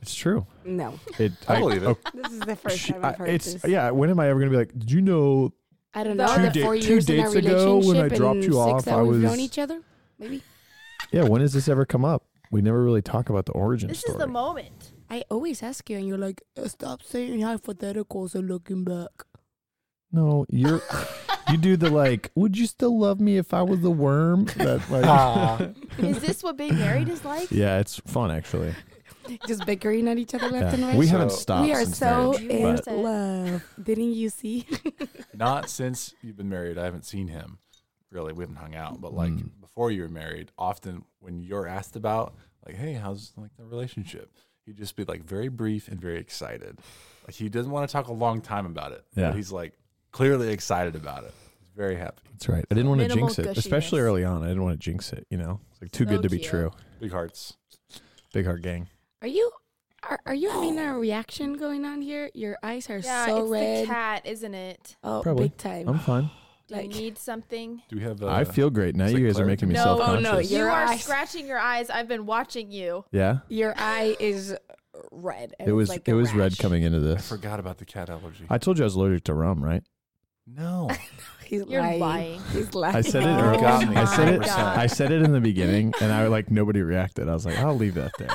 it's true. [LAUGHS] No, It I believe it. oh, [LAUGHS] this is the first she- time I've I- heard it's this. yeah. When am I ever gonna be like? Did you know? I don't Two know. da- Two four two years in our dates ago relationship when I dropped and you six off, that I we've was- known each other. Maybe Yeah. When does this ever come up? We never really talk about the origin This story. is the moment. I always ask you, and you're like, "Uh, "Stop saying hypotheticals and looking back." no, you're you do the like. Would you still love me if I was the worm? That like. [LAUGHS] Ah. [LAUGHS] Is this what being married is like? Yeah, it's fun actually. Just bickering at each other left Yeah. and right. We So- haven't stopped. We are since so marriage, in but- but- love. Didn't you see? [LAUGHS] Not since you've been married. I haven't seen him. Really, we haven't hung out. But like Mm. before you were married, often when you're asked about, like, hey, how's like the relationship? He'd just be like very brief and very excited. Like he doesn't want to talk a long time about it. Yeah. But he's like clearly excited about it. He's very happy. That's right. I didn't want to Minimal jinx it, especially gushiness. early on. I didn't want to jinx it. You know, it's like too So good to be cute. true. Big hearts. Big heart gang. Are you? Are, are you having a reaction going on here? Your eyes are Yeah, so it's red. the cat, isn't it? Oh, Probably. big time. I'm fine. Do Like- you need something? Do we have? Uh, I feel great now. it's You like guys are making me No, self oh, conscious. no, you Your are eyes. scratching your eyes. I've been watching you. yeah, Your eye is red. it was like it a was red rash. coming into I this. forgot about the cat allergy. I told you I was allergic to rum, right? [LAUGHS] no. He's You're lying. He's lying. I said it. Oh early- got me. I said it. my God. I said it in the beginning, and I like nobody reacted. I was like, I'll leave that there.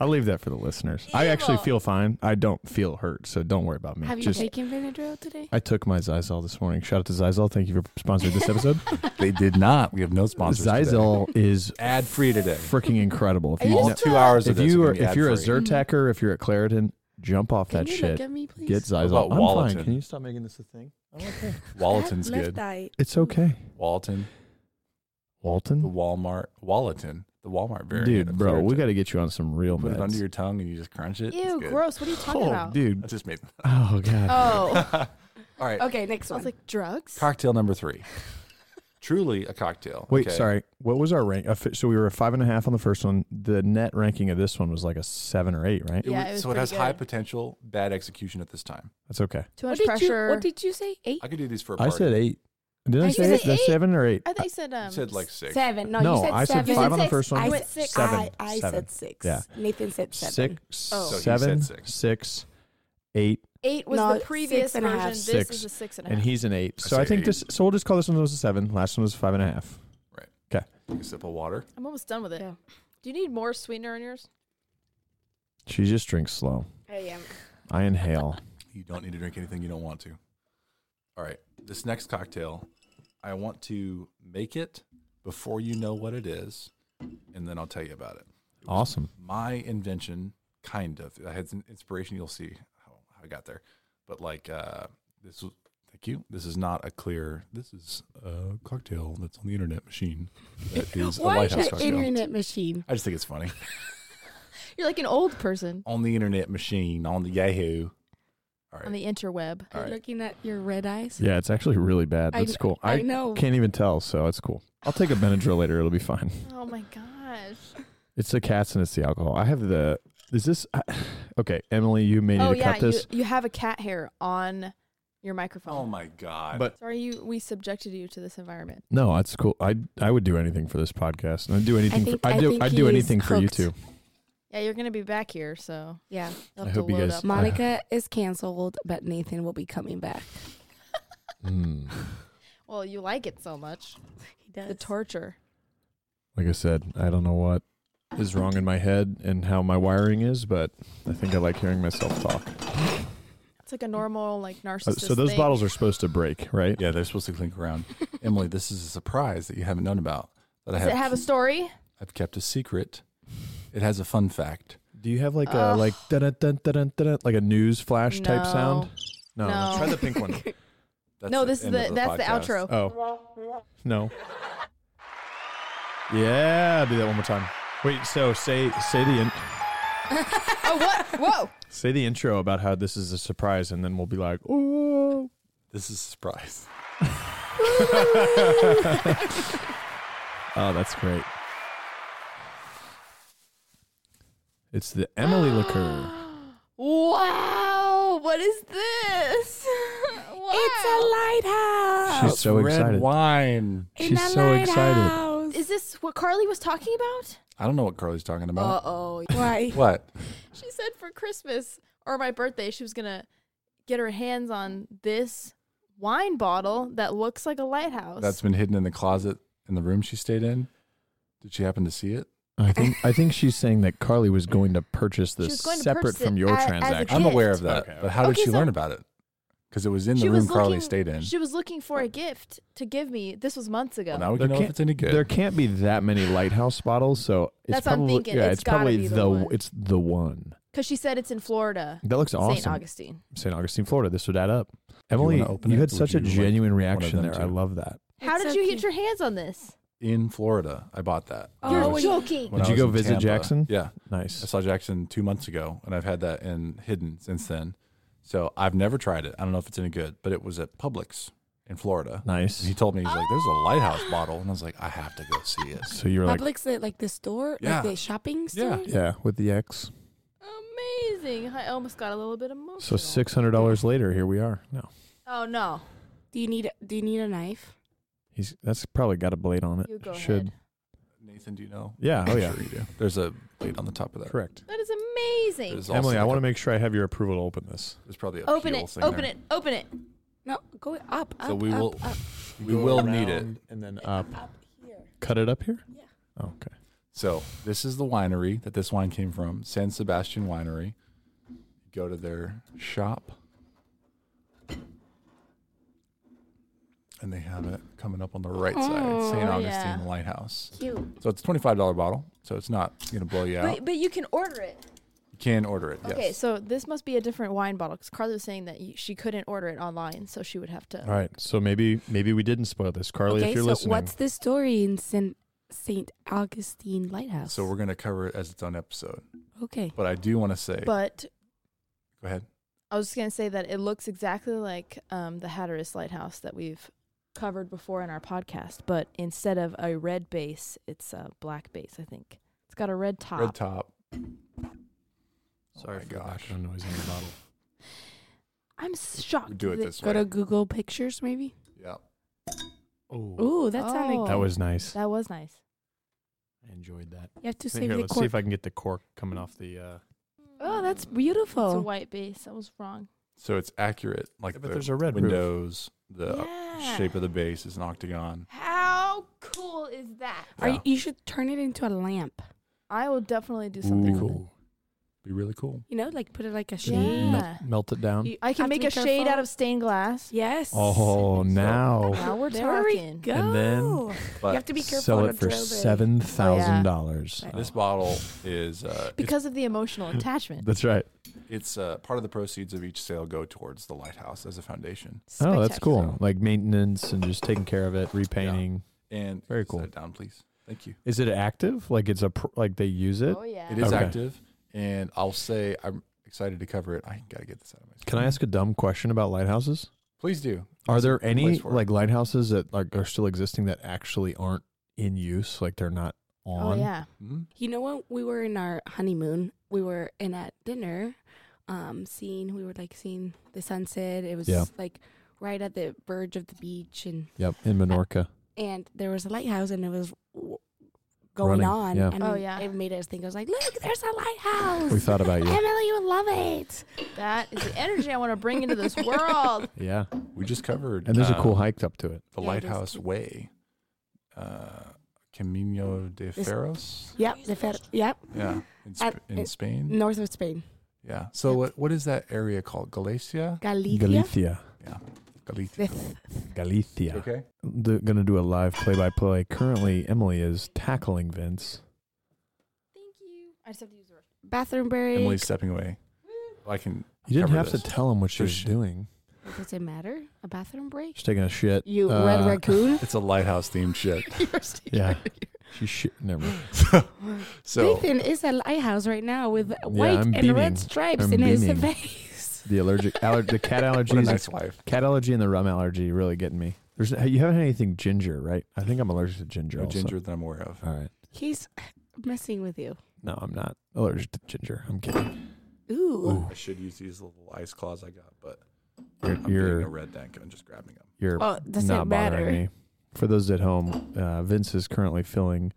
I'll leave that for the listeners. I actually Evil. feel fine. I don't feel hurt, so don't worry about me. Have Just you taken Benadryl today? I took my Zyzol this morning. Shout out to Zyzol. Thank you for sponsoring this [LAUGHS] episode. they did not. We have no [LAUGHS] sponsors. Zyzol is Ad free today. freaking incredible. If Are you All know- two hours of if this you are are gonna be if you're a ad-free. Zyrtecker, if you're at Claritin, jump off Mm-hmm. Can that you shit. look at me, please? Get What Zyzol. about I'm Wallatin? fine. Can you stop making this a thing? Wallaton's left good. Eye. It's okay. Walton, the Walton, Walmart, Wallaton, the Walmart variant. Hmm. dude, of bro, we Claritin. got to get you on some real put it under meds. your tongue and you just crunch it. It's Ew, good. gross. What are you talking Oh, about? dude. I just made. [LAUGHS] Oh god. Oh, [LAUGHS] All right, [LAUGHS] Okay, next I one. was like drugs. cocktail number three. Truly a cocktail. Wait, Okay. sorry. What was our rank? Uh, fi- So we were a five and a half on the first one. The net ranking of this one was like a seven or eight, right? It Yeah, was- it was so it pretty has high good. potential, bad execution at this time. That's okay. Too what much did pressure. you? What did you say? Eight, I could do these for a I party. said eight. Did I, I say said eight? The eight. seven or eight? I thought you said um. You said like six. seven. No, No, you said I said seven. You five said on the six. first one. I I went said six. Seven. I, I Seven. said six. Yeah. Nathan said seven. Six, Oh. So he seven, said six. six, eight, Eight was No, the six previous and a version. half. This Six. is the six and a half. and he's an eight. I So I say think eight. this. So we'll just call this one was a seven. Last one was five and a half. Take a sip of water. I'm almost done with it. Yeah. Do you need more sweetener in yours? She just drinks slow. I am. I [LAUGHS] inhale. You don't need to drink anything you don't want to. All right, this next cocktail, I want to make it before you know what it is, and then I'll tell you about it. It was Awesome. my invention, kind of. I had some inspiration. You'll see how, how I got there. But like uh, this, was- thank you. This is not a clear. This is a cocktail that's on the internet machine. [LAUGHS] That is a Why lighthouse the cocktail. internet machine? I just think it's funny. You're like an old person on the internet machine, on the Yahoo. All on right. the interweb. All You're right. looking at your red eyes. Yeah, it's actually really bad. I- That's cool. I, I know. can't even tell, so it's cool. I'll take a Benadryl later. It'll be fine. Oh my gosh. It's the cats and it's the alcohol. I [SIGHS] have the Is this okay, Emily? You may need oh to yeah, cut this. you you have a cat hair on your Oh microphone. my god! But- Sorry, you we subjected you to this environment. No, that's cool. I I would do anything for this podcast. I'd do anything. think- for, I'd I do think I'd do he's anything for you hooked. two. Yeah, you're gonna be back here, so Yeah. you'll I have hope to you load guys- up. [LAUGHS] Monica is canceled, but Nathan will be coming back. Mm. Well, you like it so much. He does. The torture. Like I said, I don't know what is wrong in my head and how my wiring is, but I think I like hearing myself talk. It's like a normal like Uh, narcissist. so those thing. bottles are supposed to break, right? yeah, they're supposed to clink [LAUGHS] around. Emily, this is a surprise that you haven't known about. That I Does have, it have a story? I've kept a secret. It has a fun fact. Do you have like a Ugh. like dun dun dun dun dun dun like a news flash type sound? No. Try the pink one. That's no, this is end the, of that's the podcast. outro. Oh. No. Yeah, do that one more time. Wait, so say say the in, oh [LAUGHS] what? Whoa. say the intro about how this is a surprise and then we'll be like, "Oh." This is a surprise. Oh, that's great. It's the Emily liqueur. Wow. What is this? [LAUGHS] wow. It's a lighthouse. She's It's so red excited. wine. she's so excited. Is this what Carly was talking about? I don't know what Carly's talking about. oh. Why? what? She said for Christmas or my birthday, she was going to get her hands on this wine bottle that looks like a lighthouse. That's been hidden in the closet in the room she stayed in. Did she happen to see it? I think I think she's saying that Carly was going to purchase She this was going to separate purchase it from your a- as a transaction. I'm aware Gift. of that. Okay, But how did okay. she Okay, so- learn about it? Because it was in the She room was Carly looking- stayed in. She was looking for a gift to give me. This was months ago. well, now we There can know can't- if it's any good. There can't be that many lighthouse bottles, so it's That's what I'm probably thinking. yeah, It's it's, gotta probably be the the one. it's the one. Because she said it's in Florida, That looks St. awesome. Augustine. St. Augustine, Florida. This would add up. you Emily, you, wanna open it, had or such a would you like genuine of reaction them there. I to? love that. How did so you cute. get your hands on this? in Florida. I bought that. Oh, when I You're was- joking. when Did I you was go in visit Tampa. Jackson? Yeah, I Nice. saw Jackson two months ago, and I've had that in hidden since then. So I've never tried it. I don't know if it's any good, but it was at Publix in Florida. And Nice. he told me he's like, "There's a lighthouse bottle," and I was like, "I have to go see it." So you're like, Publix, like, like the store, Yeah. like the shopping Yeah. store. yeah, with the X. Amazing. I almost got a little bit emotional. So six hundred dollars later, here we are. No, Oh no. Do you need Do you need a knife? he's that's probably got a blade on it. You go Should ahead. Nathan, do you know? yeah. Oh yeah. Sure you do. There's a plate on the top of that. Correct. That is amazing. There's also Emily, I like want to a- make sure I have your approval to open this. There's probably a open peel it. thing Open there. it. Open it. No, go up. up So we up, will- up, We will need it. and then up. up, up here. Cut it up here. Yeah. Oh, okay. So this is the winery that this wine came from, San Sebastian Winery. Go to their shop, and they have it coming up on the right side, St. Oh, Augustine yeah. Lighthouse. Cute. So it's a twenty-five dollar bottle, so it's not gonna blow you out. But, but you can order it. You can order it. Okay, yes. so this must be a different wine bottle because Carly was saying that you, she couldn't order it online, so she would have to. All right. So maybe maybe we didn't spoil this, Carly. okay, if you're so listening, Oh what's the story in Saint Saint Augustine Lighthouse? So we're gonna cover it as its own episode. okay. But I do want to say, But go ahead. I was just gonna say that it looks exactly like um, the Hatteras Lighthouse that we've covered before in our podcast, but instead of a red base, it's a black base. I think it's got a red top. Red top. Sorry oh my for the gosh. background noise in the bottle. I'm shocked. We do it that- this Go way. to Google Pictures, maybe. yeah. Oh, Ooh, that sounded. Oh. that was nice. That was nice. I enjoyed that. You have to save Here, the let's see cork. if I can get the cork coming off the. Uh, Oh, that's Mm. It's a beautiful. white base. I was wrong. So it's accurate. Like Yeah, the but there's a red roof. windows, the yeah. shape of the base is an octagon. How cool is that? Are Yeah. you, you should turn it into a lamp. I will definitely do something Ooh. cool. cool. Be really cool. You know, like put it like a Should we shade. Yeah. melt, melt it down. You I can have to make be a shade out careful. of stained glass. Yes. Oh, now Now we're There we talking. go. And then- you But have to be careful. sell to it for drill the- seven thousand dollars. Right. this bottle is uh, it's- Because of the [LAUGHS] emotional attachment. That's right. it's uh, part of the proceeds of each sale go towards the lighthouse as a foundation. Oh, that's Spectacular. cool. Like maintenance and just taking care of it, repainting. And Very set cool. it down, please. Thank you. Is it active? Like it's a pr- like they use it? Oh yeah. It is Okay. active, and I'll say I'm excited to cover it. I gotta get this out of my. Can I system. ask a dumb question about lighthouses? Please do. Are That's a there place any for it. like lighthouses that like are still existing that actually aren't in use? Like they're not Oh on. yeah. Mhm. You know when we were in our honeymoon, we were in at dinner, um, seeing we were like seeing the sunset. It was Yeah. like right at the verge of the beach, and Yep. In Menorca. and there was a lighthouse, and it was w- going Running, on. yeah. And Oh, yeah. it made us think. I was like, look, there's a lighthouse. We thought about [LAUGHS] you. Emily, you would love it. That is the energy I want to bring into this world. Yeah. We just covered. And there's a uh, cool hike up to it. The Yeah, it is Lighthouse cool. Way, uh, Camino de This- Ferros. [LAUGHS] Yep, the fed- yep, Yeah, in, At- Sp- in it- Spain. north of Spain, Yeah. So what what is that area called? Galicia. Galicia. Galicia. Galicia. The th- Galicia. Okay. They're going to do a live play by play. Currently, Emily is tackling Vince. Thank you. I just have to use the restroom. bathroom break. Emily's stepping away. I can. You didn't cover have this. to tell him what she There's was shit. doing. Does it matter? A bathroom break? She's taking a [LAUGHS] shit. You Uh, red raccoon. It's a lighthouse themed [LAUGHS] shit. [LAUGHS] Yeah. She's shit. Never mind. so, so Nathan is a lighthouse right now with white I'm and beaming. red stripes I'm in beaming. his [LAUGHS] face. The allergic, aller- the [LAUGHS] cat what a allergies, nice wife. cat allergy, and the rum allergy really getting me. There's you haven't had anything ginger, right? I think I'm allergic to ginger. No also. ginger that I'm aware of. All right. He's messing with you. No, I'm not allergic to ginger. I'm kidding. Ooh. I should use these little ice claws I got, but You're- I'm you're- getting a red dank and just grabbing them. You're Oh, does not it matter? bothering me. For those at home, uh, Vince is currently filling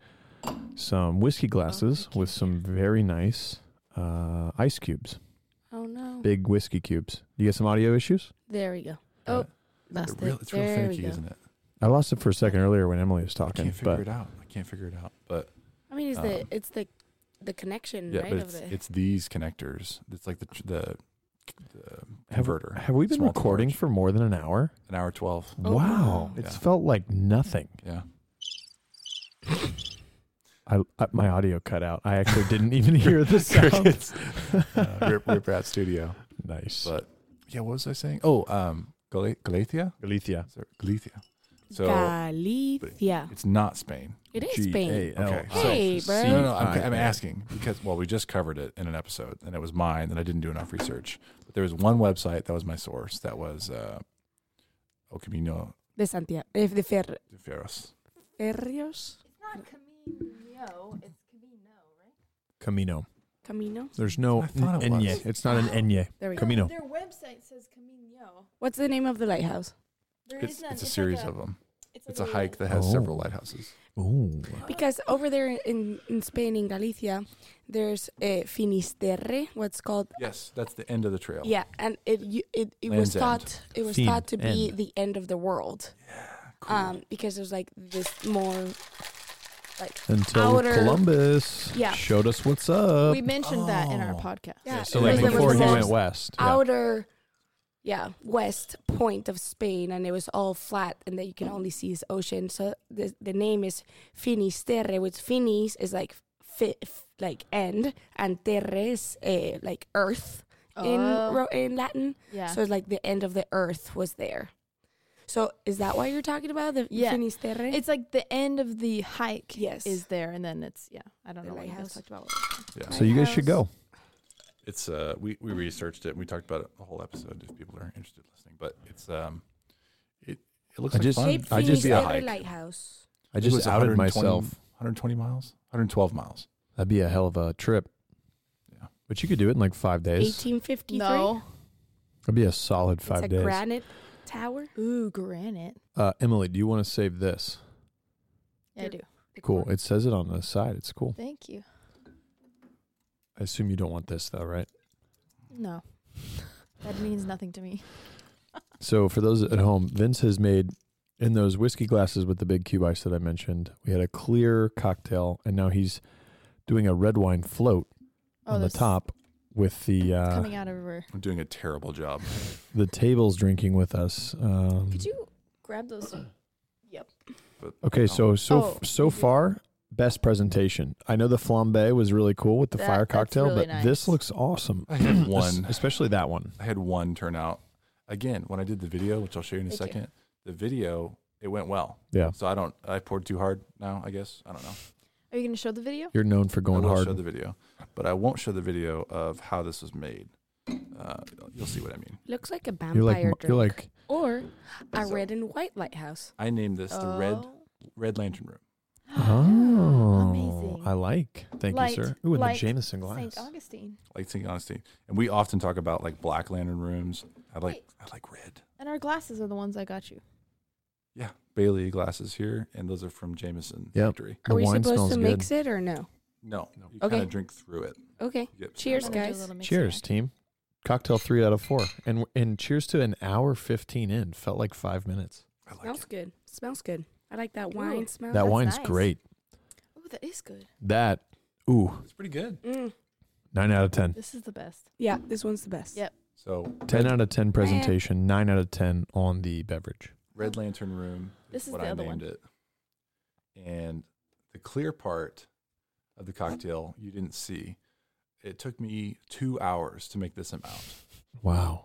some whiskey glasses okay. with some very nice uh, ice cubes, Oh no. big whiskey cubes. You get some audio issues? There we go. Uh, Oh, that's They're real- it. it's real there we finicky, go. isn't it? I lost it for a second earlier when Emily was I talking, can't figure but it out. I can't figure it out. But I mean, it's the Um, it's the the connection, yeah, Mm, right? but of it's, the it's these connectors. It's like the tr- the, the Have- converter. have we been Small to recording large. for more than an hour? [LAUGHS] An hour twelve. Oh, wow, wow. it's Yeah. felt like nothing. Yeah. I, I my audio cut out. I actually didn't [LAUGHS] [LAUGHS] even hear the sound. Crickets. uh, Rip, Rip Rat Studio. [LAUGHS] nice. But yeah, what was I saying? Oh, um, Gal- Galicia. Galicia. Is there- Galicia. So Galicia. it's not Spain. It is Spain. Okay. G-A-L-I. So- Hey, bro. No, no, I'm, I'm G-I-A. asking because well, we just covered it in an episode, and it was mine, and I didn't do enough research. But there was one website that was my source. That was uh, El Camino De Santiago. If the fer- de Ferros. Ferrios It's not Camino. It's Camino, right? Camino. Camino. There's no I thought it enye. was. It's not an enye. There we go. Camino. Their website says Camino. What's the name of the lighthouse? There It's, none. it's a like series of them. It's a hike that has Oh. several lighthouses. Ooh. Because over there in, in Spain, in Galicia, there's a Finisterre, what's called Yes, that's the end of the trail. yeah, and it you, it, it Land's was End. thought it was Fin- thought to be end. the end of the world, Cool. um, because it was like this more like Until Outer- Columbus Yeah. showed us what's up. We mentioned that in our Oh. podcast. yeah. so it like was the- before was he the went most west. outer, yeah, west point of Spain, and it was all flat, and that you can only see is ocean. So the the name is Finisterre, which Finis is like fi- f- like end, and terre is eh, like earth in Oh. Ro- in Latin. yeah. So it's like the end of the earth was there. So is that why you're talking about the Yeah. Finisterre? it's like the end of the hike Yes. is there, and then it's yeah. I don't The know what you lighthouse. guys talked about. Yeah. So you guys should go. it's uh we, we researched it and we talked about it the whole episode if people are interested in listening. But it's um it it looks I like just- fun. Cape Cape I just- Yeah, Finisterre hike. Lighthouse. I It just was outed 120 myself. 120 miles, 112 miles. That'd be a hell of a trip. Yeah. But you could do it in like five days. 1853. No. It'd be a solid It's five a days. granite tower. Ooh, granite. uh, Emily, do you want to save this? Yeah, I do. Cool. It says it on the side. It's cool. Thank you. I assume you don't want this though, right? No. [LAUGHS] That means nothing to me. So for those at home, Vince has made in those whiskey glasses with the big cube ice that I mentioned. We had a clear cocktail, and now he's doing a red wine float on the there's- top with the Oh, It's uh, coming out everywhere. I'm doing a terrible job. the tables drinking with us. Um, Could you grab those? Yep. okay, so so Oh. so far. Best presentation. I know the flambe was really cool with the That- fire that's cocktail, really but this nice. looks awesome. I had Es- one. especially that one. I had one turnout. Again, when I did the video, which I'll show you in a Thank you. second, the video it went well. Yeah, So I don't. I poured too hard now. I guess I don't know. Are you going to show the video? you're known for going I will hard. show the video, but I won't show the video of how this was made. Uh, you'll see what I mean. Looks like a vampire You're like drink. you're like or a So- red and white lighthouse. I named this the Red Oh. [GASPS] Red Lantern Room. oh Amazing. I like. Thank Light, you, sir. Ooh, and light, the Jameson glass. St. Augustine. Like St. Honesty. And we often talk about like black lantern rooms. I like Wait. I like red. And our glasses are the ones I got you. Yeah. Bailey glasses here, and those are from Jameson Yep. Factory. The Are we wine supposed smells to good. mix it or no? No. No. You Okay. kind of drink through it. Okay. You get- Cheers, I'm gonna do a guys. little mixer. Cheers, team. Cocktail three out of four, and and cheers to an hour fifteen in. Felt like five minutes. I like Smells it. good. Smells good. I like that Ooh. wine smell. that that's wine's nice. great. Oh, that is good. That ooh, It's pretty good. Mm. nine out of ten. This is the best. Yeah, this one's the best. Yep. So Ten out of ten presentation. Nine out of ten on the beverage. Red Lantern Room. This is what the I other one. named it. And the clear part of the cocktail you didn't see. It took me two hours to make this amount Wow.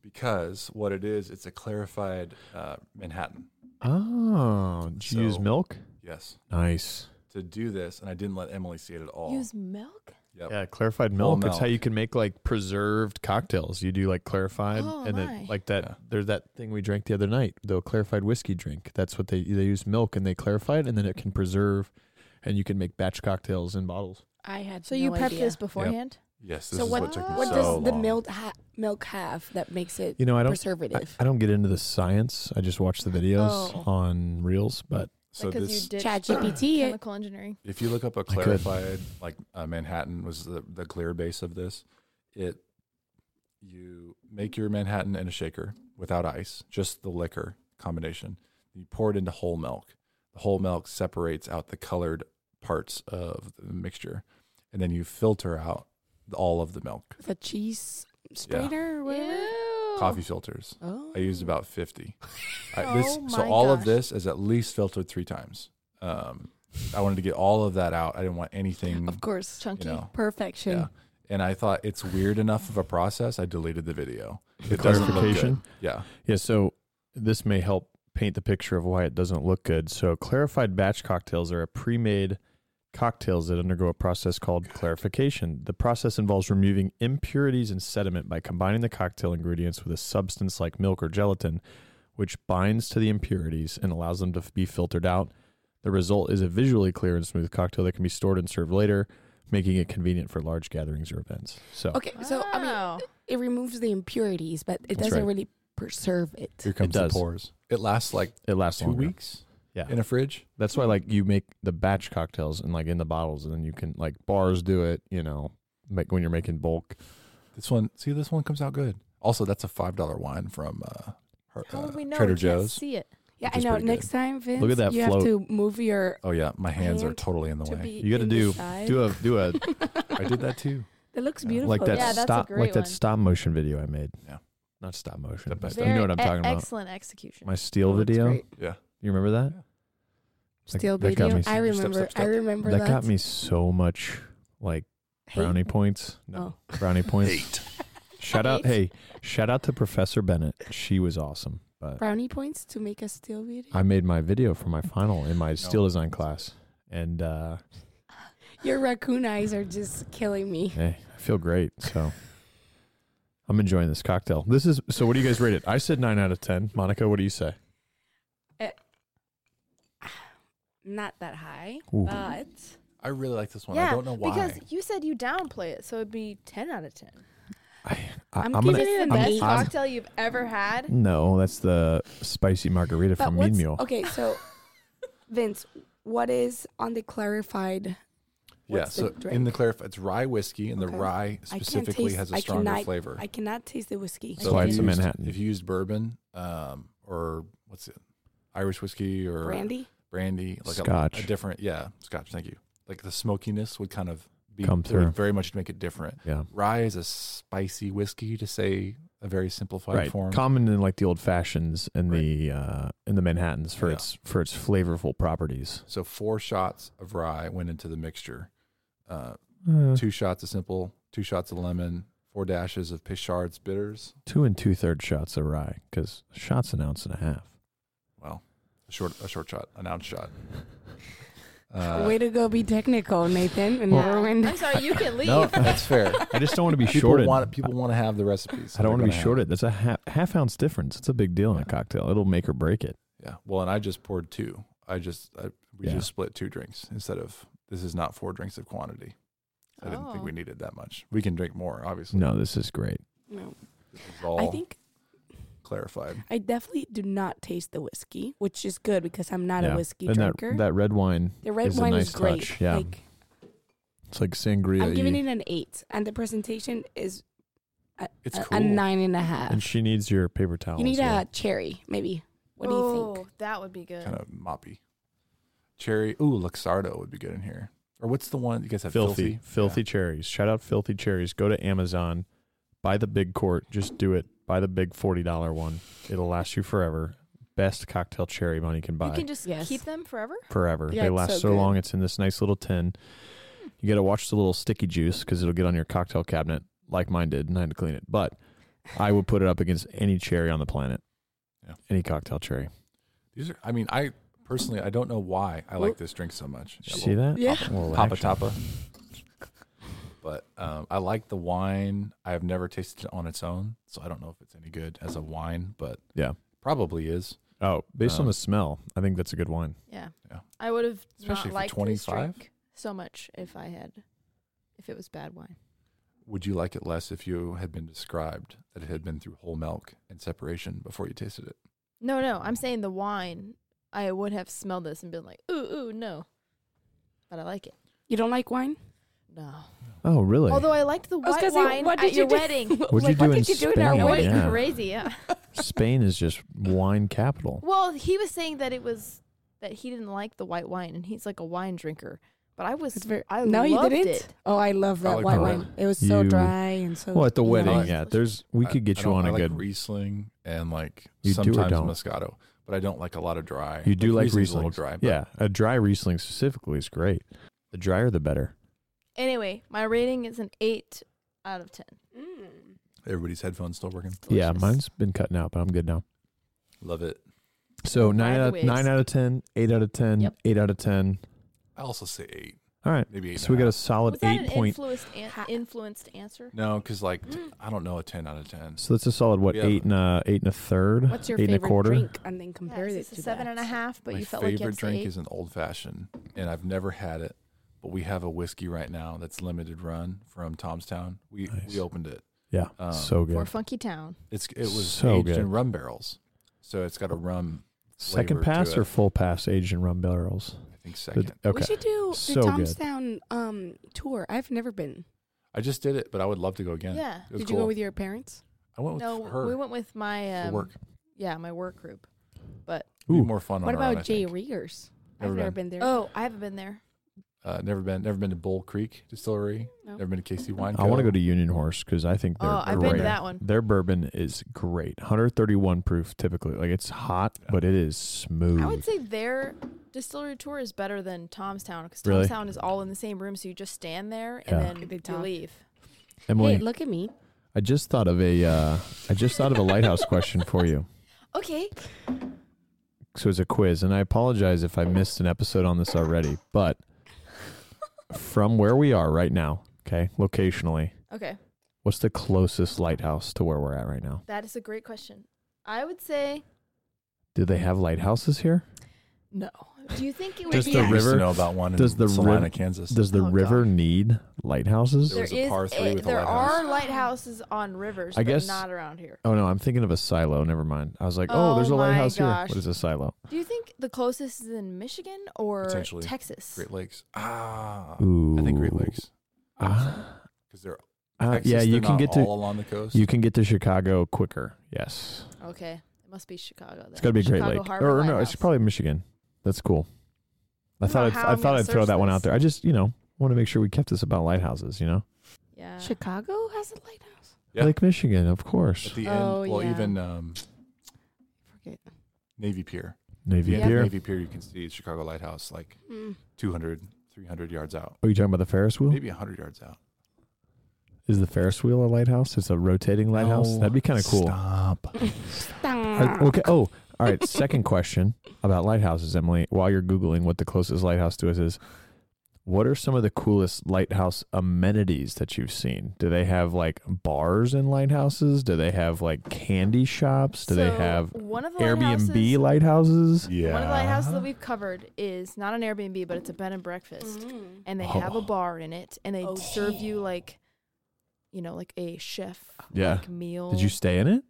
because what it is, it's a clarified uh, Manhattan. Oh, did you use So- milk? Yes. Nice. To do this, and I didn't let Emily see it at all. Use milk? yep. Yeah, clarified Full milk. It's how milk. you can make like preserved cocktails. You do like clarified, Oh, and my. then like that. Yeah. There's that thing we drank the other night, the clarified whiskey drink. That's what they they use milk and they clarify it, and then it can preserve, and you can make batch cocktails in bottles. I had So no you prepped idea. this beforehand? Yes, this So is what- what, took me What so does long. the milk ha- milk have that makes it You know, I don't. I, preservative? I don't get into the science. I just watch the videos Oh. on reels, but so Because this, you did Chat GPT it. chemical engineering. if you look up a could. clarified, like uh, Manhattan was the, the clear base of this. It you make your Manhattan in a shaker without ice, just the liquor combination. You pour it into whole milk. The whole milk separates out the colored parts of the mixture, and then you filter out all of the milk. With a cheese strainer or whatever. Ew. Coffee filters. Oh. I used about [LAUGHS] 50. I, Oh this, so my all of gosh. this is at least filtered three times. Um, I wanted to get all of that out. I didn't want anything, Of course, you Chunky. know. perfection. Yeah. And I thought it's weird enough of a process. I deleted the video. the doesn't look clarification. good. Yeah. Yeah, so this may help paint the picture of why it doesn't look good. So, clarified batch cocktails are a pre made cocktails that undergo a process called clarification. The process involves removing impurities and sediment by combining the cocktail ingredients with a substance like milk or gelatin, which binds to the impurities and allows them to f- be filtered out. The result is a visually clear and smooth cocktail that can be stored and served later, making it convenient for large gatherings or events. So, Okay, so I mean, Wow. it removes the impurities, but it That's doesn't right. really preserve it. Here comes does. the pours. It lasts like it lasts two longer. weeks Yeah. in a fridge. That's why like you make the batch cocktails and like in the bottles, and then you can like bars do it. You know, make when you're making bulk. This one, see, this one comes out good. Also, that's a $5 wine from uh, her, How uh, would Oh, we know? Trader we can't Joe's. see it. Yeah, Which I is know. pretty Next time, Vince, at that you float. have to move your Oh, yeah. My hands are Hand totally in the to way. be. You gotta in the do- side. Do a do a [LAUGHS] I did that too. That looks Yeah. beautiful. like that Yeah, that's a stop like great that one. stop motion video I made. Yeah. not stop motion. The but best. you know what I'm Very talking e- about. Excellent execution. My steel Oh, that's video. great. Yeah. You remember that? Like, Still that got video. me- I Step, remember. step, step. I remember that that. got me so much like Hey, brownie points. No brownie points. Eight. Shout out! Hey, shout out to Professor Bennett. She was awesome. But brownie points to make a still video. I made my video for my final in my steel design class, and uh, Your raccoon eyes are just killing me. Hey, I feel great. So [LAUGHS] I'm enjoying this cocktail. This is so. What do you guys rate it? I said nine out of ten. Monica, what do you say? Eh, Not that high, Ooh. but I really like this one. yeah, I don't know why. Because you said you downplay it, so it'd be 10 out of 10. I, I'm am gonna. giving Is this it the an best eight. cocktail you've ever had? No, that's the spicy margarita but from what's Mean Mule. okay? So, Vince, what is on the clarified? yeah, What's so the in drink? the clarify, it's rye whiskey, and Okay. the rye I can't specifically taste- has a I stronger cannot- flavor. I cannot taast the whiskey. That's why if it's a you used- Manhattan. If you use bourbon um, or what's it, Irish whiskey or Brandy. brandy, like a- A, Scotch. different, yeah, Scotch. Thank you. Like the smokiness would kind of be Come it would through. very much make it different. yeah, Rye is a spicy whiskey, to say a very simplified right. form. Common in like the old fashions and the uh, in the Manhattan's for Yeah. its for its flavorful properties. so four shots of rye went into the mixture. Uh, Uh, two shots of simple, two shots of lemon, four dashes of Pichards bitters. two and two thirds shots of rye because shots an ounce and a half. Well, a short, a short shot, an ounce [LAUGHS] shot. Uh, Way to go, be technical, Nathan. And Well- ruin- I'm sorry, you can leave. No, that's [LAUGHS] fair. I just don't want to be people shorted. want people want to have the recipes. I don't want to They're be gonna shorted. That's a half, half ounce difference. It's a big deal in a Yeah. cocktail. It'll make or break it. have- Yeah. Well, and I just poured two. I just I, we Yeah. just split two drinks instead of This is not four drinks of quantity. I didn't think Oh. we needed that much. We can drink more, obviously. No, this is great. No, This is all Oh. I think clarified. I definitely do not taste the whiskey, which is good because I'm not Yeah. a whiskey and that, drinker. that red wine, the red is a wine nice is great. touch, yeah. Like it's like sangria. I'm giving it an eight, and the presentation is a, It's a- cool. a nine and a half. and she needs your paper towel. You need as well. a cherry, maybe. What do you think? Oh, That would be good. Kind of moppy. Cherry. Ooh, Luxardo would be good in here. Or what's the one you guys have? filthy, filthy cherries. Shout out filthy cherries. Go to Amazon, buy the big quart. Just do it. Buy the big forty dollar one. It'll last you forever. Best cocktail cherry money can buy you can just Yes. keep [LAUGHS] them forever. forever. Yeah, they it's last so, so good. long. It's in this nice little tin. You got to watch the little sticky juice because it'll get on your cocktail cabinet, like mine did, and I had to clean it. But I would put it up against any cherry on the planet. Yeah. Any cocktail cherry. These are. I mean, I personally, I don't know why I Ooh. like this drink so much. Did Yeah, you well, see that? Yeah. Well, Papa action. Tapa. But um, I like the wine. I have never tasted it on its own, so I don't know if it's any good as a wine, but Yeah. probably is. Oh, based on Um, the smell, I think that's a good wine. Yeah. Yeah. I would have Especially not for liked this 25. drink so much if I had, if it was bad wine. Would you like it less if you had been described that it had been through whole milk and separation before you tasted it? No, no. I'm saying the wine. I would have smelled this and been like, ooh, ooh, no. But I like it. You don't like wine? No. Oh, really? Although I liked the I was white gonna say, wine what did at you your do? [LAUGHS] wedding. What'd you what do in did you do in our Spain? Your What? wedding? wedding Yeah. [LAUGHS] crazy, yeah. Spain is just wine capital. Well, he was saying that it was that he didn't like the white wine, and he's like a wine drinker. But I was, It's very- I no, you loved didn't. it. Oh, I love that like white the wine. red. It was so You- dry and so. Well, at the you know, wedding, like- yeah. There's we I- could I get you don't- on I a like good. Riesling and like You do or sometimes don't? Moscato, but I don't like a lot of dry. you do like Riesling's a Riesling, little dry. but yeah. A dry Riesling specifically is great. The drier, the better. Anyway, my rating is an eight out of ten. Mm. Everybody's headphones still working. Yeah, Delicious. mine's been cutting out, but I'm good now. Love it. So nine the out, waves. nine out of ten, eight out of ten, Yep. eight out of ten. I also say eight, All right, maybe eight. so we got a solid was that eight an point. influenced an- Ha- influenced answer? no because like t- I don't know a ten out of ten. so that's a solid what Yeah. eight and a eight and a third, What's your eight and a favorite quarter. drink? And then compare Compared it a to seven that. and a half, but My you felt like favorite you had to say drink eight. is an old fashioned, and I've never had it, but we have a whiskey right now that's limited run from Tomstown. We Nice. we opened it. Yeah, Um, so for good. Funky Town. It's it was So aged good. in rum barrels, so it's got a rum. flavor Second to pass it. or full pass aged in rum barrels. I think second. We Okay, should do the So good. Tomstown um, tour. I've never been. I just did it, but I would love to go Yeah. again. It was Did cool. you go with your parents? I went with No, Oh, her we went with my for um, work. Yeah, my work group. It'd be Ooh. more fun. What on our own, about I Jay think. Reegers? Never I've never been there. Oh, I haven't been there. Uh, never been. Never been to Bull Creek Distillery. No. Never been to KC Wine. I want to go to Union Horse because I think they're oh, I've great. been to that one. Their bourbon is great. 131 proof typically. Like it's hot, Yeah. but it is smooth. I would say their distillery tour is better than Tomstown because Really? Tomstown is all in the same room, so you just stand there Yeah. and They then you talk. leave. Emily, hey, look at me. I just thought of a uh, I just thought of a lighthouse question for you. Okay. So it's a quiz, and I apologize if I missed an episode on this already, but from where we are right now, okay, locationally, Okay. what's the closest lighthouse to where we're at right now? That is a great question. I would say Do they have lighthouses here? no. Do you think it would Does be the I used river- to know about one does in the Salina, river- Kansas. Does the Oh, river God. need lighthouses? There there was a is par three a- with a there lighthouse. are lighthouses on rivers, I but guess- not around here. Oh no, I'm thinking of a silo. Never mind. I was like, oh, Oh there's a my lighthouse gosh. here. What is a silo? Do you think the closest is in Michigan or Potentially. Texas? Great Lakes. Ah, Ooh, I think Great Lakes Ah. because they're Uh, Texas, yeah, you they're can not get to all along the coast. you can get to Chicago quicker. Yes, Okay. It must be Chicago. Then. it's got to be Great Chicago Lake, Harbor or no, it's Lighthouse. probably Michigan. That's cool. I I don't thought know I'd, how I I'm thought gonna I'd throw search that one out this. there. I just you know want to make sure we kept this about lighthouses. You know, Uh, Yeah. Chicago has a lighthouse. Yeah. Lake Michigan, of at course, the Oh, end. Well, yeah. even um, Forget. Navy Pier. Navy The end Pier. of Navy Pier, you can see Chicago Lighthouse like [LAUGHS] Mm. 200, 300 yards out, Are you talking about the Ferris wheel? maybe hundred yards out. Is the Ferris wheel a lighthouse? It's a rotating lighthouse. No, That'd be kind of cool. Stop. Are- okay. [LAUGHS] Oh, all right. Second question about lighthouses, Emily. While you're googling what the closest lighthouse to us is, What are some of the coolest lighthouse amenities that you've seen? Do they have like bars in lighthouses? Do they have like candy shops? Do they So, have one of the Airbnb lighthouses- lighthouses? Yeah. One of the lighthouses that we've covered is not an Airbnb, but it's a bed and breakfast, and they have Oh. a bar in it, and they Mm. Oh. serve you like, you know, like a chef Yeah. like meal. Did you stay in it?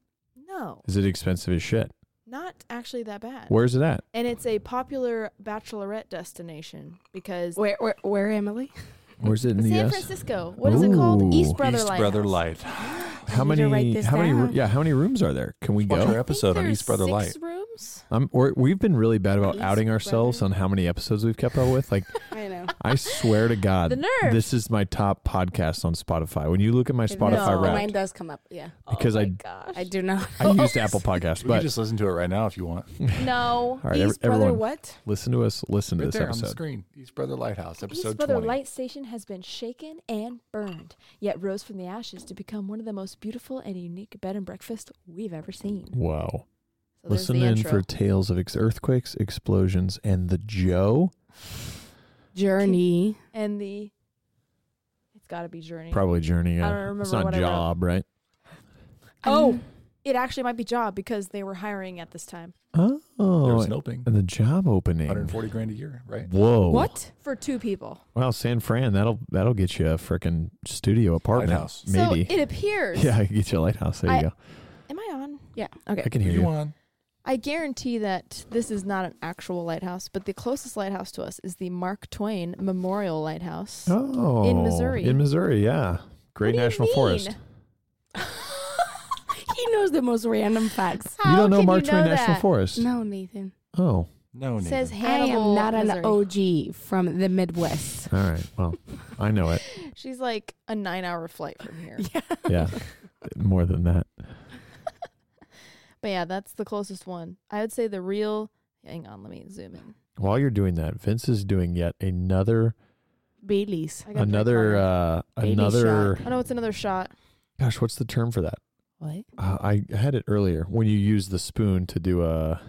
No, Is it expensive as shit? not actually that bad. Where's it at? and it's a popular bachelorette destination because Where, where, where, Emily? Where's it in the San US? Francisco. What is it called? Ooh. East Brother East Lighthouse. Brother Light. How need to write many? this How many? down. Yeah, how many rooms are there? Can we Watch our go? episode on there's East Brother Light. six rooms. I'm, or we've been really bad about East outing ourselves Brother. on how many episodes we've kept up with. Like, I know. [LAUGHS] I swear to God, [LAUGHS] The nerve. this is my top podcast on Spotify. When you look at my Spotify No. rap, Mine does come up. Yeah. Because oh I- my gosh. I do not. I [LAUGHS] [LAUGHS] used Apple Podcasts, We could but just listen to it right now if you want. no. all right, East every- brother everyone, what? listen to us. Listen to Right this there on the episode. screen. East Brother Lighthouse, episode East Brother 20. Light Station has been shaken and burned, yet rose from the ashes to become one of the most beautiful and unique bed and breakfast we've ever seen. Wow. So there's Listen the in intro. for tales of ex- earthquakes, explosions, and the Joe. Journey. [LAUGHS] and the. It's got to be Journey. Probably Journey. I uh, don't remember it's not what I wrote. Job, right? Oh, it actually might be Job because they were hiring at this time There Oh, was an opening. and the job opening. 140 grand a year, right? Whoa. What? for two people. Wow, San Fran, that'll that'll get you a freaking studio apartment. Lighthouse. Maybe. [LAUGHS] So it appears. yeah, I can get you a lighthouse. There I- you go. Am I on? Yeah. Okay. I can hear you you. on? I guarantee that this is not an actual lighthouse, but the closest lighthouse to us is the Mark Twain Memorial Lighthouse. [LAUGHS] Oh. In Missouri. In Missouri, yeah. Great do you National Forest. mean? [LAUGHS] He knows the most random facts. How you don't know can Mark you Twain know National that? Forest? No, Nathan. Oh. No, It says Nathan. Hannibal, I am not an Missouri. OG from the [LAUGHS] Midwest. All right. Well, I know it. [LAUGHS] She's like a nine-hour flight [LAUGHS] from here. Yeah. More than that. But yeah, that's the closest one. I would say the real. Hang on, let me zoom in. While you're doing that, Vince is doing yet another Bailey's. I got another Uh, uh Baby another I know it's another shot. gosh, what's the term for that? What? Uh, I had it earlier when you use the spoon to do a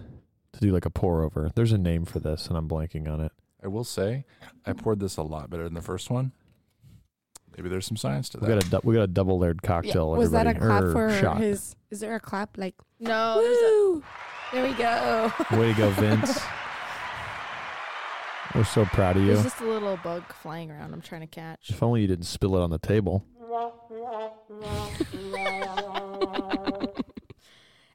to do like a pour over. There's a name for this and I'm blanking on it. I will say, I poured this a lot better than the first one. Maybe there's some science to We that. got a du- we got a double layered cocktail. Was that a everybody. clap Er, for shot? his? Is there a clap like? Oh, [LAUGHS] No, there's a, Woo! There we go. Way to go, [LAUGHS] Vince. We're so proud of you. There's just a little bug flying around. I'm trying to [LAUGHS] catch. If only you didn't spill it on the table.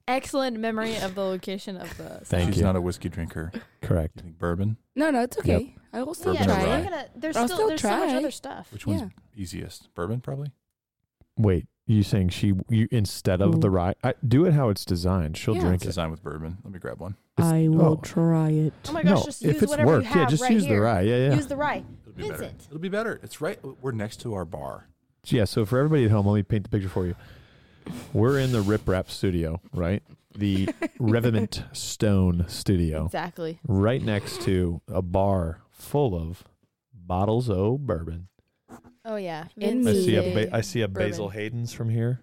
Excellent memory of the location of the. Thank She's you. not a whiskey drinker. Correct. You think bourbon? [LAUGHS] No, no, it's okay. I will still Bourbon yeah, or I'm rye? try it. gonna, there's I'll still, still there's so much try. other stuff. Which one's Yeah. easiest? Bourbon, probably? Wait, you saying she you instead of the rye? I, do it how it's designed. She'll Yeah. drink It's it. designed with bourbon. Let me grab one. I will try it. Oh my gosh, no, just if use it's whatever work, you have yeah, just right use here. the rye. Yeah, yeah. Use the rye. It'll be better. Vincent. It'll be better. It's right. We're next to our bar. Yeah, so for everybody at home, let me paint the picture for you. We're in the Rip Rap studio, right? The [LAUGHS] [LAUGHS] Revenant Stone studio, Exactly. right next to a bar full of bottles of bourbon. Oh yeah. In I Vince see a is ba- I see a bourbon. Basil Hayden's from here.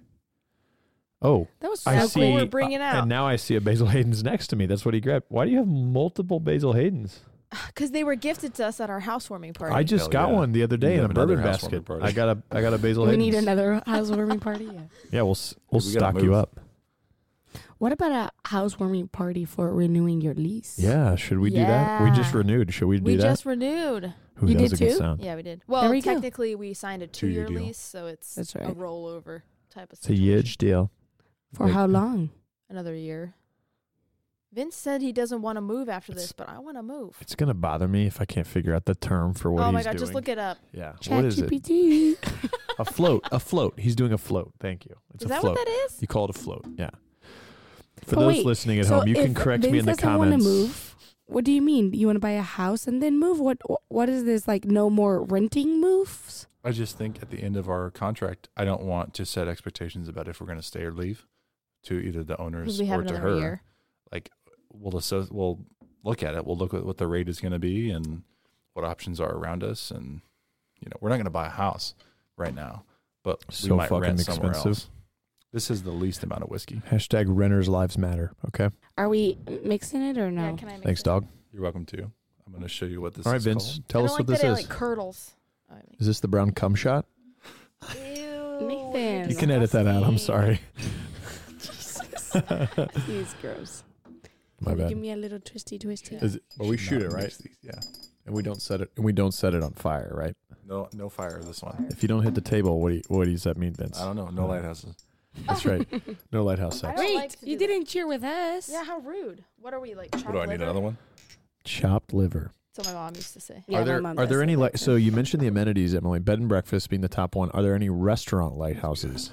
Oh, That was so I what see. we're bringing out. And now I see a Basil Hayden's next to me. That's what he grabbed. Why do you have multiple Basil Hayden's? Because they were gifted to us at our housewarming party. I just Hell got yeah. one the other day You in a have another bourbon housewarming basket. party. I got a I got a Basil [LAUGHS] We Hayden's. need another housewarming party. Yeah. Yeah, we'll s- we'll We gotta stock you move. up. What about a housewarming party for renewing your lease? Yeah, should we do that? We just Yeah. renewed. Should we do we that? just renewed. Who You that was did a good too? sound. Yeah, we did. There Well, we go. technically, we signed a Two-year two-year deal. lease, so it's That's a right. rollover type of It's a situation. huge deal. For how long? Another year. Vince said he doesn't want to move after this, but I want to move. It's gonna bother me if I can't figure out the term for what oh he's my god, doing. just look it up. yeah, what is it? ChatGPT. [LAUGHS] A [LAUGHS] float, a float. He's doing a float. Thank you. It's a is that Oh, float. what that is? You call it a float. Yeah. For But those wait, listening at so home, you can if correct me in the Vince doesn't wanna comments. move, What do you mean? You want to buy a house and then move? What wh- What is this like? No more renting moves. I just think at the end of our contract, I don't want to set expectations about if we're going to stay or leave to either the owners Because we have or to another her. year. We'll associ- we'll look at it. We'll look at what the rate is going to be and what options are around us. And you know, we're not going to buy a house right now, but So we might fucking rent somewhere expensive. else. This is the least amount of whiskey. Hashtag renters lives matter. Okay. Are we mixing it or no? Yeah, can I make Thanks, it? dog. You're welcome to. I'm going to show you what this All right, is Vince, called. tell I us don't what like this that is. It, like curdles. Oh, I mean- is this the brown cum shot? Nathan. You can edit that out. I'm [LAUGHS] sorry. [LAUGHS] [LAUGHS] He's gross. My Can you Give bad. me a little twisty twisty. Is it, well, we Should shoot not it right, mix these, Yeah. and we don't set it, and we don't set it on fire, right? No, no fire. This one. If you don't hit the table, what do you, what does that mean, Vince? I don't know. No lighthouses. That's right. [LAUGHS] No lighthouse I sex. don't Wait, like to you do that. didn't cheer with us. Yeah, how rude. What are we like? What do I need another one? Chopped liver. So my mom used to say. are Yeah, my there mom are does there say any that like too. so you mentioned the amenities, Emily, bed and breakfast being the top one. Are there any restaurant lighthouses?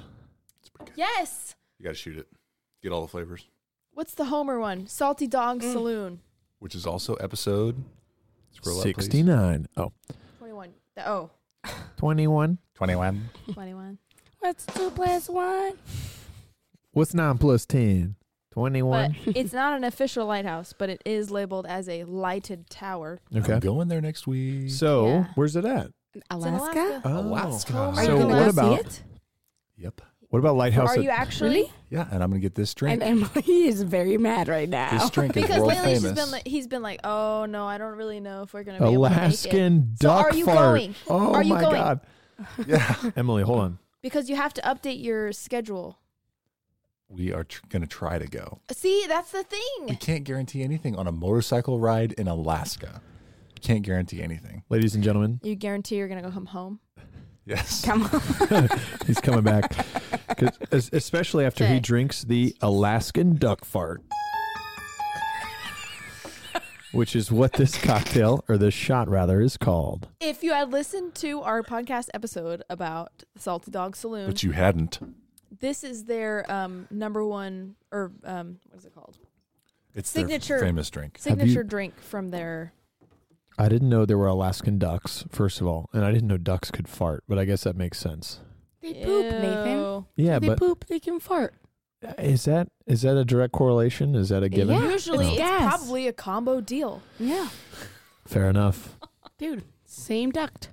It's pretty good. Yes. You got to shoot it. Get all the flavors, What's the Homer one? Salty Dog Mm. Saloon. which is also episode. Scroll up, please. 69. Oh, 21. Th- Oh, 21. 21. [LAUGHS] 21. What's two plus one? What's 9 plus 10? 21. But it's not an official lighthouse, but it is labeled as a lighted tower. I'm okay. going there next week. So, Yeah. where's it [LAUGHS] at? It's in Alaska. Oh. Alaska. Homer. Are So you gonna what go about- see it? Yep. Oh. What about lighthouse? Are at- you actually? Yeah, and I'm gonna get this drink. And Emily [LAUGHS] is very mad right now. this drink is Because world lately famous. she's been like, he's been like, oh no, I don't really know if we're gonna be Able to make it. Alaskan So duck are you fart. going? Oh Are you my going? [LAUGHS] god. yeah, Emily, hold on. Because you have to update your schedule. [LAUGHS] we are tr- gonna try to go. See, that's the [LAUGHS] We thing. can't guarantee anything on a motorcycle ride in Alaska. We can't guarantee anything. Ladies and gentlemen, You guarantee you're gonna go come home. Yes. Come on. he's coming back. [LAUGHS] 'Cause es- especially after he Okay. drinks the Alaskan duck fart, which is what this cocktail or this shot rather is called. If you had listened to our podcast episode about the Salty Dog Saloon, But you hadn't. this is their um, number one or um, what is it called? It's Signature. their famous drink. Have you- Signature drink from their. I didn't know there were Alaskan ducks, first of all, and I didn't know ducks could fart, but I guess that makes sense. they poop, Nathan. Ew. Yeah, they but poop. They can fart. is that is that a direct correlation? Is that a given? Yeah, Usually, it's it's gas. probably a combo deal. Yeah, Fair enough. dude. Same duct.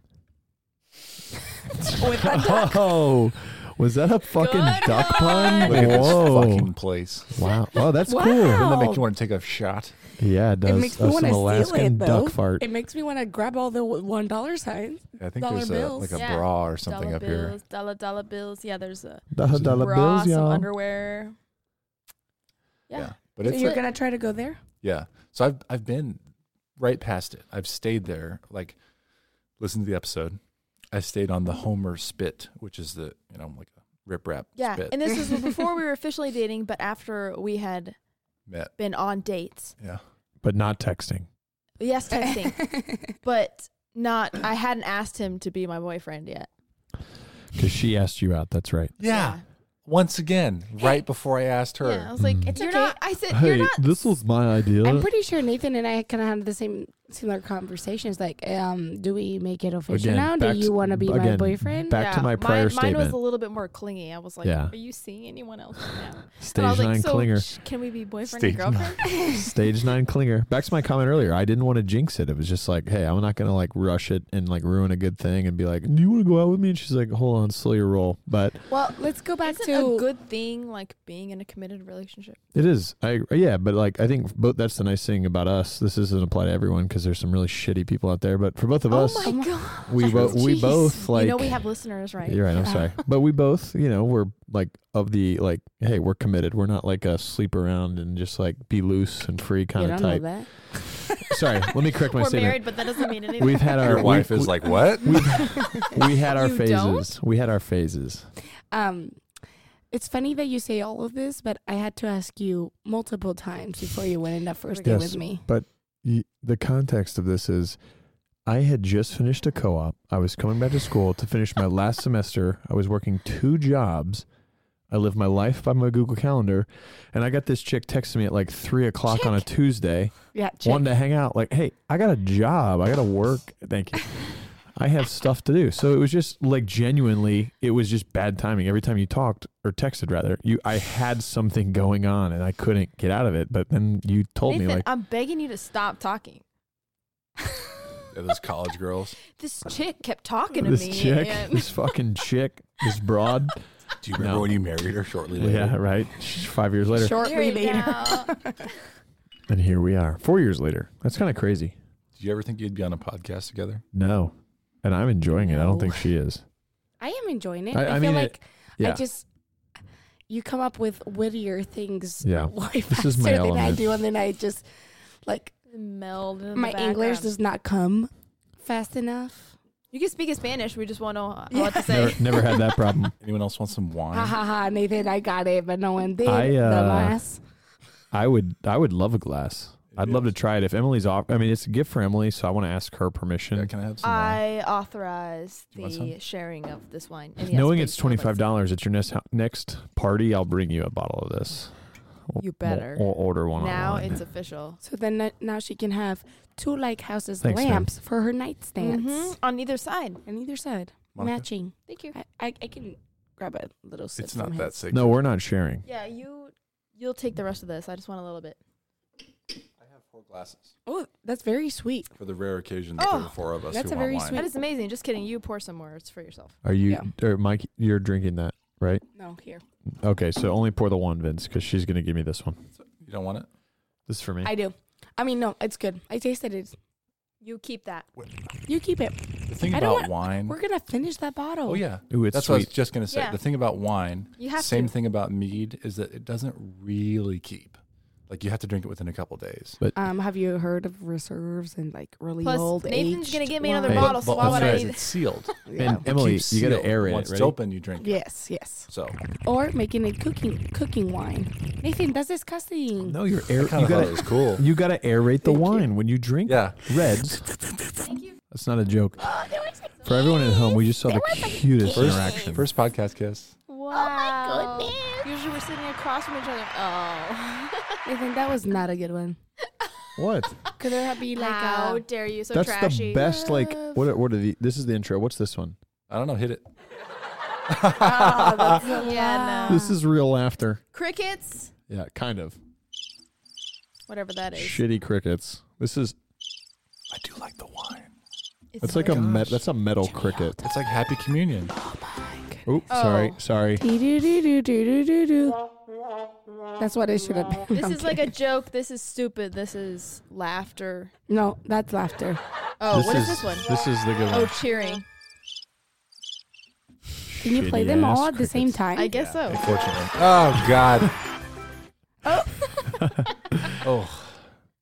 With a [LAUGHS] duck. [LAUGHS] Oh, was that a fucking Good duck one. pun? Look at Whoa! this fucking place. wow. Oh, that's Wow. cool. Doesn't that Oh. make you want to take a shot? Yeah, it does. makes me That's wanna an steal Alaskan it, though. duck fart. It makes me want to grab all the one dollar signs. I think Dollar there's a, bills. like a Yeah. bra or something dollar up bills, here. dollar dollar bills. Yeah, there's a Dollar, Some dollar bra, bills, some y'all. underwear. Yeah. But So it's you're a- gonna try to go there? yeah. So I've I've been right past it. I've stayed there. Like listen to the episode. I stayed on the Homer spit, which is the you know, like a rip rap Yeah, spit and this was before we were officially dating, but after we had met. been on dates. Yeah. But not texting. [LAUGHS] [LAUGHS] Yes, texting, but not. I hadn't asked him to be my boyfriend yet. Because she asked you out. That's right. Yeah. Once again, right before I asked her. Yeah, I was like, Mm. it's You're okay. not- I said, you're not. my idea. I'm pretty sure Nathan and I kind of had the same similar conversations. Like, um, do we make it official Again, now? Do back you to- want to be my again, boyfriend? back to my prior mine, Mine was statement. a little bit more clingy. I was like, Yeah. are you seeing anyone else right now? And I Stage was like, nine so clinger. sh- Can we be boyfriend Stage and [LAUGHS] girlfriend? Stage nine clinger. Back to my comment earlier. I didn't want to jinx it. It was just like, hey, I'm not gonna like rush it and like ruin a good thing and be like, do you want to go out with me? And she's like, hold on, slow your roll. But Well, let's go back Isn't to a good thing like being in a committed relationship? it is. I Uh, yeah. But like, I think both. That's the nice thing about us. This doesn't apply to everyone because there's some really shitty people out there. But for both Oh of us, Oh my god! we both we Jeez. both like you know we have listeners, right? You're right. I'm Yeah. [LAUGHS] sorry, but we both, you know, we're like of the like, hey, we're committed. We're not like a sleep around and just like be loose and free you kind of don't type. know Sorry, let me correct my [LAUGHS] We're statement. married, but that doesn't mean anything. We've had [LAUGHS] our Your wife we, is like, what? we had our You phases. don't? We had our phases. that. Um, it's funny that you say all of this, but I had to ask you multiple times before you went in that first day Yes. with me. Y- The context of this is, I had just finished a co-op. I was coming back to school to finish my last semester. I was working two jobs. I lived my life by my Google Calendar, and I got this chick texting me at like three o'clock on a Tuesday. Yeah, wanting to hang out. Like, hey, I got a job. I got to work. Thank you. I have stuff to do. So it was just like genuinely, it was just bad timing. Every time you talked or texted, rather, you I had something going on and I couldn't get out of it. But then you told Nathan, me like, I'm begging you to stop talking. Yeah, [LAUGHS] those college girls. This chick kept talking to this me. chick, [LAUGHS] and- this [LAUGHS] fucking chick, this broad. Do you remember No. when you married her shortly later? yeah, right. Five years later, shortly Married later. now. and here we are. Four years later. That's kind of crazy. Did you ever think you'd be on a podcast together? No. And I'm enjoying it. I don't think she is. I am enjoying it. I- I, I feel mean it- like I yeah. just you come up with wittier things Yeah. [LAUGHS] way This faster is my than I element. do, and then I just like [LAUGHS] Meld. in the my English background. does not come fast enough. You can speak in Spanish. We just want to [LAUGHS] know Yeah. what to say. Never, never had that [LAUGHS] problem. Anyone else want some wine? Ha ha ha, Nathan, I got it, but no one did. I, uh, Dumbass. I would I would love a glass. I'd love to try it if Emily's off. I mean, it's a gift for Emily, so I want to ask her Yeah, permission. can I have some wine? I authorize Do you want the sharing of this wine. And yes, Knowing please, it's I would twenty like five dollars at your next next party, I'll bring you a bottle of this. We'll- You better. We'll, we'll order some. one. Now online. it's official. So then n- now she can have two lighthouses Thanks, ma'am. lamps for her nightstands Mhm, On either side. on either side, Monica? matching. Thank you. I, I I can grab a little. Sip It's from not him. that sacred. no, we're not sharing. Yeah, you you'll take the rest of this. I just want a little bit. I have four glasses Oh, that's very sweet. for the rare occasion that there Oh, are four of us that's who a want very wine. That is amazing. Just kidding. You pour some more. It's for yourself. Are you Yeah. or Mike? You're drinking that, right? No, here Okay, so only pour the one, Vince, because she's gonna give me this one. You don't want it? This is for me. I do. I mean, no, it's good. I tasted it. You keep that. You keep it. The thing I don't about want- wine. We're gonna finish that bottle. oh yeah, Ooh, it's that's what I was sweet. just gonna say. Yeah. The thing about wine You have Same to. thing about mead is that it doesn't really keep. Like you have to drink it within a couple days. But Um, have you heard of reserves and like really Plus, old? Nathan's gonna aged give me another But- Hey, wine? bottle, so but why would also I is need- it's sealed. and Yeah. Emily, Keeps you gotta sealed. aerate Once it. it's Ready? open, you drink. it. Yes, yes. So Or making a cooking cooking wine. Nathan, that's disgusting. No, you're I air, kind you of thought gotta it was cool. [LAUGHS] you gotta aerate the Thank you. wine when you drink yeah, reds. That's not a joke. Oh, there was a For everyone at home, we kiss. just saw the There was a cutest kiss. interaction. first podcast kiss. Oh Oh my Wow. goodness. Usually we're sitting across from each other. Oh. Nathan, that was not a good one. What? Could there be like How a dare you? So That's trashy. the best. Like, Love. what? Are, what are the? This is the intro. What's this one? I don't know. Hit it. oh, [LAUGHS] that's a Yeah, lot. no. This is real laughter. Crickets. Yeah, kind of. Whatever that is. Shitty crickets. This is. I do like the wine. That's like a gosh. met, that's a metal cricket. It's like happy communion. Oh my god. Oh, sorry, Oh. sorry. Dee-doo-doo-doo-doo-doo-doo. That's what it should have been. This I'm is like a kidding. joke. This is stupid. This is laughter. no. That's laughter. Oh, what is is this one? This is the good one. Oh, cheering. Can you play them Shitty-ass all at the same crickets. time? I guess so. Unfortunately. [LAUGHS] Oh God. Oh. oh.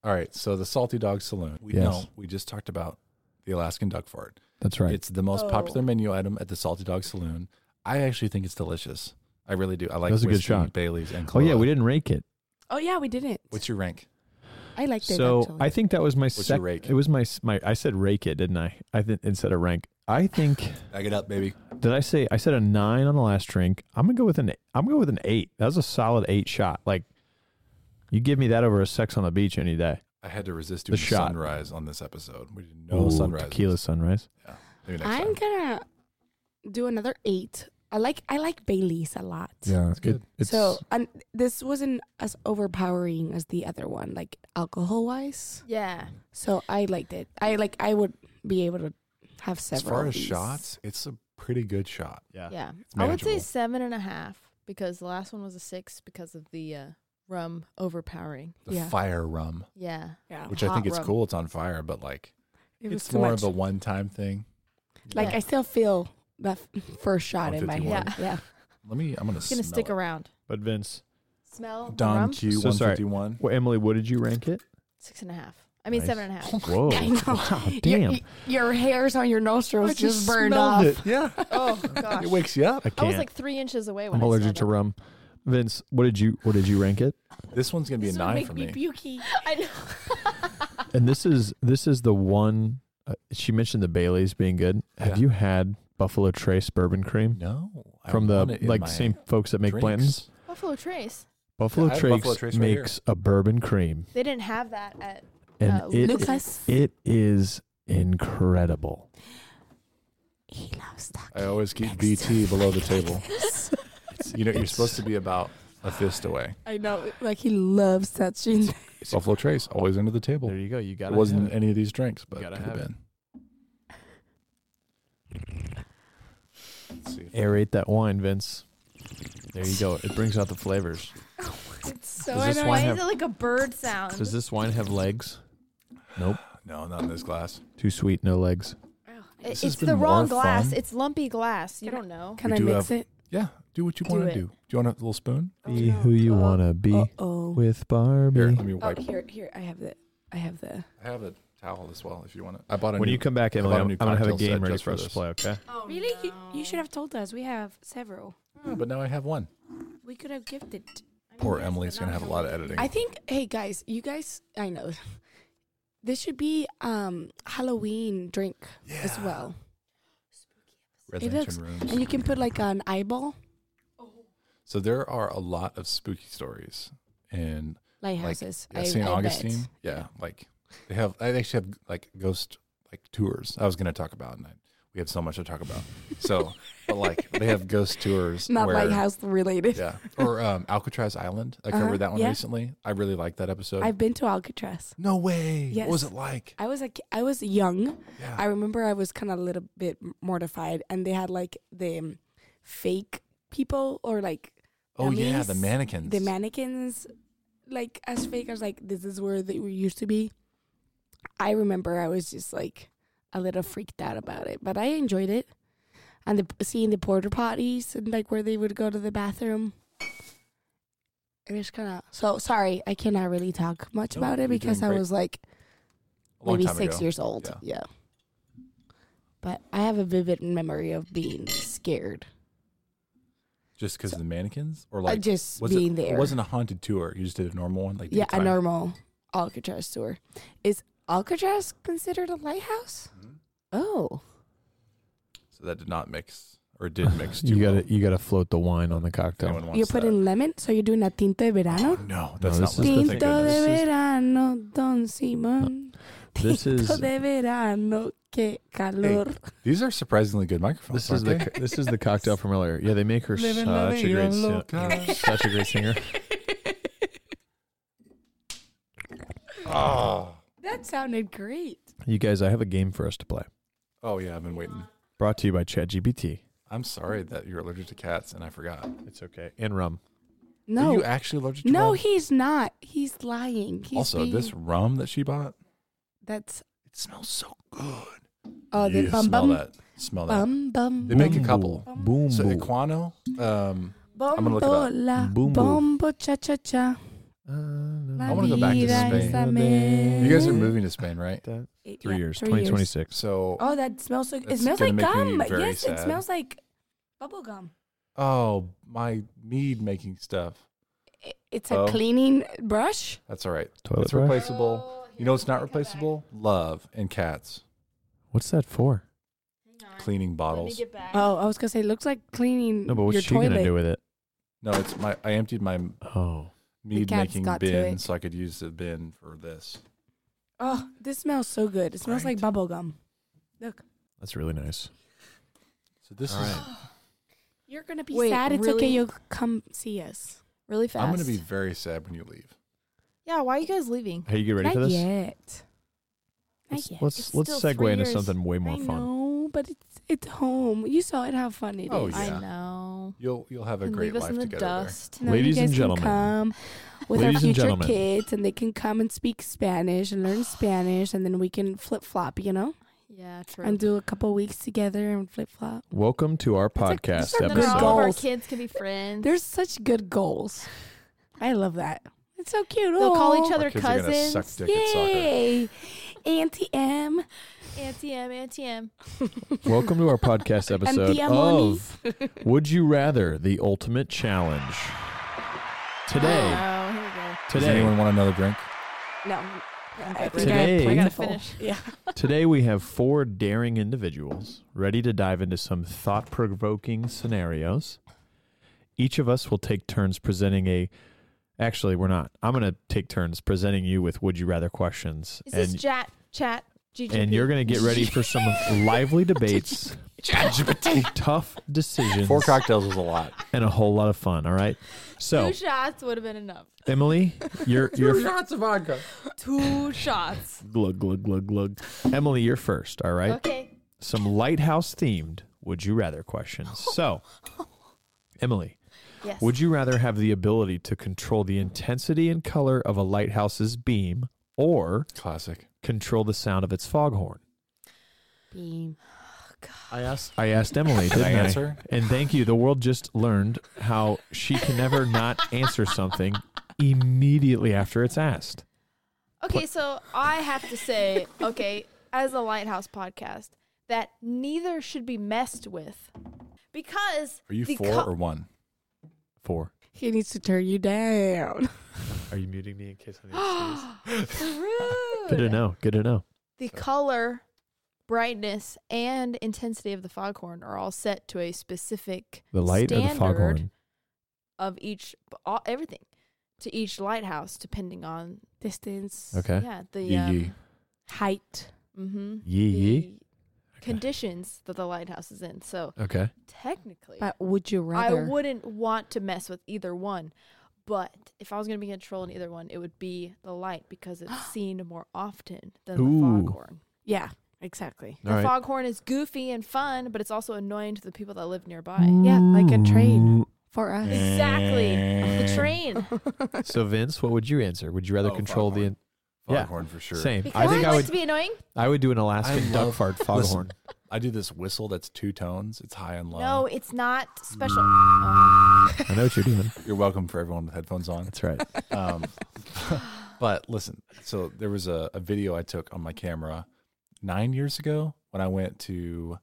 All right. So the Salty Dog Saloon. We Yes. know. We just talked about the Alaskan duck fart. [LAUGHS] That's right. It's the most Oh. popular menu item at the Salty Dog Saloon. I actually think it's delicious. I really do. I like That's a good whiskey, shot. Bailey's and oh yeah, Kahlua. we didn't rake it. Oh yeah, we didn't. What's your rank? I liked it. So actually. I think that was my your second. rake? It was my s- my. I said rake it, didn't I? I think instead of rank. I think [SIGHS] Back it up, baby. did I say I said a nine on the last drink. I'm gonna go with an. I'm gonna go with an eight. That was a solid eight shot. Like, you give me that over a sex on the beach any day. I had to resist The doing shot. sunrise on this episode. We did no Oh, sunrise. Tequila sunrise. Maybe next time. I'm gonna do another eight. I like I like Bailey's a lot. Yeah, it's good. it's so and this wasn't as overpowering as the other one, like alcohol wise. Yeah. So I liked it. I like I would be able to have As several. far of as these. shots, it's a pretty good shot. yeah. Yeah. It's I would say manageable. seven and a half because the last one was a six because of the uh, rum overpowering. The yeah. fire rum, Yeah. yeah, which I Hot think it's rum. cool. It's on fire, but like it was it's too more much. of a one-time thing. like I still feel that f- first shot in my head. 151. Yeah, yeah. Let me. I'm gonna. It's going to smell stick it. around. But Vince, Smell the Don rum? Q So sorry. 151. well, Emily, what did you rank it? Six and a half. I mean, Nice. seven and a half. Oh, Whoa! [LAUGHS] I know. Wow, Your- damn! y- Your, hairs on your nostrils just, burned smelled off. It. Yeah, Oh, [LAUGHS] gosh. it wakes you up. I I can't. was like three inches away when I'm I allergic to smelled rum. Vince, what did you what did you rank it? This one's gonna be This a would nine make for me me. pukey. it. I know. [LAUGHS] And this is this is the one uh, she mentioned the Bailey's being good. Have Yeah. you had Buffalo Trace bourbon cream No, I from want the it in like my same folks that make drinks. Blanton's? Buffalo Trace. Buffalo, I have Trace Buffalo Trace right here. makes a bourbon cream, They didn't have that at. and Uh, it Lucas, it is incredible. he loves that. I always keep Next. BT below the table. you know, you're supposed to be about a fist away. I know, like he loves touching. Buffalo Trace, always under the [LAUGHS] table. There you go. You It got wasn't any of these drinks, but Gotta could have have it. been. Oh, Let's see if- aerate that wine, Vince. There you go. It brings out the flavors. It's so Does this annoying. wine Why have- is it like a bird sound? Does this wine have legs? Nope. No, not in this glass. Too sweet, no legs. It- This has it's been the more wrong glass. fun. It's lumpy glass. You Can I- don't know. Can We I do mix have- it? Yeah, do what you Do want to it. do. Do you want a little spoon? Be who you Uh, wanna be Oh. with Here, Barbie. let me Oh, wipe. here, here. I have the. I have the. I have a towel as well if you want it. I bought a When new. you come back, Emily, bought a I'm, new I'm gonna have a cocktail game set ready just for for us to this. play. Okay. Oh, Really? You, you should no. have told us. We have several. Yeah, Ah, but now I have one. We could have gifted. Poor Emily's gonna have a lot of editing. I think. Hey guys, you guys. I know. This should be um Halloween drink yeah. as well, Residential looks- rooms. and you can put like an eyeball So there are a lot of spooky stories in lighthouses. yeah, I, St. I Augustine. Bet. Yeah, like they have. I actually have like ghost like tours. I was gonna talk about, and I, we have so much to talk about. So, but like they have ghost tours. [LAUGHS] Not where, lighthouse [LAUGHS] related. Yeah, or um, Alcatraz Island. I Uh-huh, covered that one yeah. recently. I really liked that episode. I've been to Alcatraz. no way. What was Yes. it like? I was like, I was young. Yeah. I remember I was kind of a little bit mortified, and they had like the um, fake people or like oh yeah, the dummies, mannequins. the mannequins, like as fake. I was like, this is where they were used to be. I remember I was just like a little freaked out about it, but I enjoyed it. And the, seeing the porter potties and like where they would go to the bathroom. It was kind of so sorry. I cannot really talk much No, about you're it doing because I great. was like A long maybe time six ago. years old. Yeah. But I have a vivid memory of being scared. Just because of the mannequins, or like uh, just was being it, there. It wasn't a haunted tour. You just did a normal one. Like yeah, a daytime. normal Alcatraz tour. Is Alcatraz considered a lighthouse? Mhm. Oh. So that did not mix, or [SIGHS] did mix. Too You well. gotta you gotta float the wine on the cocktail. Anyone wants You're that. putting lemon, so you're doing a tinto de verano? Oh, no, that's No, not this is what the I'm thing. Tinto thinking. Tinto This de is- verano, Don Simon. This Tinto is- de verano, que calor. These are surprisingly good microphones. This is the aren't co- this is the cocktail from earlier. Yeah, they make her uh, Living la such a vida great si- loca. such a great singer. they? oh. That sounded great. You guys, I have a game for us to play. oh yeah, I've been waiting. Brought to you by ChatGPT. I'm sorry that you're allergic to cats, and I forgot. It's okay. And rum. Are No. you actually allergic to No, rum? he's not. He's lying. He's also, this being- rum that she bought, That's. it smells so good. Oh, the Yeah, bum smell bum. that. Smell that. Bum bum. They make a bum. couple. Boom so boom. Equano, um, I'm gonna look it up. Bombola, Boom, boom. bombo, cha cha cha. I I wanna go back to Spain. you guys are moving to Spain, right? Three years, three years. 2026. So, Oh, that smells like it That's smells gonna like make me gum. very Yes, it sad. smells like bubble gum. oh, my mead making stuff. I- It's a Oh. cleaning brush. That's all right. Toilet it's brush? replaceable. Oh, You know, it's not replaceable. Love and cats What's that for? cleaning bottles. Oh, I was gonna say it looks like cleaning No, but what's your she toilet. gonna do with it? No, it's my. I emptied my Oh, mead cat's making got to bin, it. so I could use the bin for this. Oh, this smells so good. It smells like Right. bubble gum. that's really nice. So this All is. right. You're gonna be Wait, sad. It's okay. really? You'll come see us. Really fast. I'm gonna be very sad when you leave. Yeah, why are you guys leaving? Hey, you get ready Not for this? yet. Not Let's yet. let's, It's let's still segue three into years. something way more I fun. know, but it's it's home. You saw it. How fun it is. Oh, yeah. I know. You'll you'll have a And great leave us life in the together. there. dust. Now Ladies you guys and gentlemen. can come with Ladies our and future gentlemen. kids, and they can come and speak Spanish and learn Spanish, and then we can flip flop, you know, Yeah, true. and do a couple weeks together and flip flop. Welcome to our like- podcast Then good all episode. of our goals. kids can be friends. There's such good goals. I love that. It's so cute. They'll call each Our Aw. other kids are gonna cousins. suck dick at soccer. Yay, Auntie M. Auntie M, Auntie M. [LAUGHS] Welcome to our podcast episode Tia Moni. of Would You Rather: The Ultimate Challenge. Today, Oh, here we go. Does today, anyone want another drink? No, I think Today- I I gotta full. finish. Yeah. Today we have four daring individuals ready to dive into some thought-provoking scenarios. Each of us will take turns presenting a Actually, we're not. I'm going to take turns presenting you with would you rather questions Is and this chat, chat, GGP? and you're going to get ready for some lively debates, tough decisions, Four cocktails was a [LAUGHS] lot. and a whole lot of fun, all right? So, Two shots would have been enough. Emily, you're you're shots of vodka. [LAUGHS] Two shots. glug glug glug glug. Emily, you're first, all right? Okay. some lighthouse themed would you rather questions. So, Emily, Yes. would you rather have the ability to control the intensity and color of a lighthouse's beam or Classic. control the sound of its foghorn? Beam. I asked. I asked Emily, Did I didn't I? answer? And thank you. The world just learned how she can never not answer something immediately after it's asked. Okay, so I have to say, okay, as a Lighthouse podcast, that neither should be messed with because Are you the four co- or one? Four. He needs to turn you down. Are you muting me in case [GASPS] Good to rude. know. Good to know. The color, brightness, and intensity of the foghorn are all set to a specific The light standard of the foghorn. of each all, everything to each lighthouse depending on Distance. Okay. yeah the Yee yee. um, Height. mm-hmm, Yee yee. the conditions that the lighthouse is in. So Okay. technically, But would you I rather? wouldn't want to mess with either one. But if I was going to be controlling either one, it would be the light because it's [GASPS] seen more often than Ooh. the foghorn. Yeah, exactly. All the right. foghorn is goofy and fun, but it's also annoying to the people that live nearby. Yeah, like a train. For us. Exactly. The [LAUGHS] train. Mm. [LAUGHS] So Vince, what would you answer? Would you rather Oh, control the foghorn. Yeah. Foghorn for sure. same? Because I think like I would. to be annoying. I would do an Alaskan I duck love- fart listen. foghorn. I do this whistle that's two tones. It's high and low. No, it's not special. [LAUGHS] Oh. I know what you're doing. You're welcome for everyone with headphones on. That's right. Um, [LAUGHS] but listen, so there was a, a video I took on my camera nine years ago when I went to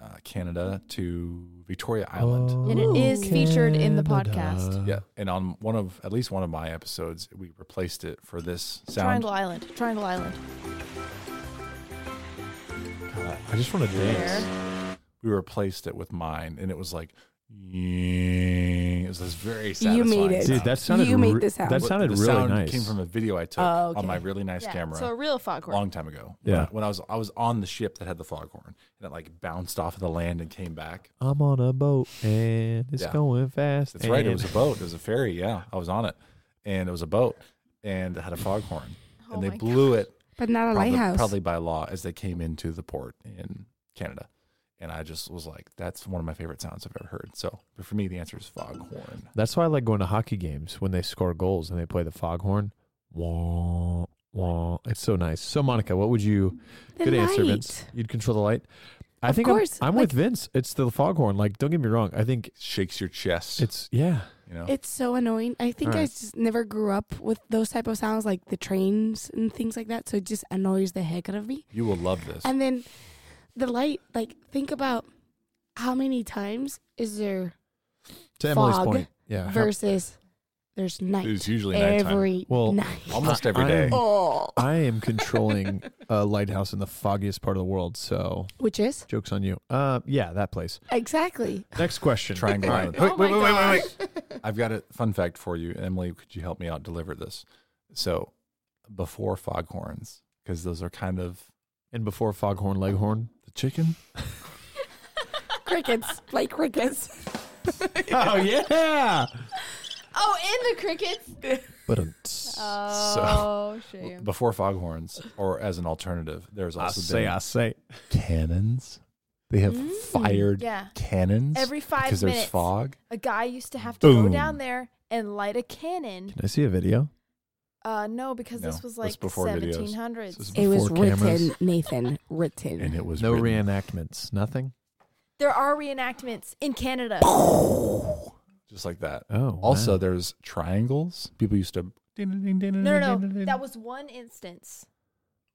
uh, Canada to Victoria Island. Oh. And it is featured in the podcast. Yeah, and on one of at least one of my episodes, we replaced it for this sound. Triangle Island. Triangle Island. God, I just want to dance. we replaced it with mine, and it was like, "Ying." it was this very satisfying. You made it. sound. Dude, that sounded. You made re- the sound. That But sounded the really sound nice. Came from a video I took Oh, okay. on my really nice Yeah, camera. So a real foghorn. long time ago. Yeah. When I, when I was I was on the ship that had the foghorn and it like bounced off of the land and came back. I'm on a boat and it's Yeah. going fast. That's right. It was a and- boat. It was a ferry. Yeah. I was on it. And it was a boat and it had a foghorn. Oh and they my blew God. it But not a probably, lighthouse. probably by law as they came into the port in Canada. And I just was like, that's one of my favorite sounds I've ever heard. So but for me, the answer is foghorn. That's why I like going to hockey games when they score goals and they play the foghorn. Wah, wah. It's so nice. So Monica, what would you? The good answer, light. Vince. You'd control the light. I Of think I'm- course, I'm, like- with Vince. It's the foghorn. Like, don't get me wrong. I think Shakes your chest. it's yeah. you know? It's so annoying. I think I Alright. just never grew up with those type of sounds, like the trains and things like that. So it just annoys the heck out of me. you will love this. And then the light, like think about how many times is there To Emily's Fog point, yeah. versus there's night It's usually nighttime. every Well, night. Almost I- every day. I'm- oh, I am controlling a lighthouse in the foggiest part of the world. So [LAUGHS] which is jokes on you. Uh, yeah, that place. exactly. Next question. Triangle All right. Island. Oh my gosh. I've got a fun fact for you, Emily. Could you help me out deliver this? So, before foghorns, because those are kind of And before foghorn, leghorn. the chicken. [LAUGHS] Crickets, like crickets. oh yeah. Oh, in the crickets. [LAUGHS] But it's Oh, shame. Before foghorns, or as an alternative, there's I also say, been I say. cannons. They have Mm. fired Yeah. cannons Every five because minutes, there's fog. a guy used to have to Boom. go down there and light a cannon. Can I see a video? Uh, no, because No, this was that's like before videos. seventeen This is hundreds. It was Four cameras. written, [LAUGHS] Nathan. Written. And it was No written- reenactments. Nothing. There are reenactments in Canada. just like that. Oh. Also, wow. there's triangles. People used to. No, no, no. That was one instance.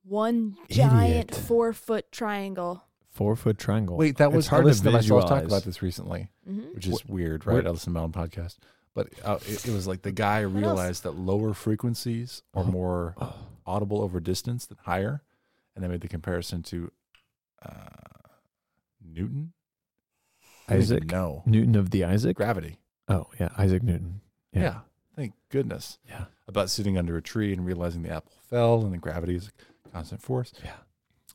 Mm-hmm. One giant Idiot. four foot triangle. four foot triangle. Wait, that It's was hard I to listened to myself talk visualize. about this recently. Mm-hmm. which is weird, wh- right? I listened to my own podcast, but uh, it, it was like the guy else? realized that lower frequencies are Oh. more Oh. audible over distance than higher, and they made the comparison to uh, Newton. I don't even Isaac? know Newton of the Isaac. gravity. Oh yeah, Isaac Newton. Yeah. Yeah. thank goodness. Yeah. About sitting under a tree and realizing the apple fell, and the gravity is a constant force. Yeah.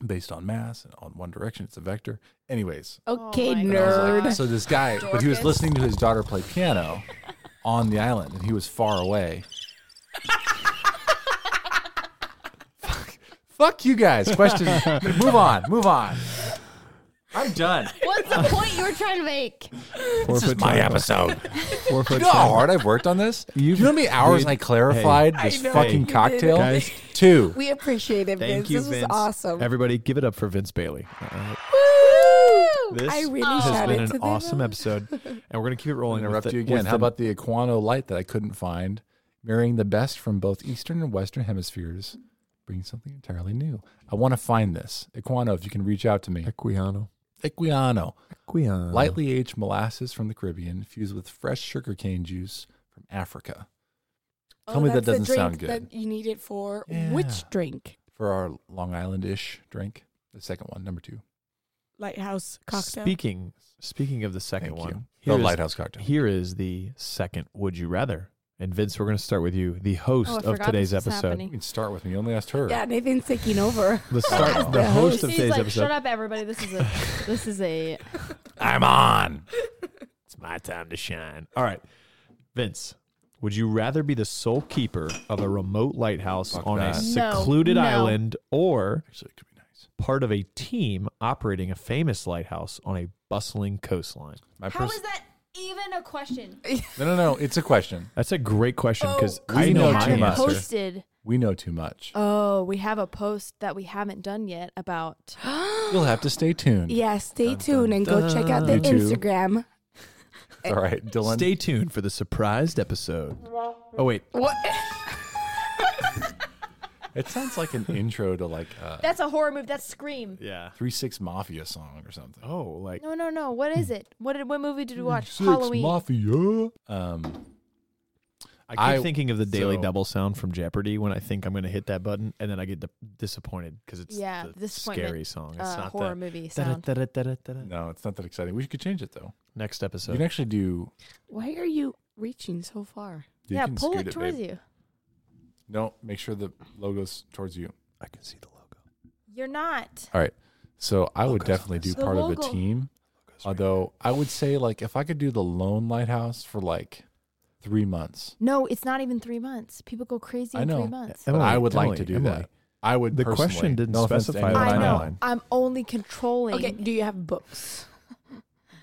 Based on mass and on one direction, it's a vector. Anyways, Okay, Oh my And I was nerd. like, so this guy, but he was Dorcas. listening to his daughter play piano on the island, and he was far away. fuck, fuck you guys. Question. move on. Move on. I'm done. What's the point you were trying to [LAUGHS] make? Four This is foot my triangle. episode. Four [LAUGHS] you foot know how triangle. hard I've worked on this? You've you know how many hours made- I clarified I this know. fucking You cocktail? did Guys, Two. [LAUGHS] We appreciate Thank it, Vince. you, this Vince. was awesome. Uh-uh. everybody, give it up for Vince Bailey. All right. This I really has has shouted been to an them. awesome [LAUGHS] episode, and we're gonna keep it I'll rolling. with interrupt the- you again. with How the- about the Aquano light that I couldn't find, marrying the best from both Eastern and Western hemispheres, bringing something entirely new? I want to find this. Aquano, if you can reach out to me. Equiano? Equiano. Equiano. Lightly aged molasses from the Caribbean fused with fresh sugarcane juice from Africa. Tell me that Oh, that's the doesn't sound drink good. That you need it for Yeah. which drink? For our Long Island ish drink, the second one, number two. Lighthouse cocktail. Speaking speaking of the second Thank you. one, The here's- Lighthouse Cocktail. Here is the second Would You Rather. And Vince, we're going to start with you, the Oh, I host of forgot today's this was episode. happening. You can start with me. You only asked her. yeah, Nathan's taking over. The [LAUGHS] start, the The host host. of He's today's like, episode. Shut up, everybody. This [LAUGHS] is a this is a [LAUGHS] I'm on. It's my time to shine. All right, Vince, would you rather be the sole keeper of a remote lighthouse Fuck on that. a No, secluded no. island, or Actually, it could be nice. part of a team operating a famous lighthouse on a bustling coastline? My How pers- is that even a question? no, no, no. It's a question. That's a great question because Oh, I we know know my too much. answer. posted. We know [GASPS] too much. Oh, we have a post that we haven't done yet about You'll have to stay tuned. Yeah, stay Dun, tuned and go check out the dun. You too. Instagram. All [LAUGHS] right, Dylan. Stay tuned for the surprised episode. Oh wait, What? It sounds like an intro to like a [GASPS] That's a horror movie. That's Scream. [LAUGHS] yeah. Three Six Mafia song or something. Oh, like No, no, no. What is it? What did, what movie did we Mm, watch? Six Halloween. Mafia. Um, I keep I- thinking of the daily so- double sound from Jeopardy when I think I'm going to hit that button, and then I get di- disappointed because it's Yeah, the disappointment, scary song. It's uh, not horror that. movie da-da, sound. da-da, da-da, da-da. no, it's not that exciting. We could change it though. Next You can episode. actually do. [LAUGHS] Why are you reaching so far? You yeah, can pull scoot it towards babe. you. No, make sure the logo's towards you. I can see the logo. You're not. So I would Logo's definitely do nice. The part of a logo. team. Although I would say like if I could do the Lone Lighthouse for like three months, No, it's not even three months. People go crazy I in know. three months. but I would like to do that. I would. The personally- question didn't no offense to specify anyone that I I know. know. I'm only controlling. Okay, do you have books? [LAUGHS]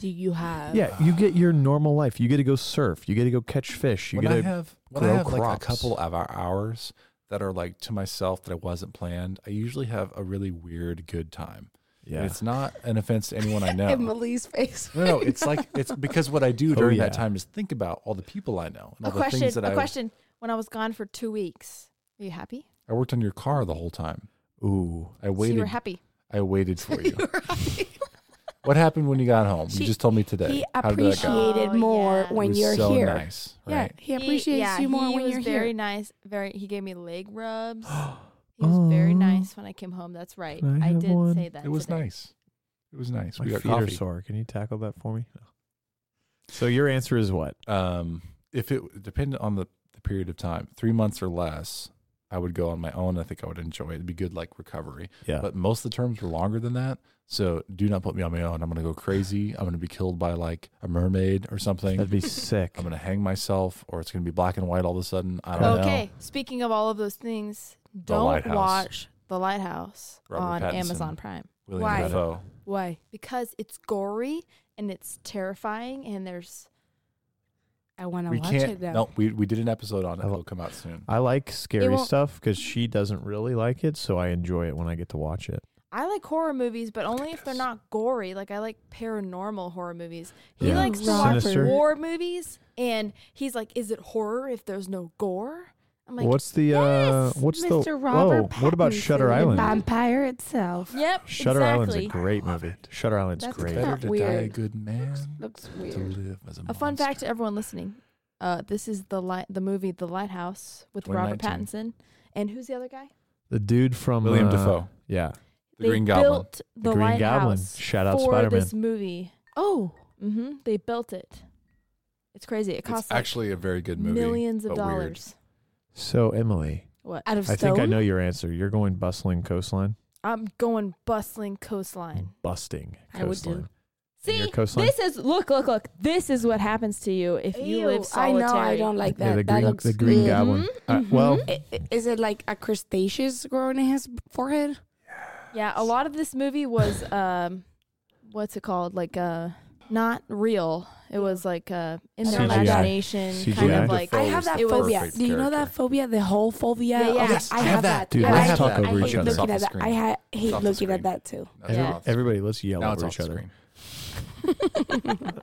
Do you have? Yeah, you get your normal life. You get to go surf. You get to go catch fish. You when get I to. have when I grow have like a crops. couple of our hours that are like to myself that I wasn't planned, I usually have a really weird good time. And yeah. It's not an offense to [LAUGHS] anyone I know. no, Emily's face. no, it's like it's because what I [LAUGHS] do Oh, during yeah. that time is think about all the people I know and a all the question. things that A I question. When I was gone for two weeks, are you happy? I worked on your car the whole time. Ooh. I So you waited were happy. I waited for [LAUGHS] you. Right. what happened when you got home? She- you just told me today. He How did that go? It appreciated Oh, more yeah. It when was you're so here. nice, Yeah, right? he appreciates yeah, you more he when was you're very here. nice. Very. He gave me leg [GASPS] rubs. He was very Oh. nice when I came home. That's right. Can I I, have did one? say that. It was today. nice. It was nice. My we got feet are coffee. sore. Can you tackle that for me? No. So your answer is what? um, if it depended on the, the period of time, three months or less, I would go on my own. I think I would enjoy it. It'd be good, like recovery. Yeah. But most of the terms were longer than that. So do not put me on my own. I'm going to go crazy. I'm going to be killed by like a mermaid or something. [LAUGHS] That'd be sick. I'm going to hang myself, or it's going to be black and white all of a sudden. I don't Okay. know. Speaking of all of those things, don't Lighthouse. watch The Lighthouse Robert on Pattinson. Amazon Prime William Why? Dafoe. Why? because it's gory and it's terrifying and there's I want to We watch can't. it now. No, we, we did an episode on it. I lo- It'll come out soon. I like scary won't- stuff because she doesn't really like it, so I enjoy it when I get to watch it. I like horror movies, but only if they're this. not gory. Like I like paranormal horror movies. He Yeah. likes to Sinister. watch war movies, and he's like, "Is it horror if there's no gore?" I'm like, what's the uh what's Mr. the Robert whoa, Oh, what about Pattinson, Shutter the Island? Vampire itself. "Yep, Shutter Island's exactly." a great movie. Shutter Island's That's great. good. Better not to die a weird. good man Looks to weird. live as a A fun monster. fact to everyone listening: uh, this is the light, the movie, The Lighthouse, with Robert 2019. Pattinson, and who's the other guy? The dude from William uh, Dafoe, Yeah. the Green built Goblin. the, The, Green Goblin. lighthouse Shout out for Spider Man. this movie. Oh, Mm-hmm. They built it. It's crazy. It costs It's actually a very like good movie. millions of but weird. dollars. So Emily, What? out of I stone. think I know your answer. You're going bustling coastline. I'm going bustling coastline. Busting I would do. coastline. And your See, coastline? this is look, look, look. This is what happens to you if you Ew, live I solitary. know. I don't like that. yeah, the that green looks the green weird. goblin. Uh, Mhm. well, I- i- Is it like a crustaceous growing in his forehead? Yeah, a lot of this movie was [LAUGHS] um, what's it called? Like uh not real. It was like uh in their CGI. imagination kind CGI. of like I have that It was- phobia. Do you know that phobia? The whole phobia. Yeah, yeah. Okay, Yes, I have have that. that. Dude, I let's hate talk over looking each other. at that. I ha- hate Off the looking at screen. that too. That's Yeah. off the Everybody, let's yell Now it's over off each the other. screen. [LAUGHS]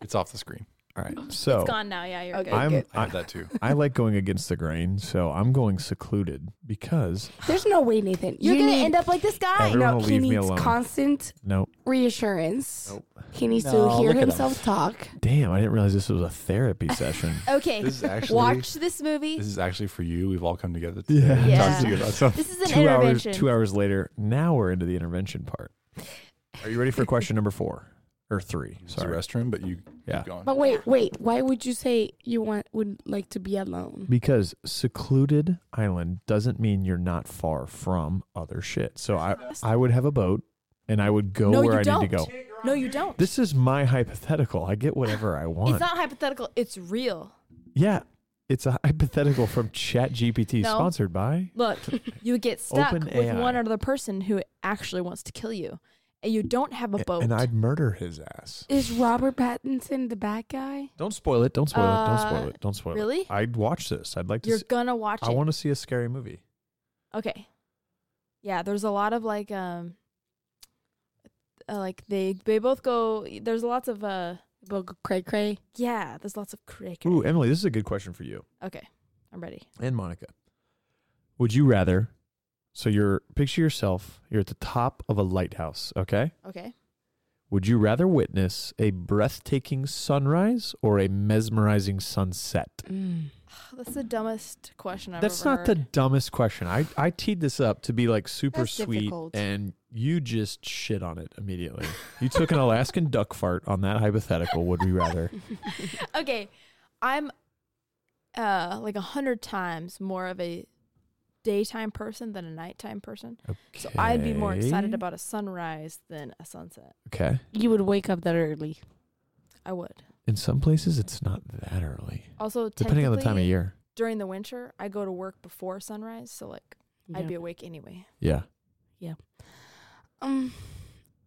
It's off the screen. All right. So It's gone now. Yeah, you're Okay. good. I'm I I, have that too. [LAUGHS] I like going against the grain, so I'm going secluded because There's no way, Nathan. You're you gonna need, end up like this guy. Everyone no, will he leave me needs alone. constant nope. reassurance. Nope. He needs No, to hear look at him. himself talk. Damn, I didn't realize this was a therapy session. Okay, This is actually watch this movie. this is actually for you. We've all come together today Yeah. to talk Yeah. to you [LAUGHS] about something. This is an two hours intervention. two hours later, now we're into the intervention part. Are you ready for question number four? Or three. It's a Sorry. restroom, but you Yeah. keep going. But wait, wait. Why would you say you want would like to be alone? Because secluded island doesn't mean you're not far from other shit. So I I would have a boat and I would go No, where you I need to go. don't. No, you don't. This is my hypothetical. I get whatever I want. It's not hypothetical. It's real. yeah. It's a hypothetical from ChatGPT No. sponsored by Look, [LAUGHS] you get stuck Open with AI. one other person who actually wants to kill you, and you don't have a boat. and I'd murder his ass. Is Robert Pattinson the bad guy? Don't spoil it. Don't spoil it. Don't Uh, spoil it. Don't spoil it. really? I'd watch this. I'd like to. You're see, gonna watch I it. want to see a scary movie. okay. Yeah, there's a lot of like um, uh, like they they both go. There's lots of uh, Cray cray. yeah, there's lots of cricket. Ooh, Emily, this is a good question for you Okay, I'm ready. and Monica. Would you rather? So you're picture yourself. You're at the top of a lighthouse. Okay. Okay, [SIGHS] Would you rather witness a breathtaking sunrise or a mesmerizing sunset? Mm. that's the dumbest question I've That's ever not the heard. dumbest question. I, I teed this up to be like super That's sweet, difficult. and you just shit on it immediately. You took [LAUGHS] an Alaskan duck fart on that hypothetical. Would we rather? okay, I'm uh like a hundred times more of a daytime person than a nighttime person. So I'd be more excited Okay. about a sunrise than a sunset. Okay. You would wake up that early. I would. In some places, it's not that early, Also, depending on the time of technically, year. During the winter, I go to work before sunrise, so like I'd be awake anyway. Yeah. Um,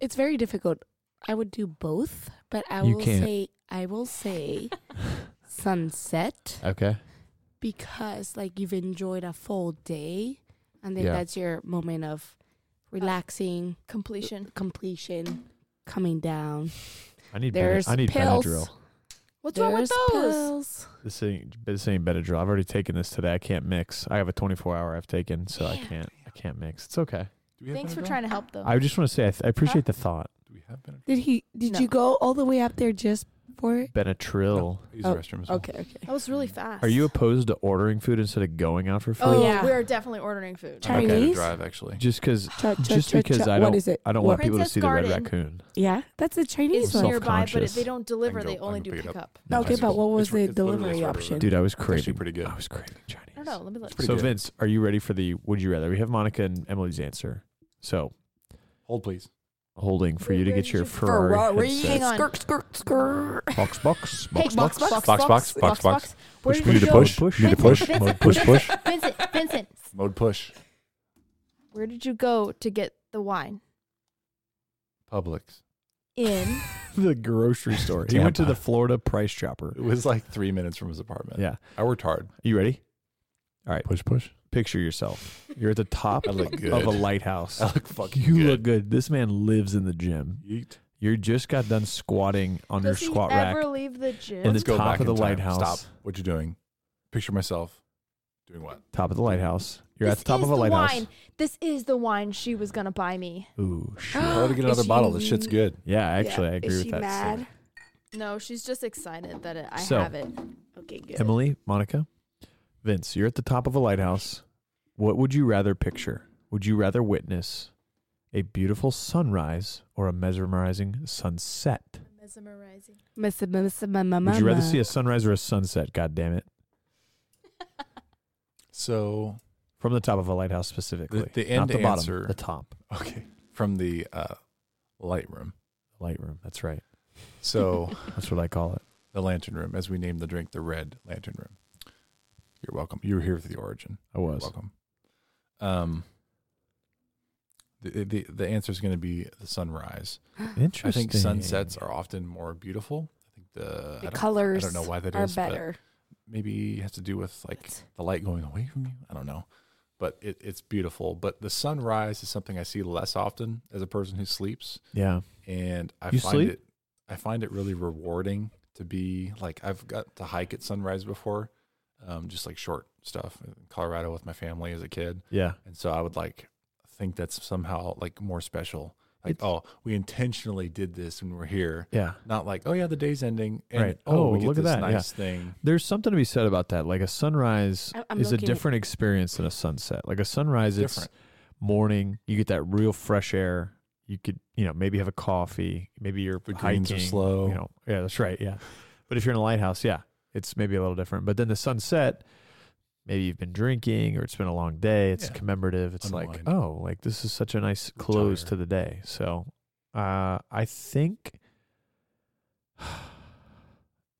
it's very difficult. I would do both, but I You will can't. say I will [LAUGHS] say sunset Okay. because like you've enjoyed a full day, and then Yeah. that's your moment of relaxing, Completion. completion, coming down. I need There's Benad- I need pills. Benadryl. What's There's wrong with those? pills. This ain't this ain't Benadryl. I've already taken this today. I can't mix. I have a 24 hour I've taken, so I Damn. can't I can't mix. It's okay. Do we have Thanks for Benadryl? trying to help though. I just want to say I, th- I appreciate the thought. Do we have Benadryl? Did he? Did No. you go all the way up there just for it? Benadryl. Use Oh, the restroom as well. Okay, okay. that was really fast. Are you opposed to ordering food instead of going out for food? Oh Yeah. yeah, we are definitely ordering food. I'm not gonna Chinese? drive actually. Just because Cha- cha- just cha- because cha- I don't What is it? I don't What- want people to Princess see the red Garden. raccoon. Yeah, that's a Chinese It's Self- one. nearby, but self-conscious. they don't I deliver. can They go- I only can do pick it up. pickup. No, Okay, it's but cool. what was It's re- the it's literally delivery right over there. option? Dude, I was actually craving. pretty [SIGHS] good. I was craving Chinese. I don't know. Let me look. pretty so good. Vince, are you ready for the would you rather? We have Monica and Emily's answer. So Hold please. holding for Where- you to where get did your you- Ferrari, Hang headset. on. Skirk, skirk, skirk. Box, box, Hey, box, box, box, box, box, box, box. Where Push, did we you need to go? push. We need to push. Mode push, push. [LAUGHS] Vincent, Vincent. Mode push. Where did you go to get the wine? Publix. In [LAUGHS] [LAUGHS] the grocery store. He went to the Florida Price Chopper. It was like three minutes from his apartment. Yeah. I worked hard. You ready? All right. Push, push. Picture yourself. You're at the top [LAUGHS] I of look good. a lighthouse. I look fucking You good. look good. This man lives in the gym. Yeet. You just got done squatting on Does your he squat rack. ever leave the gym? And Let's the go top back of the in time. lighthouse. Stop. What you doing? Picture myself doing what? Top of the lighthouse. You're this at the top is of a the lighthouse. wine. This is the wine she was gonna buy me. [GASPS] Ooh, shit. Tell her to get Is another bottle. This she- shit's good. Yeah, actually, I Yeah. agree Is with that. she Mad? No, she's just excited that it, I So- have it. Okay, good. Emily, Monica, Vince, you're at the top of a lighthouse. What would you rather picture? Would you rather witness a beautiful sunrise or a mesmerizing sunset? Mesmerizing. [LAUGHS] Miss, miss, ma, ma, Would you rather see a sunrise or a sunset? God damn it! So From the top of a lighthouse specifically, the not end the bottom, answer- the top, okay, from the uh, light room. Lightroom. That's right. So [LAUGHS] That's what I call it. the lantern room, as we named the drink, the red lantern room. You're welcome. You were here for the origin. I was. Welcome. Um, The, the, the answer is going to be the sunrise. Interesting. I think sunsets are often more beautiful. I think the, I, The don't, I colors don't know why that are is, but better. maybe it has to do with like That's- the light going away from you. I don't know, but it, it's beautiful. But the sunrise is something I see less often as a person who sleeps, Yeah. and I You find sleep? it I find it really rewarding to be like I've got to hike at sunrise before, um, just like short stuff in Colorado with my family as a kid, Yeah. and so I would like think that's somehow like more special. Like, It's- oh, we intentionally did this when we're here. Yeah. Not like, oh yeah, the day's ending, and Right. oh, Oh, we get look at this that, yeah. nice thing. There's something to be said about that. Like a sunrise I- I'm is a looking at- different experience than a sunset. Like a sunrise, it's Different. morning. You get that real fresh air. You could, you know, maybe have a coffee. Maybe you're The hiking. greens are slow. You know, yeah, that's right. Yeah, but if you're in a lighthouse, yeah, it's maybe a little different. But then the sunset, maybe you've been drinking or it's been a long day. It's Yeah. commemorative. It's Unwind. like, oh, like this is such a nice close Retire. to the day. So, uh, I think [SIGHS]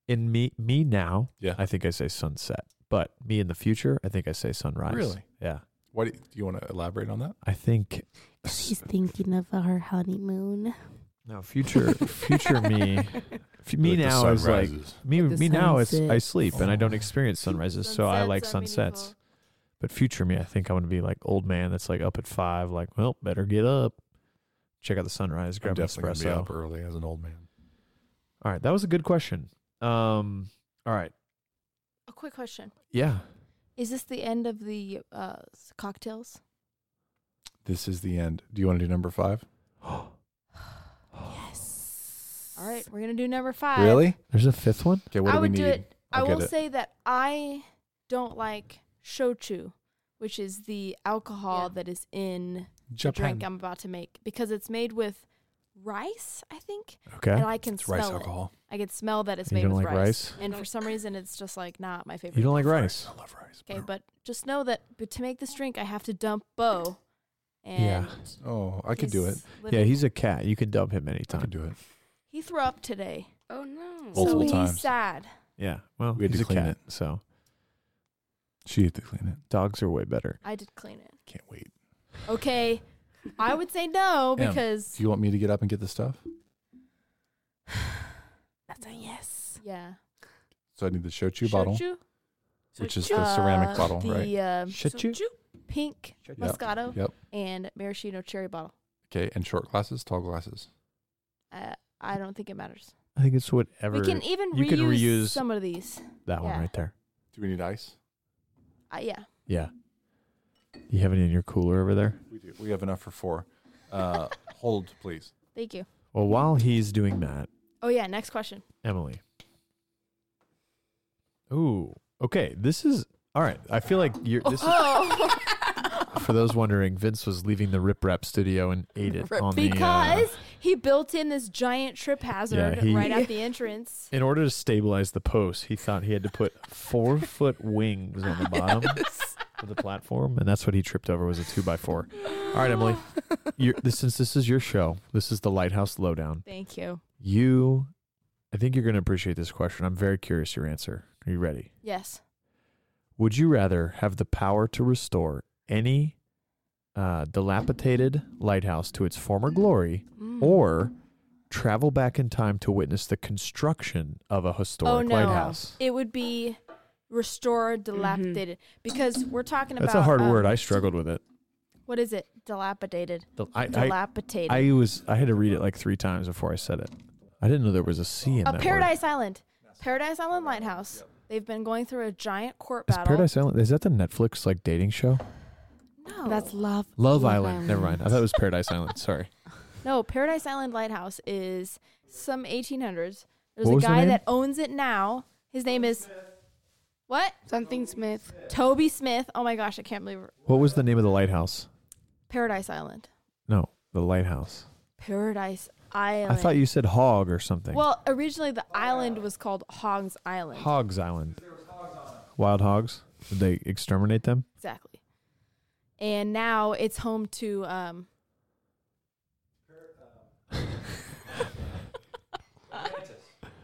in me, me now, Yeah. I think I say sunset. But me in the future, I think I say sunrise. Really? Yeah. Why do you, do you want to elaborate on that? I think She's thinking of her honeymoon. no future future [LAUGHS] me f- me now is like me Like the me now it's I sunsets. sleep and I don't Oh. experience sunrises so I like Sunsets are sunsets but future me I think I'm gonna be like old man that's like up at five like well better get up check out the sunrise I'm grab an definitely gonna espresso be up early as an old man. all right that was a good question um all right A quick question: yeah Is this the end of the uh, s- cocktails? This is the end. Do you want to do number five? Yes. All right, we're gonna do number five. there's a fifth one Okay. What I do we would need? do it. i I'll get will it. say that I don't like shochu, which is the alcohol that is in the drink um, I'm about to make because it's made with rice, I think, okay and I can It's smell rice it. alcohol. I can smell that it's You made don't with like rice. rice? and for some reason it's just like not my favorite. you don't like rice I love rice. Okay, but just know that but to make this drink, I have to dump Bo. And Yeah. oh, I could do it. he's yeah living- he's a cat you can dub him I could anytime do it. he threw up today, Oh no. so Multiple he's times. sad. yeah well We had to he's a clean cat so She had to clean it. dogs are way better I did clean it. Can't wait. Okay, I would say no Em, because Do you want me to get up and get the stuff? [SIGHS] That's a yes. yeah, So I need the shochu bottle, Shochu? which is the ceramic Uh, bottle, the, right? uh, Should you? pink Yep. Moscato Yep. and maraschino cherry bottle. Okay, and short glasses, tall glasses. Uh, I don't think it matters. I think it's whatever we can even you reuse, can reuse- some of these. that one yeah. right there. Do we need ice? Uh, yeah, Yeah. You have any in your cooler over there? We do. We have enough for four. [LAUGHS] Uh, hold, please. thank you. Well, while he's doing that, Oh yeah, next question. Emily. Ooh. Okay. This is all right. I feel like you're this is [LAUGHS] [LAUGHS] Oh, for those wondering, Vince was leaving the Rip Rap studio and ate it on the uh, because he built in this giant trip hazard he- right at the entrance. in order to stabilize the post, he thought he had to put four foot wings on the bottom of the platform, and that's what he tripped over was a two by four. All right, [LAUGHS] Emily. You're, this, since this is your show, this is the Lighthouse Lowdown. Thank you. You, I think you're going to appreciate this question. I'm very curious your answer. Are you ready? [GASPS] Yes. Would you rather have the power to restore any uh, dilapidated lighthouse to its former glory Mm. or travel back in time to witness the construction of a historic Oh no, lighthouse? it would be restored, dilapidated because we're talking about That's a hard um, word. I struggled with it. What is it? Dilapidated. The- I, I, Dilapidated. I was I had to read it like three times before I said it. I didn't know there was a C in a that Word. Oh, Paradise Island. Paradise Island Lighthouse. They've been going through a giant court Is battle. Paradise Island is that the Netflix like dating show? No, That's that's love. Love Island. Never mind. I thought it was Paradise Island. Sorry. no Paradise Island Lighthouse is some 1800s. There's What a was the guy name? that owns it now. His name is what? Something Smith. Toby Smith. Oh my gosh, I can't believe it. What was the name of the lighthouse? Paradise Island. No, the lighthouse. Paradise Island. I thought you said hog or something. well, originally the island was called Hogs Island. Hogs Island. Wild hogs. Did they exterminate them? exactly. And now it's home to um [LAUGHS]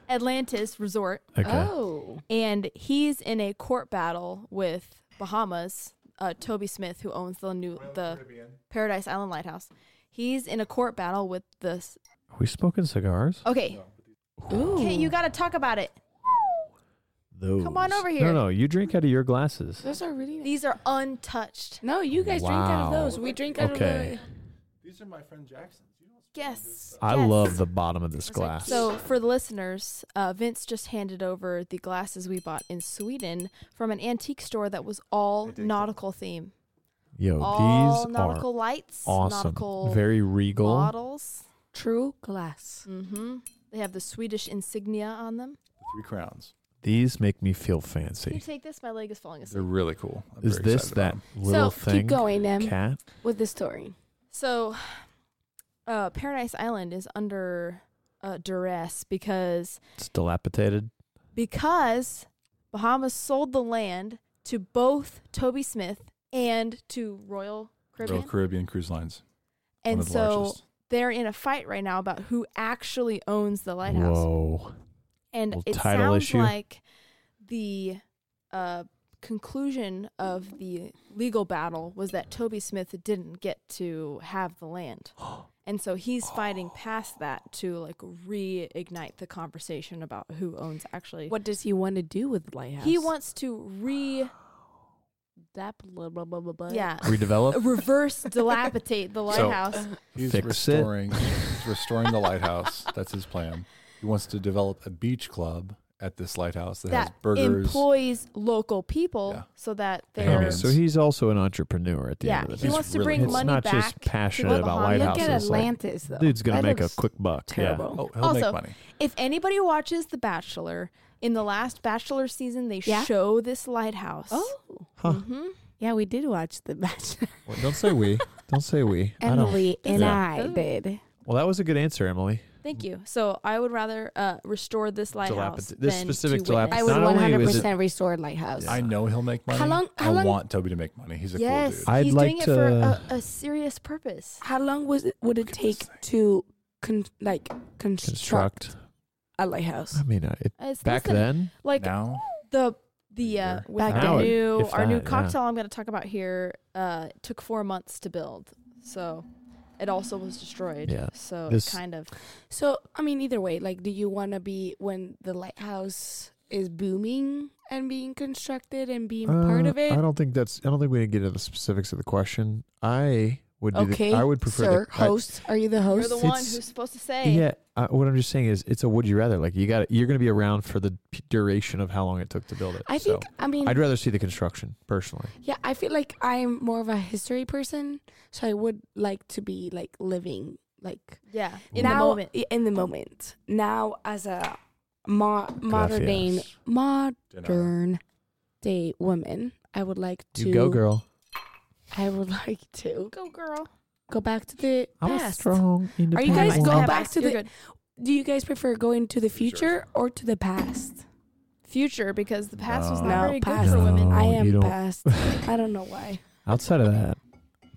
Atlantis Resort. Okay. Oh. and he's in a court battle with Bahamas. Uh, Toby Smith, who owns the new the Paradise Island Lighthouse, He's in a court battle with this. Are we smoking cigars? Okay. Okay, you got to talk about it. Those. come on over No, here. no, you drink out of your glasses. Those are really These are untouched. No, you guys drink out of Wow. those. We drink out Okay. These are my friend Jackson's. You know Yes. I Yes. love the bottom of this It's like glass. So, for the listeners, uh, Vince just handed over the glasses we bought in Sweden from an antique store that was all nautical theme. Yo, all these nautical are lights, awesome. nautical Very regal. models. of the true glass. Mm-hmm. They have the Swedish insignia on them. Three crowns. These make me feel Can you fancy. take this? My leg is falling They're asleep. really cool. I'm Is very this excited about that 'em. little so thing? keep going, Em, Cat? with the story. So, uh, Paradise Island is under uh, duress because It's dilapidated. because Bahamas sold the land to both Toby Smith and to Royal Caribbean, Royal Caribbean Cruise Lines. one and of the so largest. they're in a fight right now about who actually owns the lighthouse. Whoa. And Little it title sounds issue. like the uh, conclusion of the legal battle was that Toby Smith didn't get to have [GASPS] the land. And so he's fighting past that to like reignite the conversation about who owns actually. What does he want to do with the lighthouse? He wants to re that blah blah blah blah blah. [GASPS] [LAUGHS] yeah Redevelop? [LAUGHS] reverse dilapidate [LAUGHS] the lighthouse. [LAUGHS] He's Fix it. restoring he's restoring the lighthouse. That's his plan. He wants to develop a beach club at this lighthouse that, has that burgers. employs local people Yeah. so that Damn, they're Yes. so he's also an entrepreneur at the yeah end of the day. he He's wants to really bring cool. it's money not back just to passionate the about Bahamas. Look at lighthouses. like, Atlantis though. dude's gonna That make a looks quick buck. terrible. oh, he'll Also- make money. If anybody watches The Bachelor, in the last Bachelor season, they Yeah? show this lighthouse. Oh, Huh. hmm yeah, we did watch the [LAUGHS] match. Yeah. Well, don't say we. Don't say we. I don't. Emily [LAUGHS] and Yeah. I did. Well, that was a good answer, Emily. Thank you. So I would rather uh, restore this lighthouse. Dilapid- this than specific to witness. It's I dilapid- would not one only hundred was it- percent restore lighthouse. Yeah. I know he'll make money. How long? How I long? want Toby to make money. He's a Yes. cool dude. I'd He's like doing it to. uh, for a, a serious purpose. How long was it? Would it Look at this take thing. to con- like construct, construct. a lighthouse? I mean, uh, it, It's back listen, then, like now, the the uh, Here. with Back our then. new If our new that, yeah. cocktail I'm going to talk about here uh, took four months to build. So it also was destroyed. Yeah. So This- it kind of So I mean, either way, like, do you want to be when the lighthouse is booming and being constructed and being part Uh, of it? I don't think that's. I don't think we can get into the specifics of the question. I would. Do Okay, the, I would prefer. sir, the, I- host. are you the you're host? the one it's- who's supposed to say yeah. I, what I'm just saying is, it's a would you rather. Like you got. You're going to be around for the p- duration of how long it took to build it. I so. think. I mean, I'd rather see the construction personally. yeah, I feel like I'm more of a history person, so I would like to be like living like yeah in now, the moment. i- In the moment. Now, as a mo- modern day, Gracias. modern dinner. day woman, I would like to. You go, girl. I would [LAUGHS] like to Go girl. go back to the I'm a past. strong, independent. you guys I go have woman. back ice. to You're the- good. Do you guys prefer going to the Future. future or to the past? future because the past was No. not No, very past. good for women. No. I you am don't- past. [LAUGHS] I don't know why. Outside of that,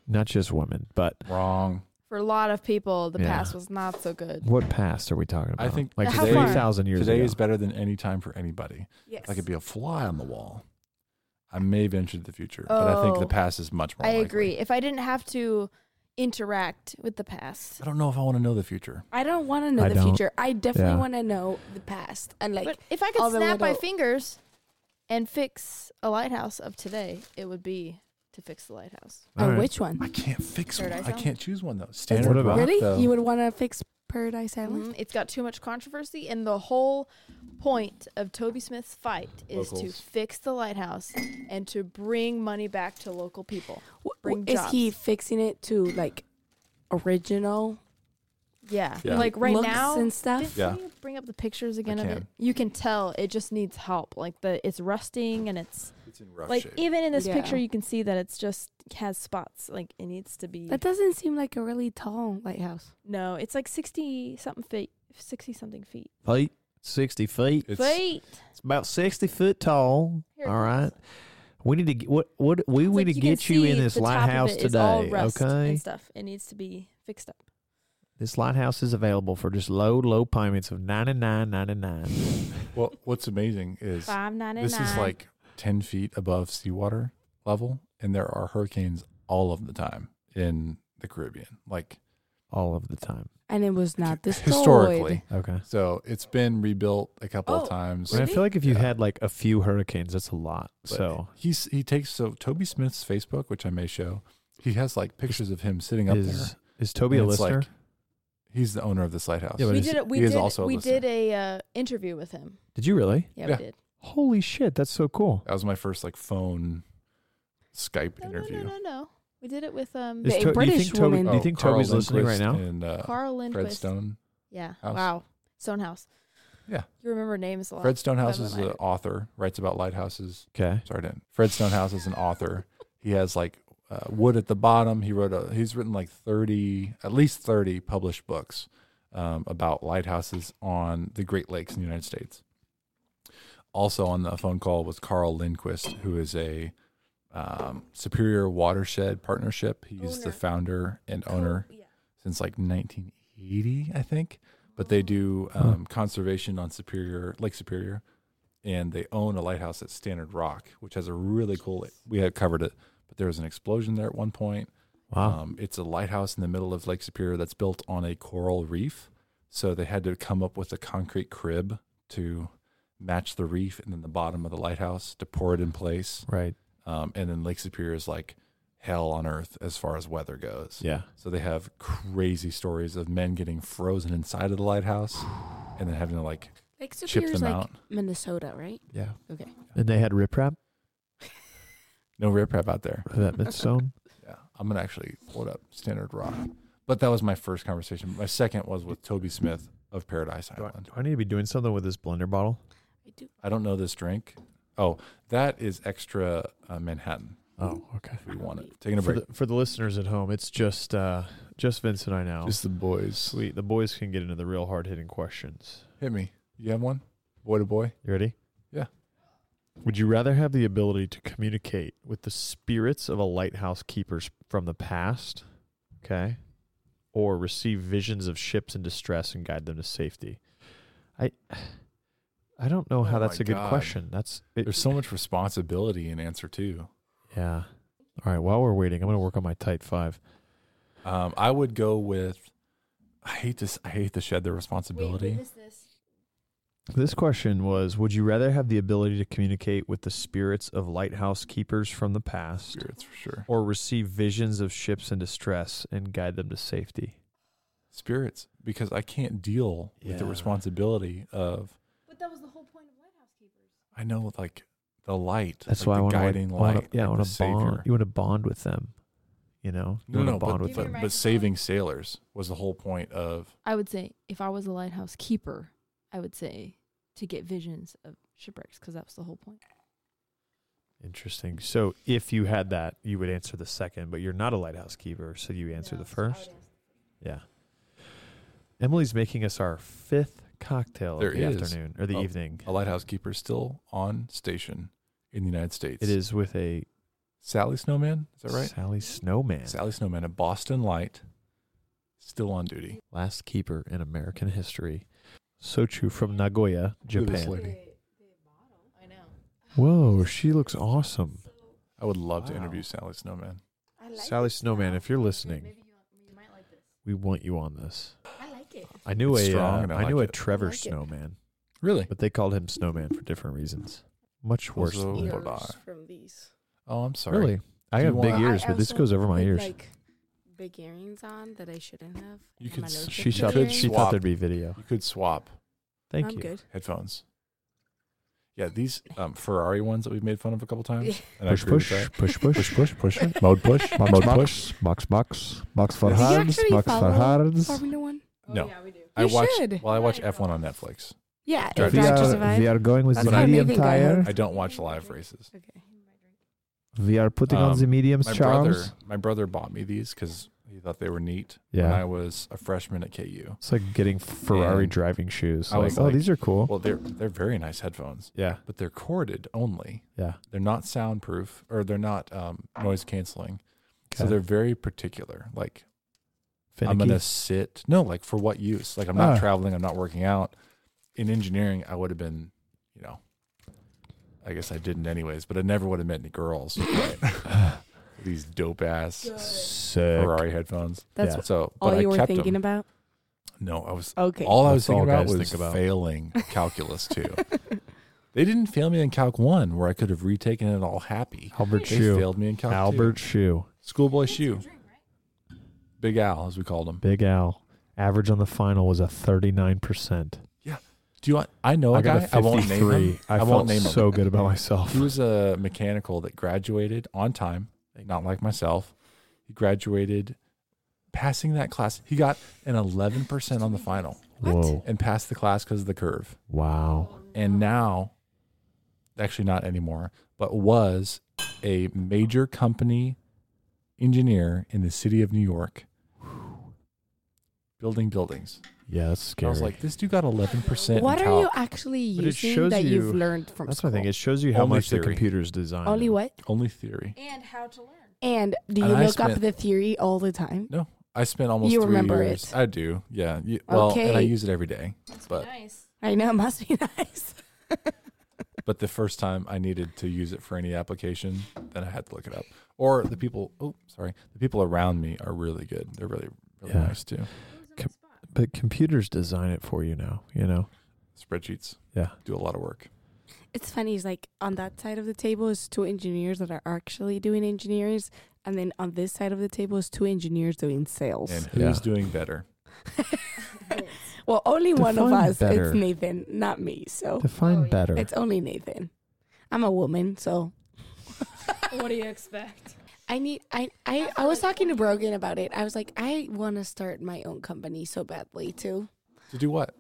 not just women, but Wrong. For a lot of people, the Yeah. past was not so good. what past are we talking I about? think like How three far? thousand years Today ago. is better than any time for anybody. Yes. If I could be a fly on the wall, I may venture to the future, but I think Oh. the past is much more. I likely. agree. If I didn't have to interact with the past, I don't know if I want to know the future. I don't want to know I the don't. future. I definitely Yeah. want to know the past and like but if I all could the snap my little- fingers and fix a lighthouse of today, it would be to fix the lighthouse. All oh, right. which one. I can't fix one. Paradise I Island? can't choose one though. Standard about- rock, Really? though. You would want to fix Paradise Island? Mhm. It's got too much controversy, and the whole point of Toby Smith's fight is Locals. to fix the lighthouse and to bring money back to local people. W- Mm-hmm. Bring is he jobs. fixing it to like original Yeah, Yeah. like right looks now, and stuff? Yeah. Can you bring up the pictures again of it? can. You can tell it just needs help. Like the it's rusting and it's It's in Oh, rough like shape. even in this picture Yeah. you can see that it's just has spots. Like it needs to be That doesn't seem like a really tall lighthouse. no, it's like sixty something feet, sixty something feet. feet, sixty feet. It's- feet. It's about sixty foot tall. Here it all comes. right. We need to get what what we It's need like to you can get you in see this the top of lighthouse it is all today. rust Okay. and stuff. It needs to be fixed up. This lighthouse is available for just low, low payments of ninety nine ninety nine. well, what's amazing is Five ninety nine. this is like ten feet above seawater level, and there are hurricanes all of the time in the Caribbean. Like all of the time. and it was not destroyed. historically. Okay. So it's been rebuilt a couple Oh, of times. I feel like if you Yeah. had like a few hurricanes, that's a lot. But so he's he takes so Toby Smith's Facebook, which I may show. He has like pictures of him sitting up there. is is Toby a And it's listener? like- He's the owner of this lighthouse. Yeah, but we it's- did a, we he did is also a we listener. did a uh, interview with him. Did you really? Yeah, Yeah. we did. Holy shit, that's so cool. that was my first like phone Skype No, interview. No, no, no, no. We did it with um Is Is- a do you British think Toby, woman- do you Oh, think Carl Toby's listening right Lindquist now? And uh, Carl Fred Lindquist. Stone. Yeah. House. Wow. Stonehouse. Yeah. You remember names a lot. Fred Stonehouse is Doesn't an matter. author, writes about lighthouses. Okay. Sorry, I didn't. Fred Stonehouse is an author. He has like uh, wood at the bottom. He wrote a. He's written like thirty, at least thirty published books um, about lighthouses on the Great Lakes in the United States. Also on the phone call was Carl Lindquist, who is a um, Superior Watershed Partnership. He's the Owner. founder and owner Yeah. since like 1980, I think. But they do Huh. um, conservation on Superior Lake Superior, and they own a lighthouse at Standard Rock, which has a really cool. We had covered it, but there was an explosion there at one point. Wow. Um, it's a lighthouse in the middle of Lake Superior that's built on a coral reef, so they had to come up with a concrete crib to match the reef, and then the bottom of the lighthouse to pour it in place. right. Um, and then Lake Superior is like hell on earth as far as weather goes. Yeah. So they have crazy stories of men getting frozen inside of the lighthouse and then having to like Like chip Superior's them like out. Minnesota, right? Yeah. Okay. And they had riprap No rip rap out there. for [LAUGHS] that Midstone. Yeah. I'm gonna actually pull it up. Standard rock. But that was my first conversation. My second was with Toby Smith of Paradise do, I, Island. do I need to be doing something with this blender bottle? I do. I don't know this drink. Oh, that is extra uh, Manhattan. Oh, okay. If we want it. Taking a For break. the, for the listeners at home, it's just uh, just Vince and I now. the boys. Sweet. The boys can get into the real hard hitting questions. Hit me. You have one? Boy to boy? You ready? Yeah. Would you rather have the ability to communicate with the spirits of a lighthouse keepers from the past, okay, or receive visions of ships in distress and guide them to safety? I I don't know how Oh that's my a good God. question. That's it, There's so much responsibility in answer too. yeah. All right. While we're waiting, I'm going to work on my type five. Um, I would go with. I hate to. s- I hate to shed the responsibility. This question was: Would you rather have the ability to communicate with the spirits of lighthouse keepers from the past, Spirits for sure. or receive visions of ships in distress and guide them to safety? Spirits, because I can't deal with the Yeah. responsibility of. But that was the whole point of Lighthouse Keepers. I know, like the light. That's like, why the I want guiding to. light. yeah, I like, want the to bond. You want to bond with them, you know. You No, wanna no, bond but, with You but, them. mean but saving sailors was the whole point of. I would say if I was a lighthouse keeper, I would say to get visions of shipwrecks because that was the whole point. Interesting. So, if you had that, you would answer the second, but you're not a lighthouse keeper, so you answer the first. Yeah. Emily's making us our fifth cocktail There of the is. afternoon or the Oh. evening. A lighthouse keeper still on station in the United States. It is with a Sally Snowman. Is that right? Sally Snowman, Sally Snowman at Boston Light, still on duty. last keeper in American history. Sochu from Nagoya, Look at this Japan. lady. I know. Whoa, she looks awesome. I would love to Wow. interview Sally Snowman. I Sally Snowman, Oh, if you're listening, you, you might like [LAUGHS] this. we want you on this. I like it. I knew It's a strong uh, and I I knew like a it. Trevor like it. Snowman, Really? but they called him Snowman for different reasons. Much worse. Those than are- that. Ears Bye. from these. Oh, I'm sorry. Really, I Do have you big want- ears, but this also goes over my had, ears. Like big earrings on that I shouldn't have. You and could my s- nose she was you thought big. could she swap. thought there'd be video. You could swap Thank I'm you. good. headphones. Yeah, these um, Ferrari ones that we've made fun of a couple times. And I Push agree with push, that. push push push, [LAUGHS] push, mode push, Box, mode box, push. Box, box, box for Did you hands, actually box follow for hands. Formula One. No, yeah, we do. I Oh, You watch. should. Well, I watch F1 on Netflix. Yeah, Drive if We to Drive to are, Survive. we are going with That's the what I medium think I heard. tire. I don't watch live races. Okay. We are putting Um, on the medium My charms. brother, my brother bought me these because he thought they were neat. When I Yeah, was a freshman at KU. it's like getting Ferrari And driving shoes. I like, was oh, like- these are cool. Well, they're they're very nice headphones, yeah, but they're corded only. yeah. They're not soundproof or they're not um, noise canceling. So Okay. they're very particular. Like I'm Finicky. gonna sit. No, like for what use? Like I'm not Ah. traveling. I'm not working out. In engineering, I would have been, [SIGHS] you know, I guess I didn't anyways, but I never would have met any girls. right? these dope ass Sick. Ferrari headphones. That's Yeah. So, but all I you were kept thinking them. about. No, I was Okay. all I That's was thinking all about guys was think about. [LAUGHS] failing calculus too. They didn't fail me in Calc One, where I could have retaken it all happy. Albert They Shoe. failed me in Calc Albert Shoe. Two. Schoolboy Shoe, Big Al, as we called him. Big Al. Average on the final was a 39%. Do you want? I know a I guy. got a I won't name him. 53. I, I felt won't name him. so good about myself. He was a mechanical that graduated on time, not like myself. He graduated passing that class. He got an 11% on the final [LAUGHS] Whoa. and passed the class because of the curve. Wow. And now, actually, not anymore, but was a major company engineer in the city of New York building buildings. Yeah, that's And scary. I was like, this dude got 11%. in What are calc. you actually But it using shows that you, you- have learned from that's my school? thing. It shows you how Only much the theory. computer's designed. Only them. what? Only theory. And how to learn. And do you And I look up spent- the theory all the time? I spent almost You three remember years. it. I do. Yeah. You- well, and I Okay. use it every day. That's But- nice. I know, must be [LAUGHS] nice. But the first time I needed to use it for any application, then I had to look it up. Or the people, oh, sorry, the people around me are really good. They're really, really Yeah. nice too. Com- but computers design it for you now, you know? Spreadsheets Yeah. do a lot of work. It's funny. It's like on that side of the table is two engineers that are actually doing engineers, and then on this side of the table is two engineers doing sales. And Yeah. who's doing better? well, only one of Define us. better. It's Nathan, not me. So Define Oh, yeah. better. it's only Nathan. I'm a woman, so [LAUGHS] what do you expect? I need. I I, I was talking to Brogan about it. I was like, I want to start my own company so badly too. To do what?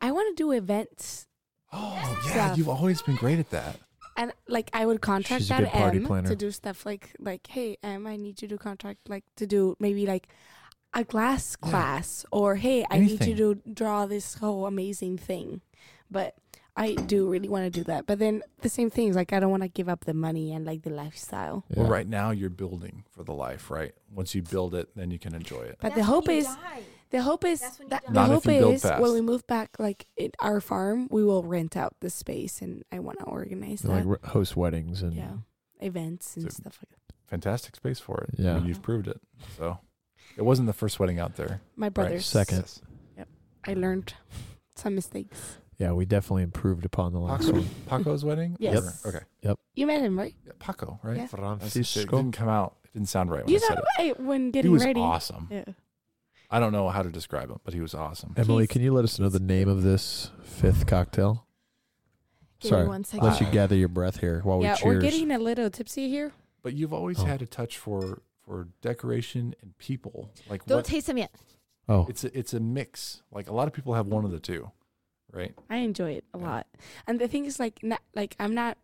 I want to do events, Oh, yeah. Stuff. You've always been great at that. and like I would contract She's a that good party M planner. to do stuff like like Hey M, I need you to contract like to do maybe like a glass Yeah. class, or Hey, I Anything. need you to draw this whole amazing thing. But I do really want to do that. But then the same thing is like I don't want to give up the money and like the lifestyle. Yeah. Well, right now you're building for the life, right? Once you build it, then you can enjoy it. But the hope is The hope is That's when you that die. the Not if hope you build is fast. when we move back, like it, our farm, we will rent out the space, and I want to organize They, like that. re- host weddings and yeah, events and So- stuff like that. Fantastic space for it. Yeah. I mean, you've proved it. So it wasn't the first wedding out there. My brother's Second. Yes. I learned some mistakes. yeah, we definitely improved upon the last Paco, one. Paco's wedding? Yes. Or- Okay. You met him, right? Yeah, Paco, right? Yeah. That's- It didn't come out. It didn't sound right when you I said thought it. I, when he getting was ready. awesome. Yeah. I don't know how to describe him, but he was awesome. Emily, He's- can you let us know the name of this fifth cocktail? Give Sorry. me one second. Let you Uh, gather your breath here Oh, while yeah, we cheers. we're getting a little tipsy here. But you've always Oh. had a touch for for decoration and people. Like Don't what taste them yet. oh, it's a, it's a mix. Like a lot of people have one of the two, right? I enjoy it a Yeah. lot, and the thing is, like, not, like I'm not,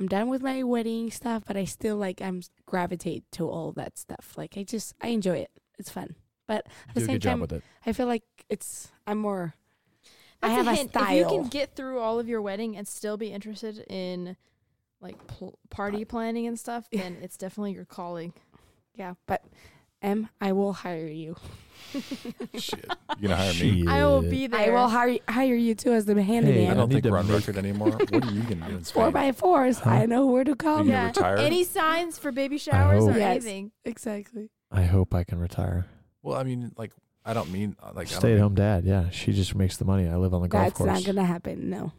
I'm done with my wedding stuff, but I still like I'm gravitate to all that stuff. Like I just I enjoy it. It's fun. But at the you did a same good job time, with it. I feel like it's I'm more. I That's have a, hint. style. If you can get through all of your wedding and still be interested in like pl- party planning and [LAUGHS] stuff, then it's definitely your calling. yeah, but M, I will hire you. [LAUGHS] Shit. You're gonna hire me? [LAUGHS] I will be I there. will hire hire you too as the Hey, I I handyman. don't need think to we're on make- record anymore. What are you gonna do in [LAUGHS] Four Spain? by fours. Huh? I know where to Are call. you [LAUGHS] gonna retire? Any signs for baby showers hope- or Yes. anything? Exactly. I hope I can retire. well, I mean, like I don't mean uh, like I Stay don't at home dad. Yeah, she just makes the money. I live on the golf That's course. not gonna happen. No.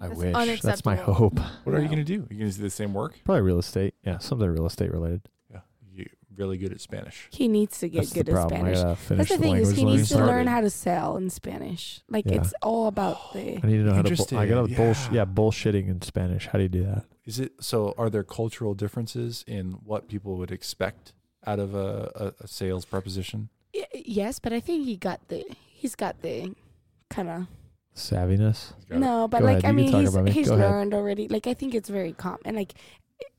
I That's wish. That's my unacceptable. hope. [LAUGHS] What are you No. gonna do? Are you gonna do the same work? Probably real estate. Yeah, something real estate related. Yeah. You really good at Spanish. He needs to get That's good the at problem. Spanish. I gotta finish That's the the thing is language he needs to learning. started. learn how to sell in Spanish. Like Yeah. it's all about the I need to know how to. Bull- I Interesting, gotta bullsh- yeah. yeah, bullshitting in Spanish. How do you do that? Is it so? Are there cultural differences in what people would expect out of a, a, a sales preposition? Y- yes, but I think he got the he's got the kind of Savviness. No, but Go like ahead. I You can mean, talk he's about me. he's Go ahead. learned already. Like I think it's very common. And like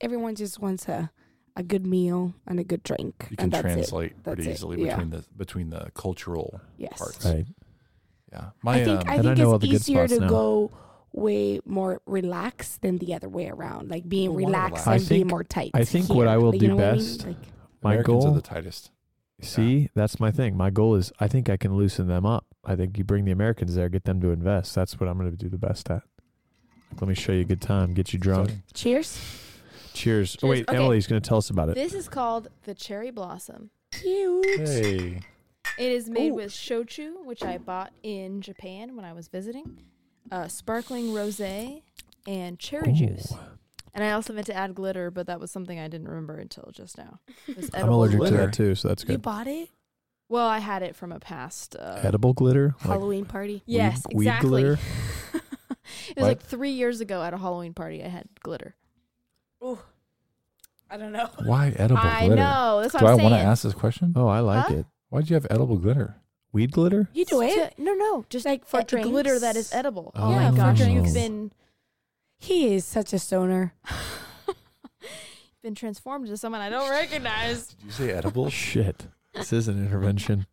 everyone just wants a a good meal and a good drink, You can and that's translate That's pretty it, easily yeah. between the between the cultural. it. Yes, parts. Right. Yeah, I my think um, I And I think know all it's the good easier spots to now. go way more relaxed than the other way around. Like being Well, why relaxed relaxed? I and being think- more tight. I think what I will Like, do you know what I mean? best- Like, My Americans goal- are the tightest. See, that's my thing. My goal is I think I can loosen them up. I think you bring the Americans there, get them to invest. That's what I'm going to do the best at. Like, let me show you a good time, get you drunk. Exciting. cheers. Cheers. Oh, Cheers. wait, Okay. Emily's going to tell us about it. This is called the cherry blossom. Cute. Hey. It is made Ooh. with shochu, which I bought in Japan when I was visiting, uh, sparkling rosé, and cherry juice. And I also meant to add glitter, but that was something I didn't remember until just now. It was I'm edible allergic glitter. to glitter. that too, so that's You good. bought it? Well, I had it from a past. Uh, Edible glitter? Like Halloween party. yes, weed, Weed exactly. glitter? it was What? like three years ago at a Halloween party. I had glitter. I don't know. Why edible I glitter? know. That's what Do I I'm want to saying. ask this question? Oh, I like Huh? it. Why'd you have edible glitter? Weed glitter? You do it. To- no, no, just Like like for for glitter that drinks? is edible. Oh Oh, Yeah, my for gosh, drinks. you've been He is such a stoner. been transformed into someone I don't recognize. Did you say edible? [LAUGHS] Shit. This is an intervention.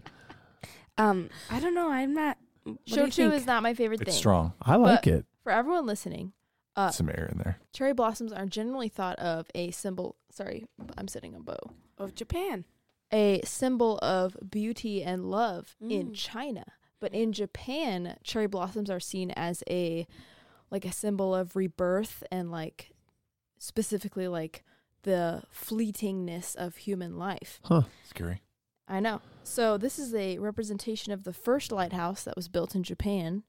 Um, I don't know. I'm not. [LAUGHS] What do you Shochu think? is not my favorite It's thing. strong. I like it. For everyone listening, Uh, Some air in there. cherry blossoms are generally thought of a symbol. Sorry, I'm setting a bow. of Japan. A symbol of beauty and love in Mm. China, but in Japan, cherry blossoms are seen as a like a symbol of rebirth and like specifically like the fleetingness of human life. Scary. I know. So this is a representation of the first lighthouse that was built in Japan,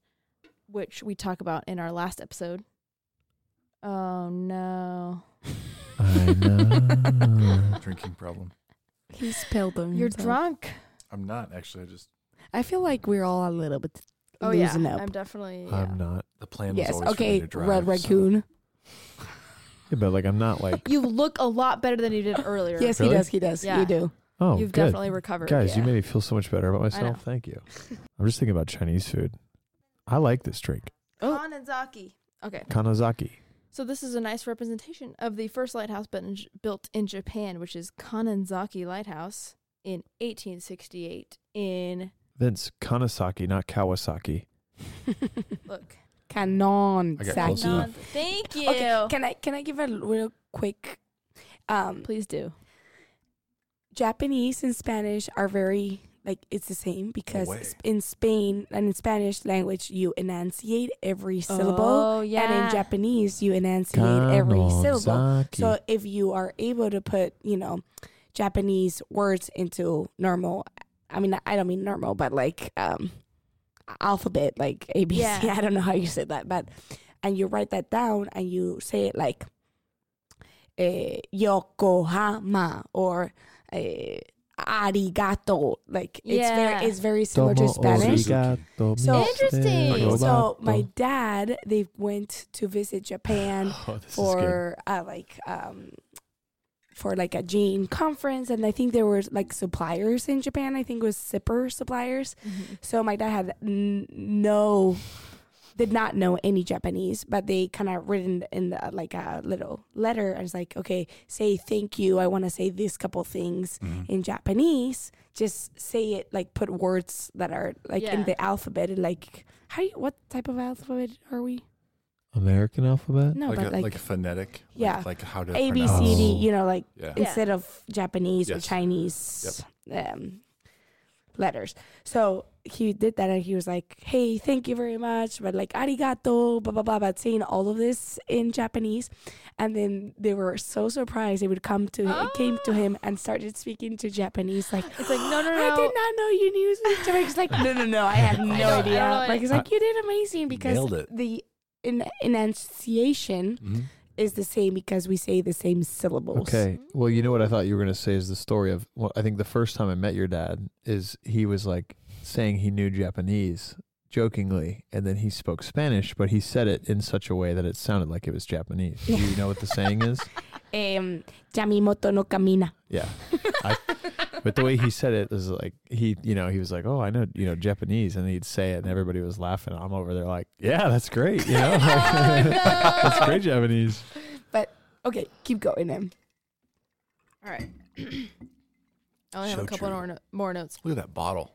which we talk about in our last episode. Oh no. I know. Drinking problem. He spelled them. You're drunk. I'm not actually. I just I feel like we're all a little bit Oh yeah. losing up. I'm definitely [LAUGHS] yeah. I'm not. the plan yes. was always for me Okay. to drive. Red so- raccoon. Yeah, but like I'm not like You look a lot better than you did earlier. Yes, Really? he does. He does. Yeah. You do. oh [LAUGHS] You've good. definitely recovered. guys, you yeah. made me feel so much better about know. myself. Thank [LAUGHS] you. I'm just thinking about Chinese food. I like this drink, Oh. Kanazaki. Okay. Kanazaki. So this is a nice representation of the first lighthouse built in, built in Japan, which is Kanazaki Lighthouse in 1868 in Vince Kanasaki, not Kawasaki. [LAUGHS] [LAUGHS] look. Canon I got close Saki. enough. Kanan- Thank you. Okay, Can I can I give a real quick? Um, Please do. Japanese and Spanish are very like it's the same because way. sp- in Spain and in Spanish language you enunciate every syllable, Oh yeah. and in Japanese you enunciate every syllable. So if you are able to put, you know, Japanese words into normal, I mean, I don't mean normal, but like um, alphabet, like ABC. Yeah. I don't know how you say that, but and you write that down and you say it like eh, Yokohama or eh, arigato. Like it's Yeah. very it's very similar to Spanish. So- Interesting. So my dad, they went to visit Japan oh, this for uh, like um for like a Jane conference, and I think there were like suppliers in Japan. I think it was Zipper suppliers. Mm-hmm. So my dad had n- no, did not know any Japanese, but they kind of written in the, like a little letter. I was like, okay, say thank you. I want to say these couple things Mm-hmm. in Japanese. Just say it like put words that are like in Yeah. the alphabet. And, like how you, what type of alphabet are we? good. American alphabet. No, Like, but a, like, phonetic. like- Yeah. Like, how to A B pronounce. C D. Oh. You know, like Yeah. Yeah. instead of Japanese or Yes. Chinese um, letters. So he did that and he was like, hey, thank you very much, but like arigato, blah, blah, blah, but saying all of this in Japanese. And then they were so surprised. They would come to, it came to him and started speaking to Japanese like, It's like, no, no, I no. did not know you knew speak Japanese. He's like, no, no, no, I had no don't- I idea. don't know Like, he's like, you did amazing because Nailed it. the en- enunciation Mhm. is the same because we say the same syllables. Okay. Well, you know what I thought you were going to say is the story of. Well, I think the first time I met your dad is he was like saying he knew Japanese jokingly, and then he spoke Spanish, but he said it in such a way that it sounded like it was Japanese. Do you know what the saying [LAUGHS] is? um, Yamimoto no Kamina. Yeah. I, but the way he said it is like he, you know, he was like, "Oh, I know, you know, Japanese," and he'd say it, and everybody was laughing. I'm over there like, "Yeah, that's great," you know, [LAUGHS] Oh, [LAUGHS] no. that's great Japanese. Okay, keep going then. All right. I only have So a couple true. more, no- more notes. Look at that bottle.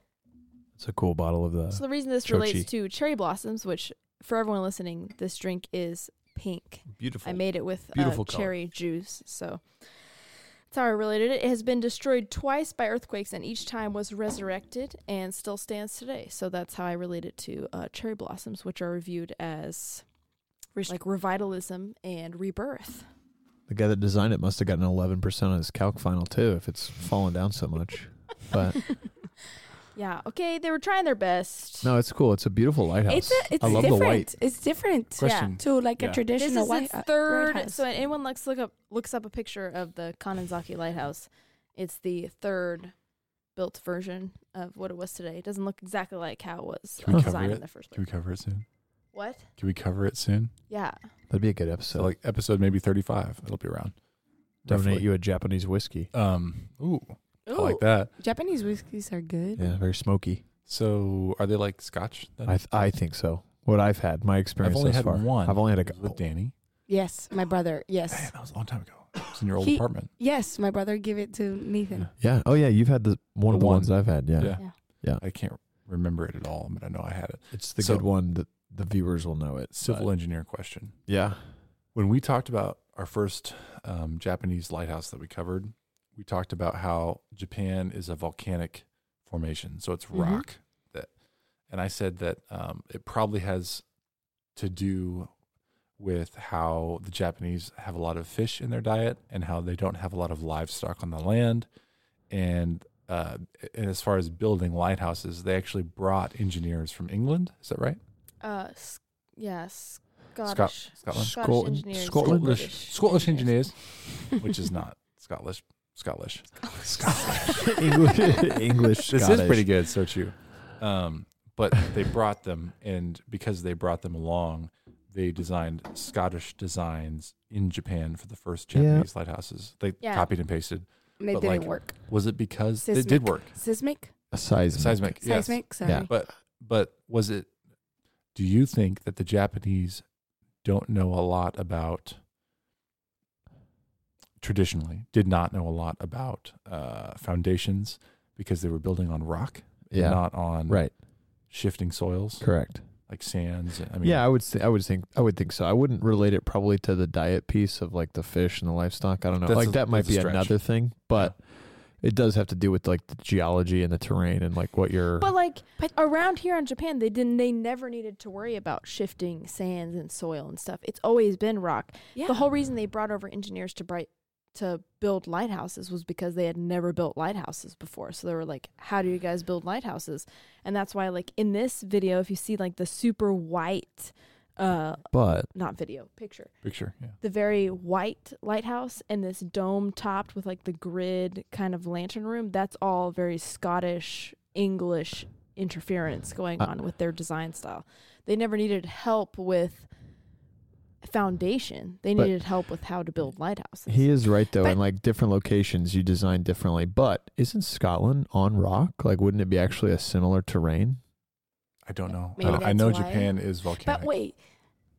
It's a cool bottle of So the. the reason this Chochi. relates to cherry blossoms, which for everyone listening, this drink is pink. Beautiful. I made it with uh, Beautiful color. cherry juice, so that's how I related it. It has been destroyed twice by earthquakes, and each time was resurrected and still stands today. So that's how I relate it to uh, cherry blossoms, which are reviewed as like revitalism and rebirth. The guy that designed it must have gotten eleven percent on his calc final too, if it's fallen down so much. But Yeah. Okay. They were trying their best. no, it's cool. It's a beautiful lighthouse. It's a, it's I love different. the white. It's different Question. to like Yeah. a This traditional is white its uh, third. lighthouse. So anyone looks look up looks up a picture of the Kanazaki Lighthouse. It's the third built version of what it was today. It doesn't look exactly like how it was Can we cover designed it? in the first Can place. we cover it soon? What? Can we cover it soon? Yeah. That'd be a good episode. So like episode maybe thirty five. It'll be around. Donate Roughly. you a Japanese whiskey. Um. Ooh, I Ooh, like that. Japanese whiskeys are good. Yeah, very smoky. So are they like Scotch? Then? I th- I think so. What I've had, my experience I've only thus had far. one. I've only had a It was with couple. Danny. Yes, my brother. Yes, Man, that was a long time ago. It was in your old He- apartment. yes, my brother gave it to [LAUGHS] Nathan. Yeah. Oh yeah, you've had the one The of the one. ones I've had. Yeah. Yeah. Yeah. Yeah. I can't remember it at all, but I know I had it. It's the So- good one that the viewers will know it. Civil but- engineer question. yeah. When we talked about our first um, Japanese lighthouse that we covered, we talked about how Japan is a volcanic formation, so it's Mhm. rock. That, and I said that um, it probably has to do with how the Japanese have a lot of fish in their diet and how they don't have a lot of livestock on the land. And, uh, and as far as building lighthouses, they actually brought engineers from England. Is that right? Uh. S- yeah. Scottish. Scotland. Scottish Scotland- engineers. Scotland- British Scottish engineers, which is not Scottish. Scottish. Scottish. [LAUGHS] English. English. This Scottish. is pretty good, so true. Um, but they brought them, and because they brought them along, they designed Scottish designs in Japan for the first Yeah. Japanese lighthouses. They Yeah. copied and pasted. And they But, didn't like, work. Was it because they Seismic. did work? Seismic, A seismic. Seismic. Yes. seismic. Sorry. Yeah. But but was it? Do you think that the Japanese don't know a lot about traditionally did not know a lot about uh, foundations because they were building on rock, and Yeah. not on Right. shifting soils Correct. like sands. I mean, yeah, I would. Th- I would think. I would think so. I wouldn't relate it probably to the diet piece of like the fish and the livestock. I don't know. That's like a- that might that's a be stretch. another thing, but it does have to do with like the geology and the terrain and like what you're. But like around here in Japan, they didn't. They never needed to worry about shifting sands and soil and stuff. It's always been rock. Yeah. The whole reason they brought over engineers to bright to build lighthouses was because they had never built lighthouses before. So they were like, "How do you guys build lighthouses?" And that's why, like in this video, if you see like the super white, uh, but not video picture, picture. Yeah. the very white lighthouse and this dome topped with like the grid kind of lantern room that's all very scottish english interference going Uh, on with their design style they never needed help with foundation they But- needed help with how to build lighthouses he is right though. But- in like different locations, you design differently. But isn't Scotland on rock? Like, wouldn't it be actually a similar terrain? I don't know. Maybe I, I that's know why. Japan is volcanic. But wait,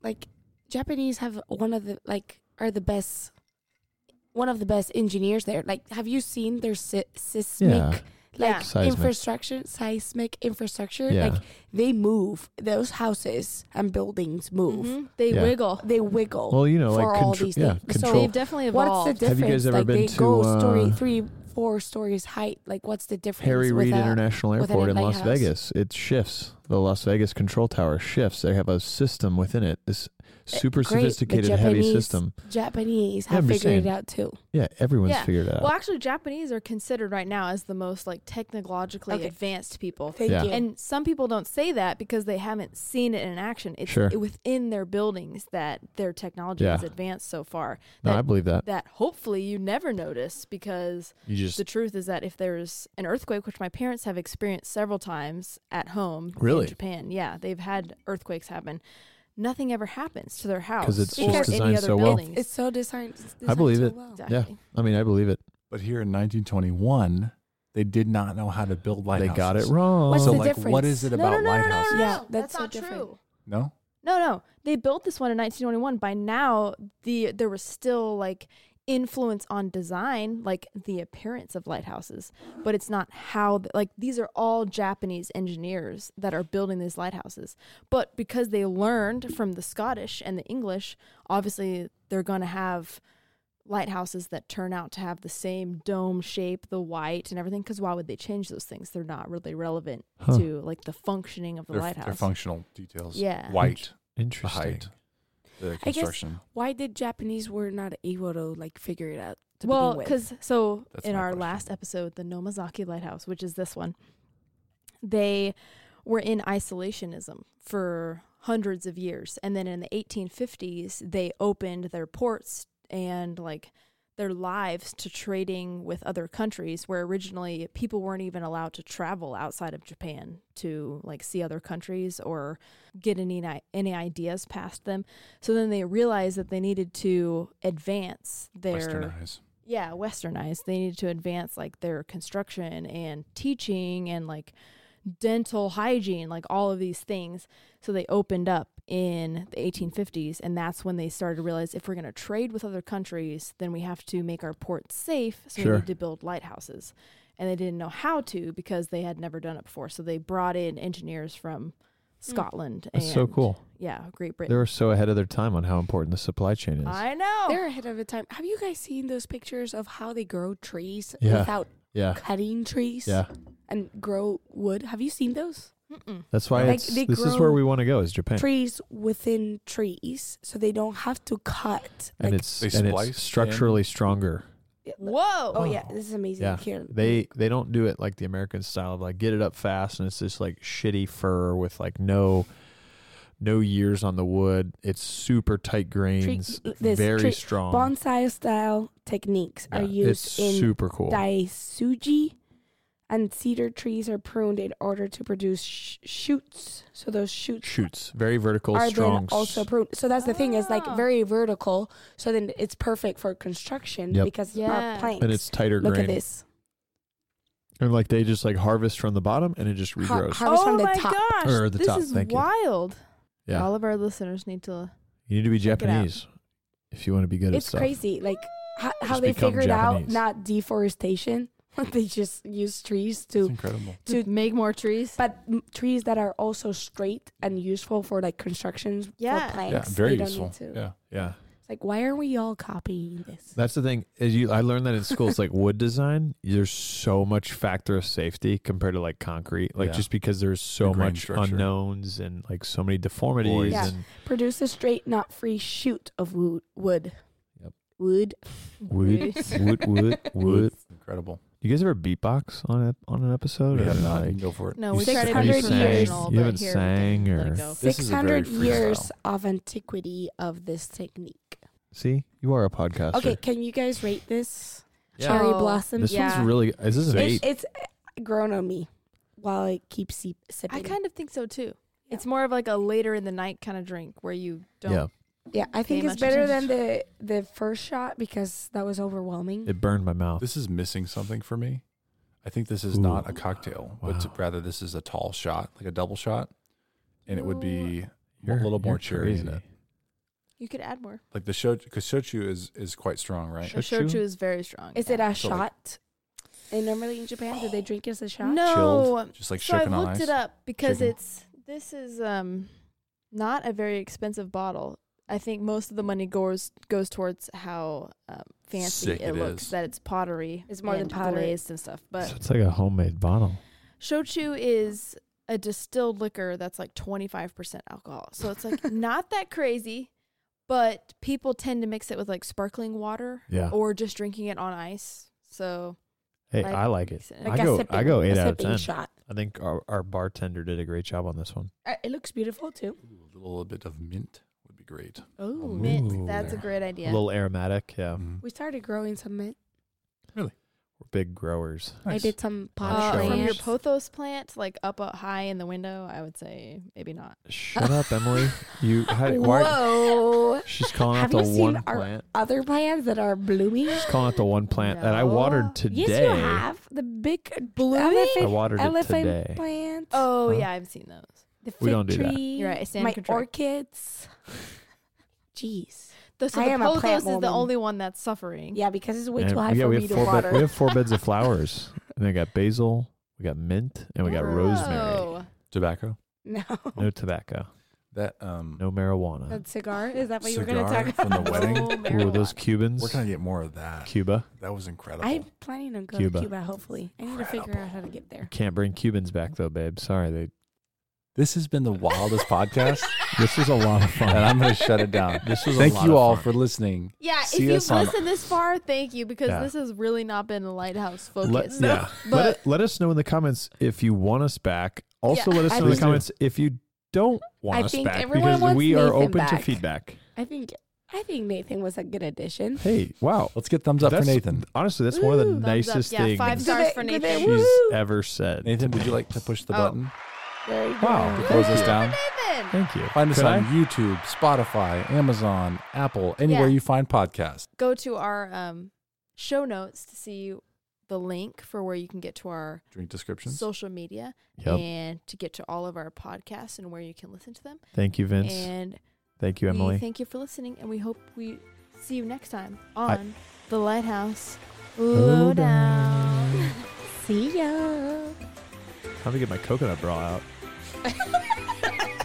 like Japanese have one of the like are the best, one of the best engineers there. Like, have you seen their si- seismic Yeah. like Seismic. infrastructure, seismic infrastructure? Yeah. Like they move those houses and buildings move. Mhm. they Yeah. wiggle They wiggle. Well, you know, For like all contr- these yeah, things. So control. they've definitely what's the evolved Have difference? you guys ever like been they to, go uh, story three, four stories height. Like, what's the difference? Harry with Reid a- International with an Airport in Las lighthouse. Vegas. It shifts. The Las Vegas control tower shifts. They have a system within it. This super Uh, great, the sophisticated heavy Japanese- system. Japanese Yeah, have I'm just figured it saying. out too. Yeah, everyone's Yeah. figured it out. well actually japanese are considered right now as the most like technologically Okay. advanced people Thank Yeah. you. And some people don't say that because they haven't seen it in action. It's Sure. within their buildings that their technology Yeah. has advanced so far no, that, I believe that. that hopefully you never notice because You just the truth is that if there's an earthquake, which my parents have experienced several times at home Really? in Japan, yeah, they've had earthquakes happen. Nothing ever happens to their house 'Cause it's or just any designed other so well. buildings. It's so designed. it's I believe designed so it. well. yeah. exactly. I mean, I believe it. But here in 1921, they did not know how to build lighthouses. They got it wrong. What's so, the like, what difference? is it No, about no, no, no, no, lighthouses? no, no, Yeah, that's, that's so not different. true. No? No, no. They built this one in 1921. By now, the there was still like influence on design, like the appearance of lighthouses, but it's not how th- like these are all Japanese engineers that are building these lighthouses. But because they learned from the Scottish and the English, obviously they're going to have lighthouses that turn out to have the same dome shape, the white and everything cuz why would they change those things? They're not really relevant Huh. to like the functioning of the They're, they're lighthouse. functional details. Yeah. White, the Interesting. height. the I guess- construction. Why did Japanese were not able to like figure it out? To well, begin with? because so That's in my our question. last episode, the Nomazaki Lighthouse, which is this one, they were in isolationism for hundreds of years, and then in the 1850s, they opened their ports and like their lives to trading with other countries where originally people weren't even allowed to travel outside of Japan to like see other countries or get any ni- any ideas past them so then they realized that they needed to advance their Westernize. yeah, westernized. They needed to advance like their construction and teaching and like dental hygiene, like all of these things. So they opened up in the 1850s and that's when they started to realize if we're going to trade with other countries, then we have to make our ports safe, so Sure. we need to build lighthouses. And they didn't know how to because they had never done it before. So they brought in engineers from Scotland That's and so cool. Yeah, Great They Britain. were so ahead of their time on how important the supply chain is. I know. they're ahead of the time. Have you guys seen those pictures of how they grow trees Yeah. without yeah, cutting trees yeah. and grow wood? Have you seen those? Mm-mm. That's why Like, it's, they this is grow where we want to go is Japan, Trees within trees, so they don't have to cut. and like- it's They and splice in. it's structurally stronger. Whoa. oh yeah, this is amazing. Yeah. Here, They they don't do it like the American style of like get it up fast and it's just like shitty fur with like no no years on the wood. It's super tight grains, this very tree- strong. bonsai style techniques are um, Yeah, used it's in super cool. daisuji, and cedar trees are pruned in order to produce sh- shoots. So those shoots Shoots very vertical, are strong. then also s- pruned. So that's the thing is like Ah. very vertical. So then it's perfect for construction Yep. because it's Yeah. not planks. and it's tighter Look at grain. this. And like they just like harvest from the bottom and it just Har- regrows. harvest from the Oh my top. gosh. Or the this top, is thank you. wild. Yeah. All of our listeners need to. you need to be check it out. Japanese if you want to be good It's at stuff. crazy. Like how, how Just they become figured out Japanese. not deforestation. [LAUGHS] they just use trees It's to, incredible. to make more trees. but m- trees that are also straight and useful for like constructions Yeah. for Yeah, planks. very They don't useful. need to- Yeah. Yeah. It's like why are we all copying this? That's the thing. Is you I learned that in school. [LAUGHS] It's like wood design. There's so much factor of safety compared to like concrete. Like Yeah. just because there's so The grain much structure. unknowns and like so many deformities. Voids. Yeah. And Produce a straight, not free shoot of wood. Wood. Yep. Wood. [LAUGHS] wood, wood, [LAUGHS] wood, [LAUGHS] wood. Incredible. You guys ever beatbox on a, on an episode? We or have not. like- Go for it. No, You we tried to sang- be you sang. professional. You but haven't here we sang didn't let or- it go. This is a very 600 years freestyle. of antiquity of this technique. See, you are a podcaster. Okay, can you guys rate this? Yeah. Cherry Oh, blossom. This Yeah. one's really. Is this an It- eight? it's grown on me while it keeps sip- sipping. I kind of think so too. Yeah. It's more of like a later in the night kind of drink where you don't. Yeah. yeah, I think pay it's much better than the the first shot because that was overwhelming. It burned my mouth. This is missing something for me. I think this is Ooh. not a cocktail, but Wow. but rather this is a tall shot, like a double shot, and it would be a You're- little more you're cherry in crazy. it. You could add more. Like the shochu, because shochu is is quite strong, right? Sure. The Shochu? shochu is very strong. Is yeah. it a So, like- shot? and normally in Japan, do they drink it as a shot? No. [GASPS] Just like so I've shaken on looked ice. it up because Chicken. it's this is um not a very expensive bottle. I think most of the money goes goes towards how um, fancy Sick it, it looks. is. That it's pottery. It's more than and pottery. glazed and stuff. But So it's like a homemade bottle. Shochu is a distilled liquor that's like 25% alcohol. So [LAUGHS] it's like not that crazy, but people tend to mix it with like sparkling water Uh. Yeah. Oh, or just drinking it on ice. So Hey, like- I like it. Like I a go. I sipping- go eight a out of sipping ten. Shot. I think our, our bartender did a great job on this one. Uh, It looks beautiful too. Ooh, a little bit of mint would be great. Oh, mint, Ooh. that's a great A idea. little aromatic. Yeah, Mhm. We started growing some mint. we're big growers. I Nice. did some pot Uh, Sure. from your plants. pothos plant, like up, up high in the window, I would say maybe not. Shut up, [LAUGHS] Emily. You. How, why, Whoa! she's calling out Have the you seen one our- plant. Other plants that are blooming. She's calling out the one plant that I watered today. Yes, you have the big blue I elephant, watered it elephant today. plant. Oh Huh? yeah, I've seen those. the fig we don't do that. tree, You're right. I stand my control. [LAUGHS] orchids. Jeez. The, so I the am a pothos plant is woman. the only one that's suffering. Yeah, because it's way And- too high yeah, for we me have to four bed- water. we have four beds of flowers, and they got basil, we got mint, and we got rosemary. Whoa. tobacco. [LAUGHS] no. [LAUGHS] No tobacco, That um. no marijuana. That cigar? Is that what you were going to Cigar talk from about? the [LAUGHS] wedding? Oh, Ooh, those marijuana. Cubans. Where can I get more of that? Cuba. That was incredible. I'm planning on going Cuba. to Cuba, hopefully. I need to figure out how to get there. Can't bring Cubans back though, babe. Sorry, they This has been the wildest [LAUGHS] podcast, This is [LAUGHS] a lot of and fun. I'm going to shut it down. [LAUGHS] This was a Thank lot you of all fun. for listening. Yeah, See if us you've on- listened this far, thank you because Yeah. this has really not been a lighthouse Let, focus. yeah. let, but- it, let us know in the comments if you want us back. Also, Yeah. let us I know in the think- comments if you don't want I us think back everyone because wants we are Nathan open to back. feedback. I think I think Nathan was a good addition. Hey, wow. Let's get thumbs up That's- for Nathan. Honestly, that's one of the Ooh, thumbs up. nicest Yeah, things five Give stars it- for give it- Nathan. she's Woo. ever said. Nathan, to would me. you like to push the Oh. button Very good. to close Thank us you. down? Nathan! Thank you. Find us Could on I? YouTube, Spotify, Amazon, Apple, anywhere Yeah. you find podcasts. go to our um, show notes to see the link for where you can get to our Drink descriptions. social media Yep. and to get to all of our podcasts and where you can listen to them. Thank you, Vince. And Thank you, we Emily. thank you for listening, and we hope we see you next time I- on the Lighthouse Lowdown. [LAUGHS] Lowdown. See ya. [LAUGHS] Time to get my coconut bra out. See ya.